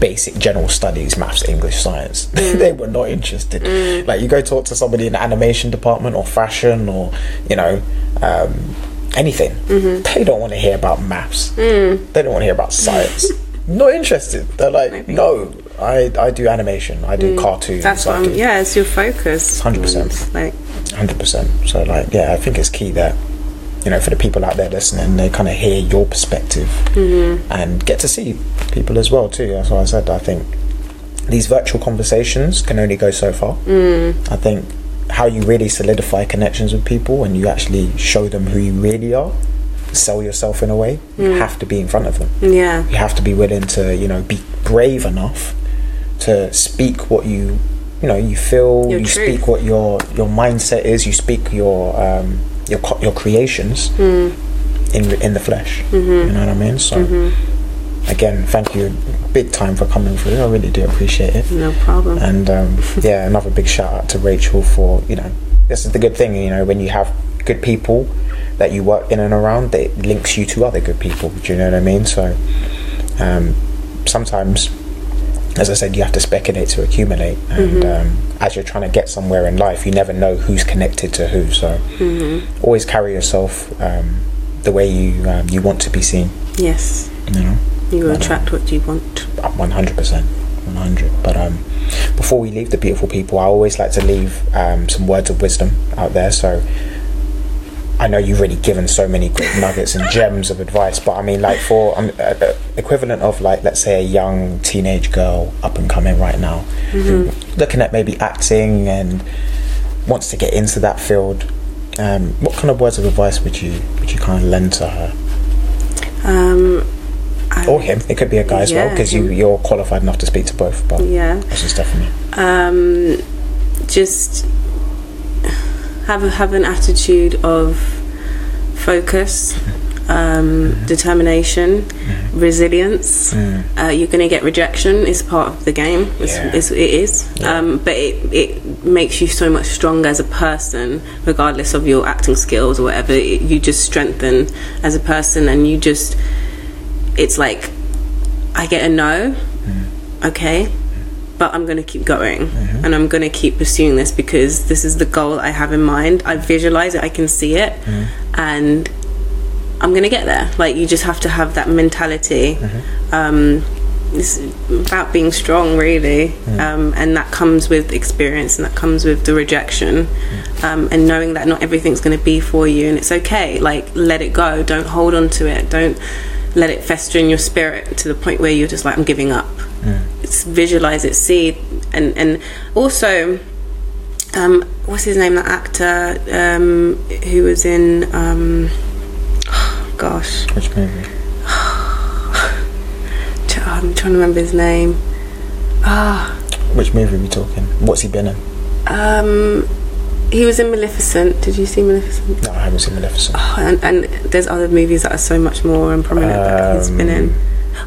[SPEAKER 1] basic general studies maths english science
[SPEAKER 2] Mm.
[SPEAKER 1] they were not interested like you go talk to somebody in the animation department or fashion or you know um, anything
[SPEAKER 2] Mm-hmm.
[SPEAKER 1] they don't want to hear about maths
[SPEAKER 2] Mm.
[SPEAKER 1] they don't want to hear about science not interested they're like no I, I do animation i do cartoons
[SPEAKER 2] Mm. That's
[SPEAKER 1] I
[SPEAKER 2] what
[SPEAKER 1] do
[SPEAKER 2] I'm, yeah, it's your focus.
[SPEAKER 1] 100%.
[SPEAKER 2] It's Like,
[SPEAKER 1] hundred percent. So like, yeah, I think it's key that you know for the people out there listening, they kind of hear your perspective and get to see people as well too. That's why I said I think these virtual conversations can only go so far. Mm. I think how you really solidify connections with people and you actually show them who you really are, sell yourself in a way. You have to be in front of them
[SPEAKER 2] yeah.
[SPEAKER 1] you have to be willing to you know be brave enough to speak what you you know you feel
[SPEAKER 2] Your
[SPEAKER 1] you
[SPEAKER 2] truth.
[SPEAKER 1] speak what your your mindset is you speak your um your co- your creations
[SPEAKER 2] Hmm.
[SPEAKER 1] in in the flesh
[SPEAKER 2] Mm-hmm.
[SPEAKER 1] you know what i mean so again thank you big time for coming through i really do appreciate it
[SPEAKER 2] No problem.
[SPEAKER 1] and um, yeah, another big shout out to Rachel for you know this is the good thing you know when you have good people that you work in and around that it links you to other good people. Do you know what I mean? So um, sometimes, as I said, you have to speculate to accumulate, and um, as you're trying to get somewhere in life, you never know who's connected to who. So
[SPEAKER 2] Mm-hmm.
[SPEAKER 1] always carry yourself um, the way you um, you want to be seen.
[SPEAKER 2] yes.
[SPEAKER 1] You know.
[SPEAKER 2] You will attract what you want.
[SPEAKER 1] One hundred percent, one hundred. But um, before we leave the beautiful people, I always like to leave um, some words of wisdom out there. So I know you've already given so many great nuggets and gems of advice, but I mean, like for um, uh, uh, equivalent of like let's say a young teenage girl up and coming right now, who
[SPEAKER 2] Mm-hmm.
[SPEAKER 1] looking at maybe acting and wants to get into that field. Um, what kind of words of advice would you would you kind of lend to her?
[SPEAKER 2] Um, I,
[SPEAKER 1] or him. It could be a guy as well
[SPEAKER 2] Yeah,
[SPEAKER 1] because you
[SPEAKER 2] him.
[SPEAKER 1] you're qualified enough to speak to both. But
[SPEAKER 2] Yeah.
[SPEAKER 1] that's just definitely
[SPEAKER 2] um, just have a, have an attitude of focus, um,
[SPEAKER 1] Mm-hmm.
[SPEAKER 2] determination, resilience. Uh, you're going to get rejection. It's part of the game. It's,
[SPEAKER 1] Mm. Yeah.
[SPEAKER 2] it's, it is. Um, but it, it makes you so much stronger as a person, regardless of your acting skills or whatever. It, you just strengthen as a person, and you just it's like I get a no, okay, but I'm going to keep going and I'm going to keep pursuing this because this is the goal I have in mind. I visualize it, I can see it, and I'm going to get there. Like, you just have to have that mentality. Um, it's about being strong, really, um, and that comes with experience and that comes with the rejection, um, and knowing that not everything's going to be for you, and it's okay. Like, let it go. Don't hold on to it. Don't let it fester in your spirit to the point where you're just like, I'm giving up. It's visualize it, see, and and also, um, what's his name? That actor um, who was in, um, gosh,
[SPEAKER 1] which movie?
[SPEAKER 2] t- I'm trying to remember his name.
[SPEAKER 1] Which movie are we talking? What's he been in?
[SPEAKER 2] Um, he was in Maleficent. Did you see Maleficent?
[SPEAKER 1] No, I haven't seen Maleficent.
[SPEAKER 2] Oh, and, and there's other movies that are so much more and prominent that he's been in.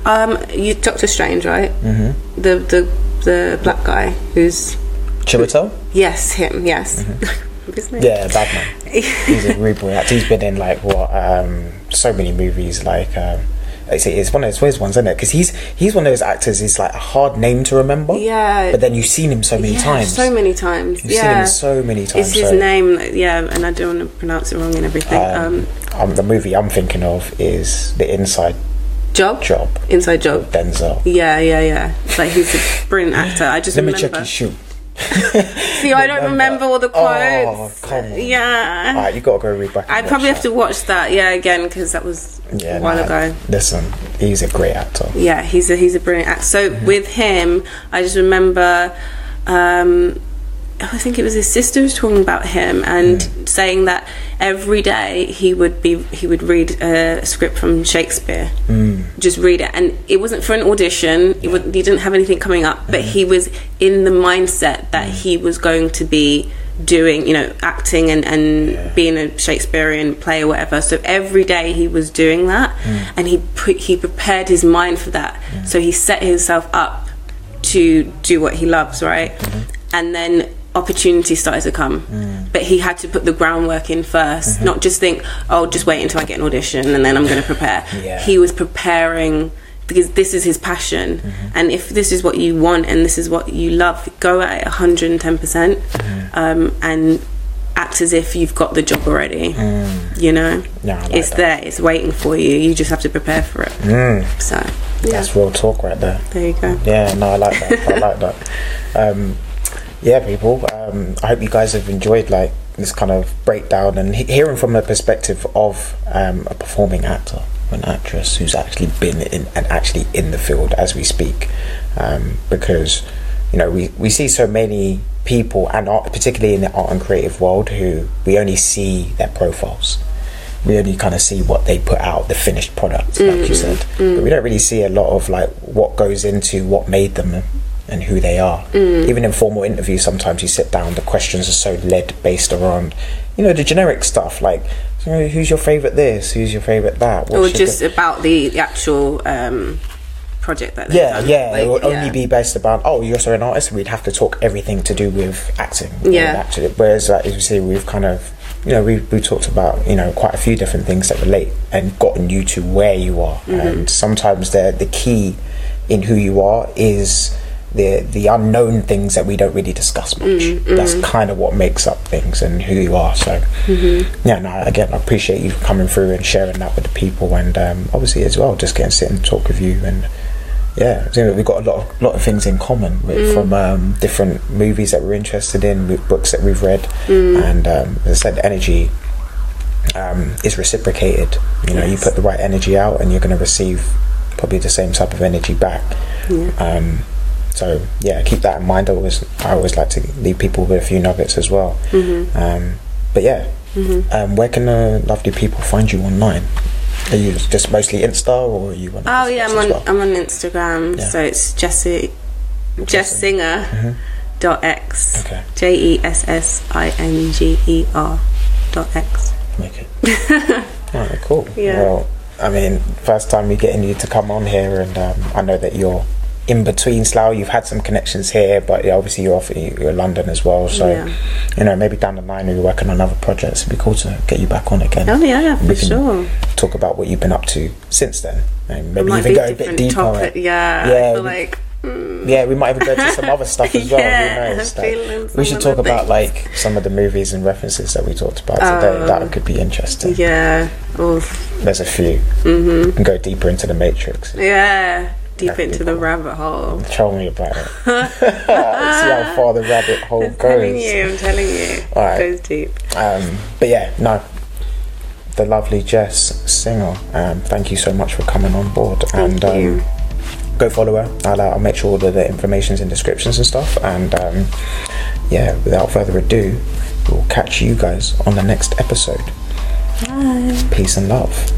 [SPEAKER 2] Um, you Doctor Strange, right? Mm-hmm. The the the black guy who's
[SPEAKER 1] Chiwetel?
[SPEAKER 2] yes him yes. his name?
[SPEAKER 1] Mm-hmm. Yeah, Batman. He's a rude boy actor. He's been in like what? Um, so many movies. Like, um, like I say, it's one of those weird ones, isn't it? Because he's he's one of those actors. He's like a hard name to remember.
[SPEAKER 2] Yeah.
[SPEAKER 1] But then you've seen him so many
[SPEAKER 2] Yeah,
[SPEAKER 1] times.
[SPEAKER 2] So many times.
[SPEAKER 1] You've
[SPEAKER 2] yeah.
[SPEAKER 1] seen him so many times.
[SPEAKER 2] It's his
[SPEAKER 1] so-
[SPEAKER 2] name, like, yeah, and I don't want to pronounce it wrong and everything. Um,
[SPEAKER 1] Um, um, the movie I'm thinking of is The Inside
[SPEAKER 2] Job?
[SPEAKER 1] Job,
[SPEAKER 2] Inside Job.
[SPEAKER 1] Denzel.
[SPEAKER 2] Yeah, yeah, yeah. Like he's a brilliant actor. I just
[SPEAKER 1] Let me
[SPEAKER 2] remember.
[SPEAKER 1] check his shoe.
[SPEAKER 2] See, I don't remember all
[SPEAKER 1] Oh,
[SPEAKER 2] the quotes.
[SPEAKER 1] come on. Oh,
[SPEAKER 2] Yeah.
[SPEAKER 1] Alright, you gotta go read back. and
[SPEAKER 2] I
[SPEAKER 1] watch
[SPEAKER 2] probably have
[SPEAKER 1] that.
[SPEAKER 2] to watch that, yeah, again because that was
[SPEAKER 1] Yeah,
[SPEAKER 2] a while
[SPEAKER 1] nah,
[SPEAKER 2] ago.
[SPEAKER 1] Listen, he's a great actor.
[SPEAKER 2] Yeah, he's a he's a brilliant actor. So
[SPEAKER 1] Mm-hmm.
[SPEAKER 2] with him, I just remember, um, I think it was his sister was talking about him and
[SPEAKER 1] Mm.
[SPEAKER 2] saying that every day he would be he would read a script from Shakespeare,
[SPEAKER 1] Mm.
[SPEAKER 2] just read it, and it wasn't for an audition. It would, he didn't have anything coming up, but
[SPEAKER 1] Mm-hmm.
[SPEAKER 2] he was in the mindset
[SPEAKER 1] Mm.
[SPEAKER 2] that he was going to be doing you know acting and and being a shakespearean play or whatever so every day he was doing that and he pre- he prepared his mind for that so he set himself up to do what he loves right and then opportunity started to come but he had to put the groundwork in 1st not just think oh just wait until i get an audition and then i'm going to prepare
[SPEAKER 1] Yeah.
[SPEAKER 2] he was preparing because this is his passion
[SPEAKER 1] Mm-hmm.
[SPEAKER 2] and if this is what you want and this is what you love go at it 110% percent
[SPEAKER 1] Mm-hmm.
[SPEAKER 2] um, and act as if you've got the job already you know
[SPEAKER 1] Mm. No, I like
[SPEAKER 2] it's
[SPEAKER 1] that.
[SPEAKER 2] there it's waiting for you you just have to prepare for it so yeah
[SPEAKER 1] That's real talk right there.
[SPEAKER 2] there you go
[SPEAKER 1] Yeah, no, I like that. I like that. Um, yeah, people. Um, I hope you guys have enjoyed like this kind of breakdown and he- hearing from the perspective of um, a performing actor, an actress who's actually been in and actually in the field as we speak, um, because you know we we see so many people and art, particularly in the art and creative world, who we only see their profiles. We only kind of see what they put out, the finished product, like you said. But we don't really see a lot of like what goes into what made them and who they are. Even in formal interviews, sometimes you sit down, the questions are so led based around, you know, the generic stuff like, you know, who's your favorite this, who's your favorite that,
[SPEAKER 2] or
[SPEAKER 1] what's your
[SPEAKER 2] just about the, the actual um, project that they've
[SPEAKER 1] yeah,
[SPEAKER 2] done.
[SPEAKER 1] yeah.
[SPEAKER 2] Like,
[SPEAKER 1] it would
[SPEAKER 2] yeah.
[SPEAKER 1] only be based about oh, you're also an artist. We'd have to talk everything to do with acting. and
[SPEAKER 2] Yeah.
[SPEAKER 1] Actually, whereas like, as you see, we've kind of you know we we talked about you know quite a few different things that relate and gotten you to where you are.
[SPEAKER 2] Mm-hmm.
[SPEAKER 1] And sometimes the the key in who you are is. The, the unknown things that we don't really discuss much.
[SPEAKER 2] Mm-hmm,
[SPEAKER 1] That's kind of what makes up things and who you are. So,
[SPEAKER 2] Mm-hmm.
[SPEAKER 1] yeah, no, again, I appreciate you coming through and sharing that with the people, and um, obviously as well, just getting to sit and talk with you and yeah, so we've got a lot of lot of things in common
[SPEAKER 2] Mm.
[SPEAKER 1] with, from um, different movies that we're interested in, with books that we've read,
[SPEAKER 2] Mm.
[SPEAKER 1] and um, as I said, energy um, is reciprocated. You know, you
[SPEAKER 2] Yes.
[SPEAKER 1] put the right energy out, and you're going to receive probably the same type of energy back. Um, so yeah, keep that in mind. I always I always like to leave people with a few nuggets as well.
[SPEAKER 2] Mm-hmm.
[SPEAKER 1] Um, but yeah, um, where can the lovely people find you online? Are you just mostly Insta, or are you on?
[SPEAKER 2] Oh yeah,
[SPEAKER 1] Facebooks
[SPEAKER 2] I'm
[SPEAKER 1] as
[SPEAKER 2] on
[SPEAKER 1] well?
[SPEAKER 2] I'm on Instagram,
[SPEAKER 1] Yeah. Mm-hmm.
[SPEAKER 2] so it's Jessie Jess Singer dot X
[SPEAKER 1] Okay.
[SPEAKER 2] J E S S I N G E R dot X.
[SPEAKER 1] Make it. Alright, cool.
[SPEAKER 2] Yeah.
[SPEAKER 1] Well, I mean, first time we're getting you to come on here, and um, I know that you're in between Slough. You've had some connections here, but yeah, obviously you're off you're in London as well. So,
[SPEAKER 2] Yeah.
[SPEAKER 1] you know, maybe down the line you're working on other projects. It'd be cool to get you back on again.
[SPEAKER 2] Oh yeah, yeah,
[SPEAKER 1] We
[SPEAKER 2] for
[SPEAKER 1] can
[SPEAKER 2] sure.
[SPEAKER 1] Talk about what you've been up to since then, and maybe
[SPEAKER 2] Might
[SPEAKER 1] even
[SPEAKER 2] be
[SPEAKER 1] go a
[SPEAKER 2] different
[SPEAKER 1] bit deeper.
[SPEAKER 2] topic. Yeah,
[SPEAKER 1] Yeah,
[SPEAKER 2] I feel
[SPEAKER 1] we-
[SPEAKER 2] like mm,
[SPEAKER 1] Yeah, we might even go to some other stuff as well.
[SPEAKER 2] Yeah,
[SPEAKER 1] Who knows?
[SPEAKER 2] I'm
[SPEAKER 1] Like,
[SPEAKER 2] feeling
[SPEAKER 1] we
[SPEAKER 2] some
[SPEAKER 1] should
[SPEAKER 2] of
[SPEAKER 1] talk
[SPEAKER 2] the
[SPEAKER 1] about
[SPEAKER 2] things.
[SPEAKER 1] like some of the movies and references that we talked about today. That could be interesting.
[SPEAKER 2] Oh. yeah, oof,
[SPEAKER 1] There's a few. Mm-hmm. And go deeper into the matrix.
[SPEAKER 2] yeah, deep
[SPEAKER 1] Yeah,
[SPEAKER 2] into the rabbit hole.
[SPEAKER 1] Tell me about it. See how far the rabbit hole
[SPEAKER 2] Telling
[SPEAKER 1] goes.
[SPEAKER 2] you, I'm telling you,
[SPEAKER 1] All right.
[SPEAKER 2] goes deep.
[SPEAKER 1] Um, but yeah, no. The lovely Jess Singer. Um, thank you so much for coming on board. and um,
[SPEAKER 2] you.
[SPEAKER 1] go follow her. I'll, uh, I'll make sure all of the information's in descriptions and stuff. And um, yeah, without further ado, we'll catch you guys on the next episode. Peace and love.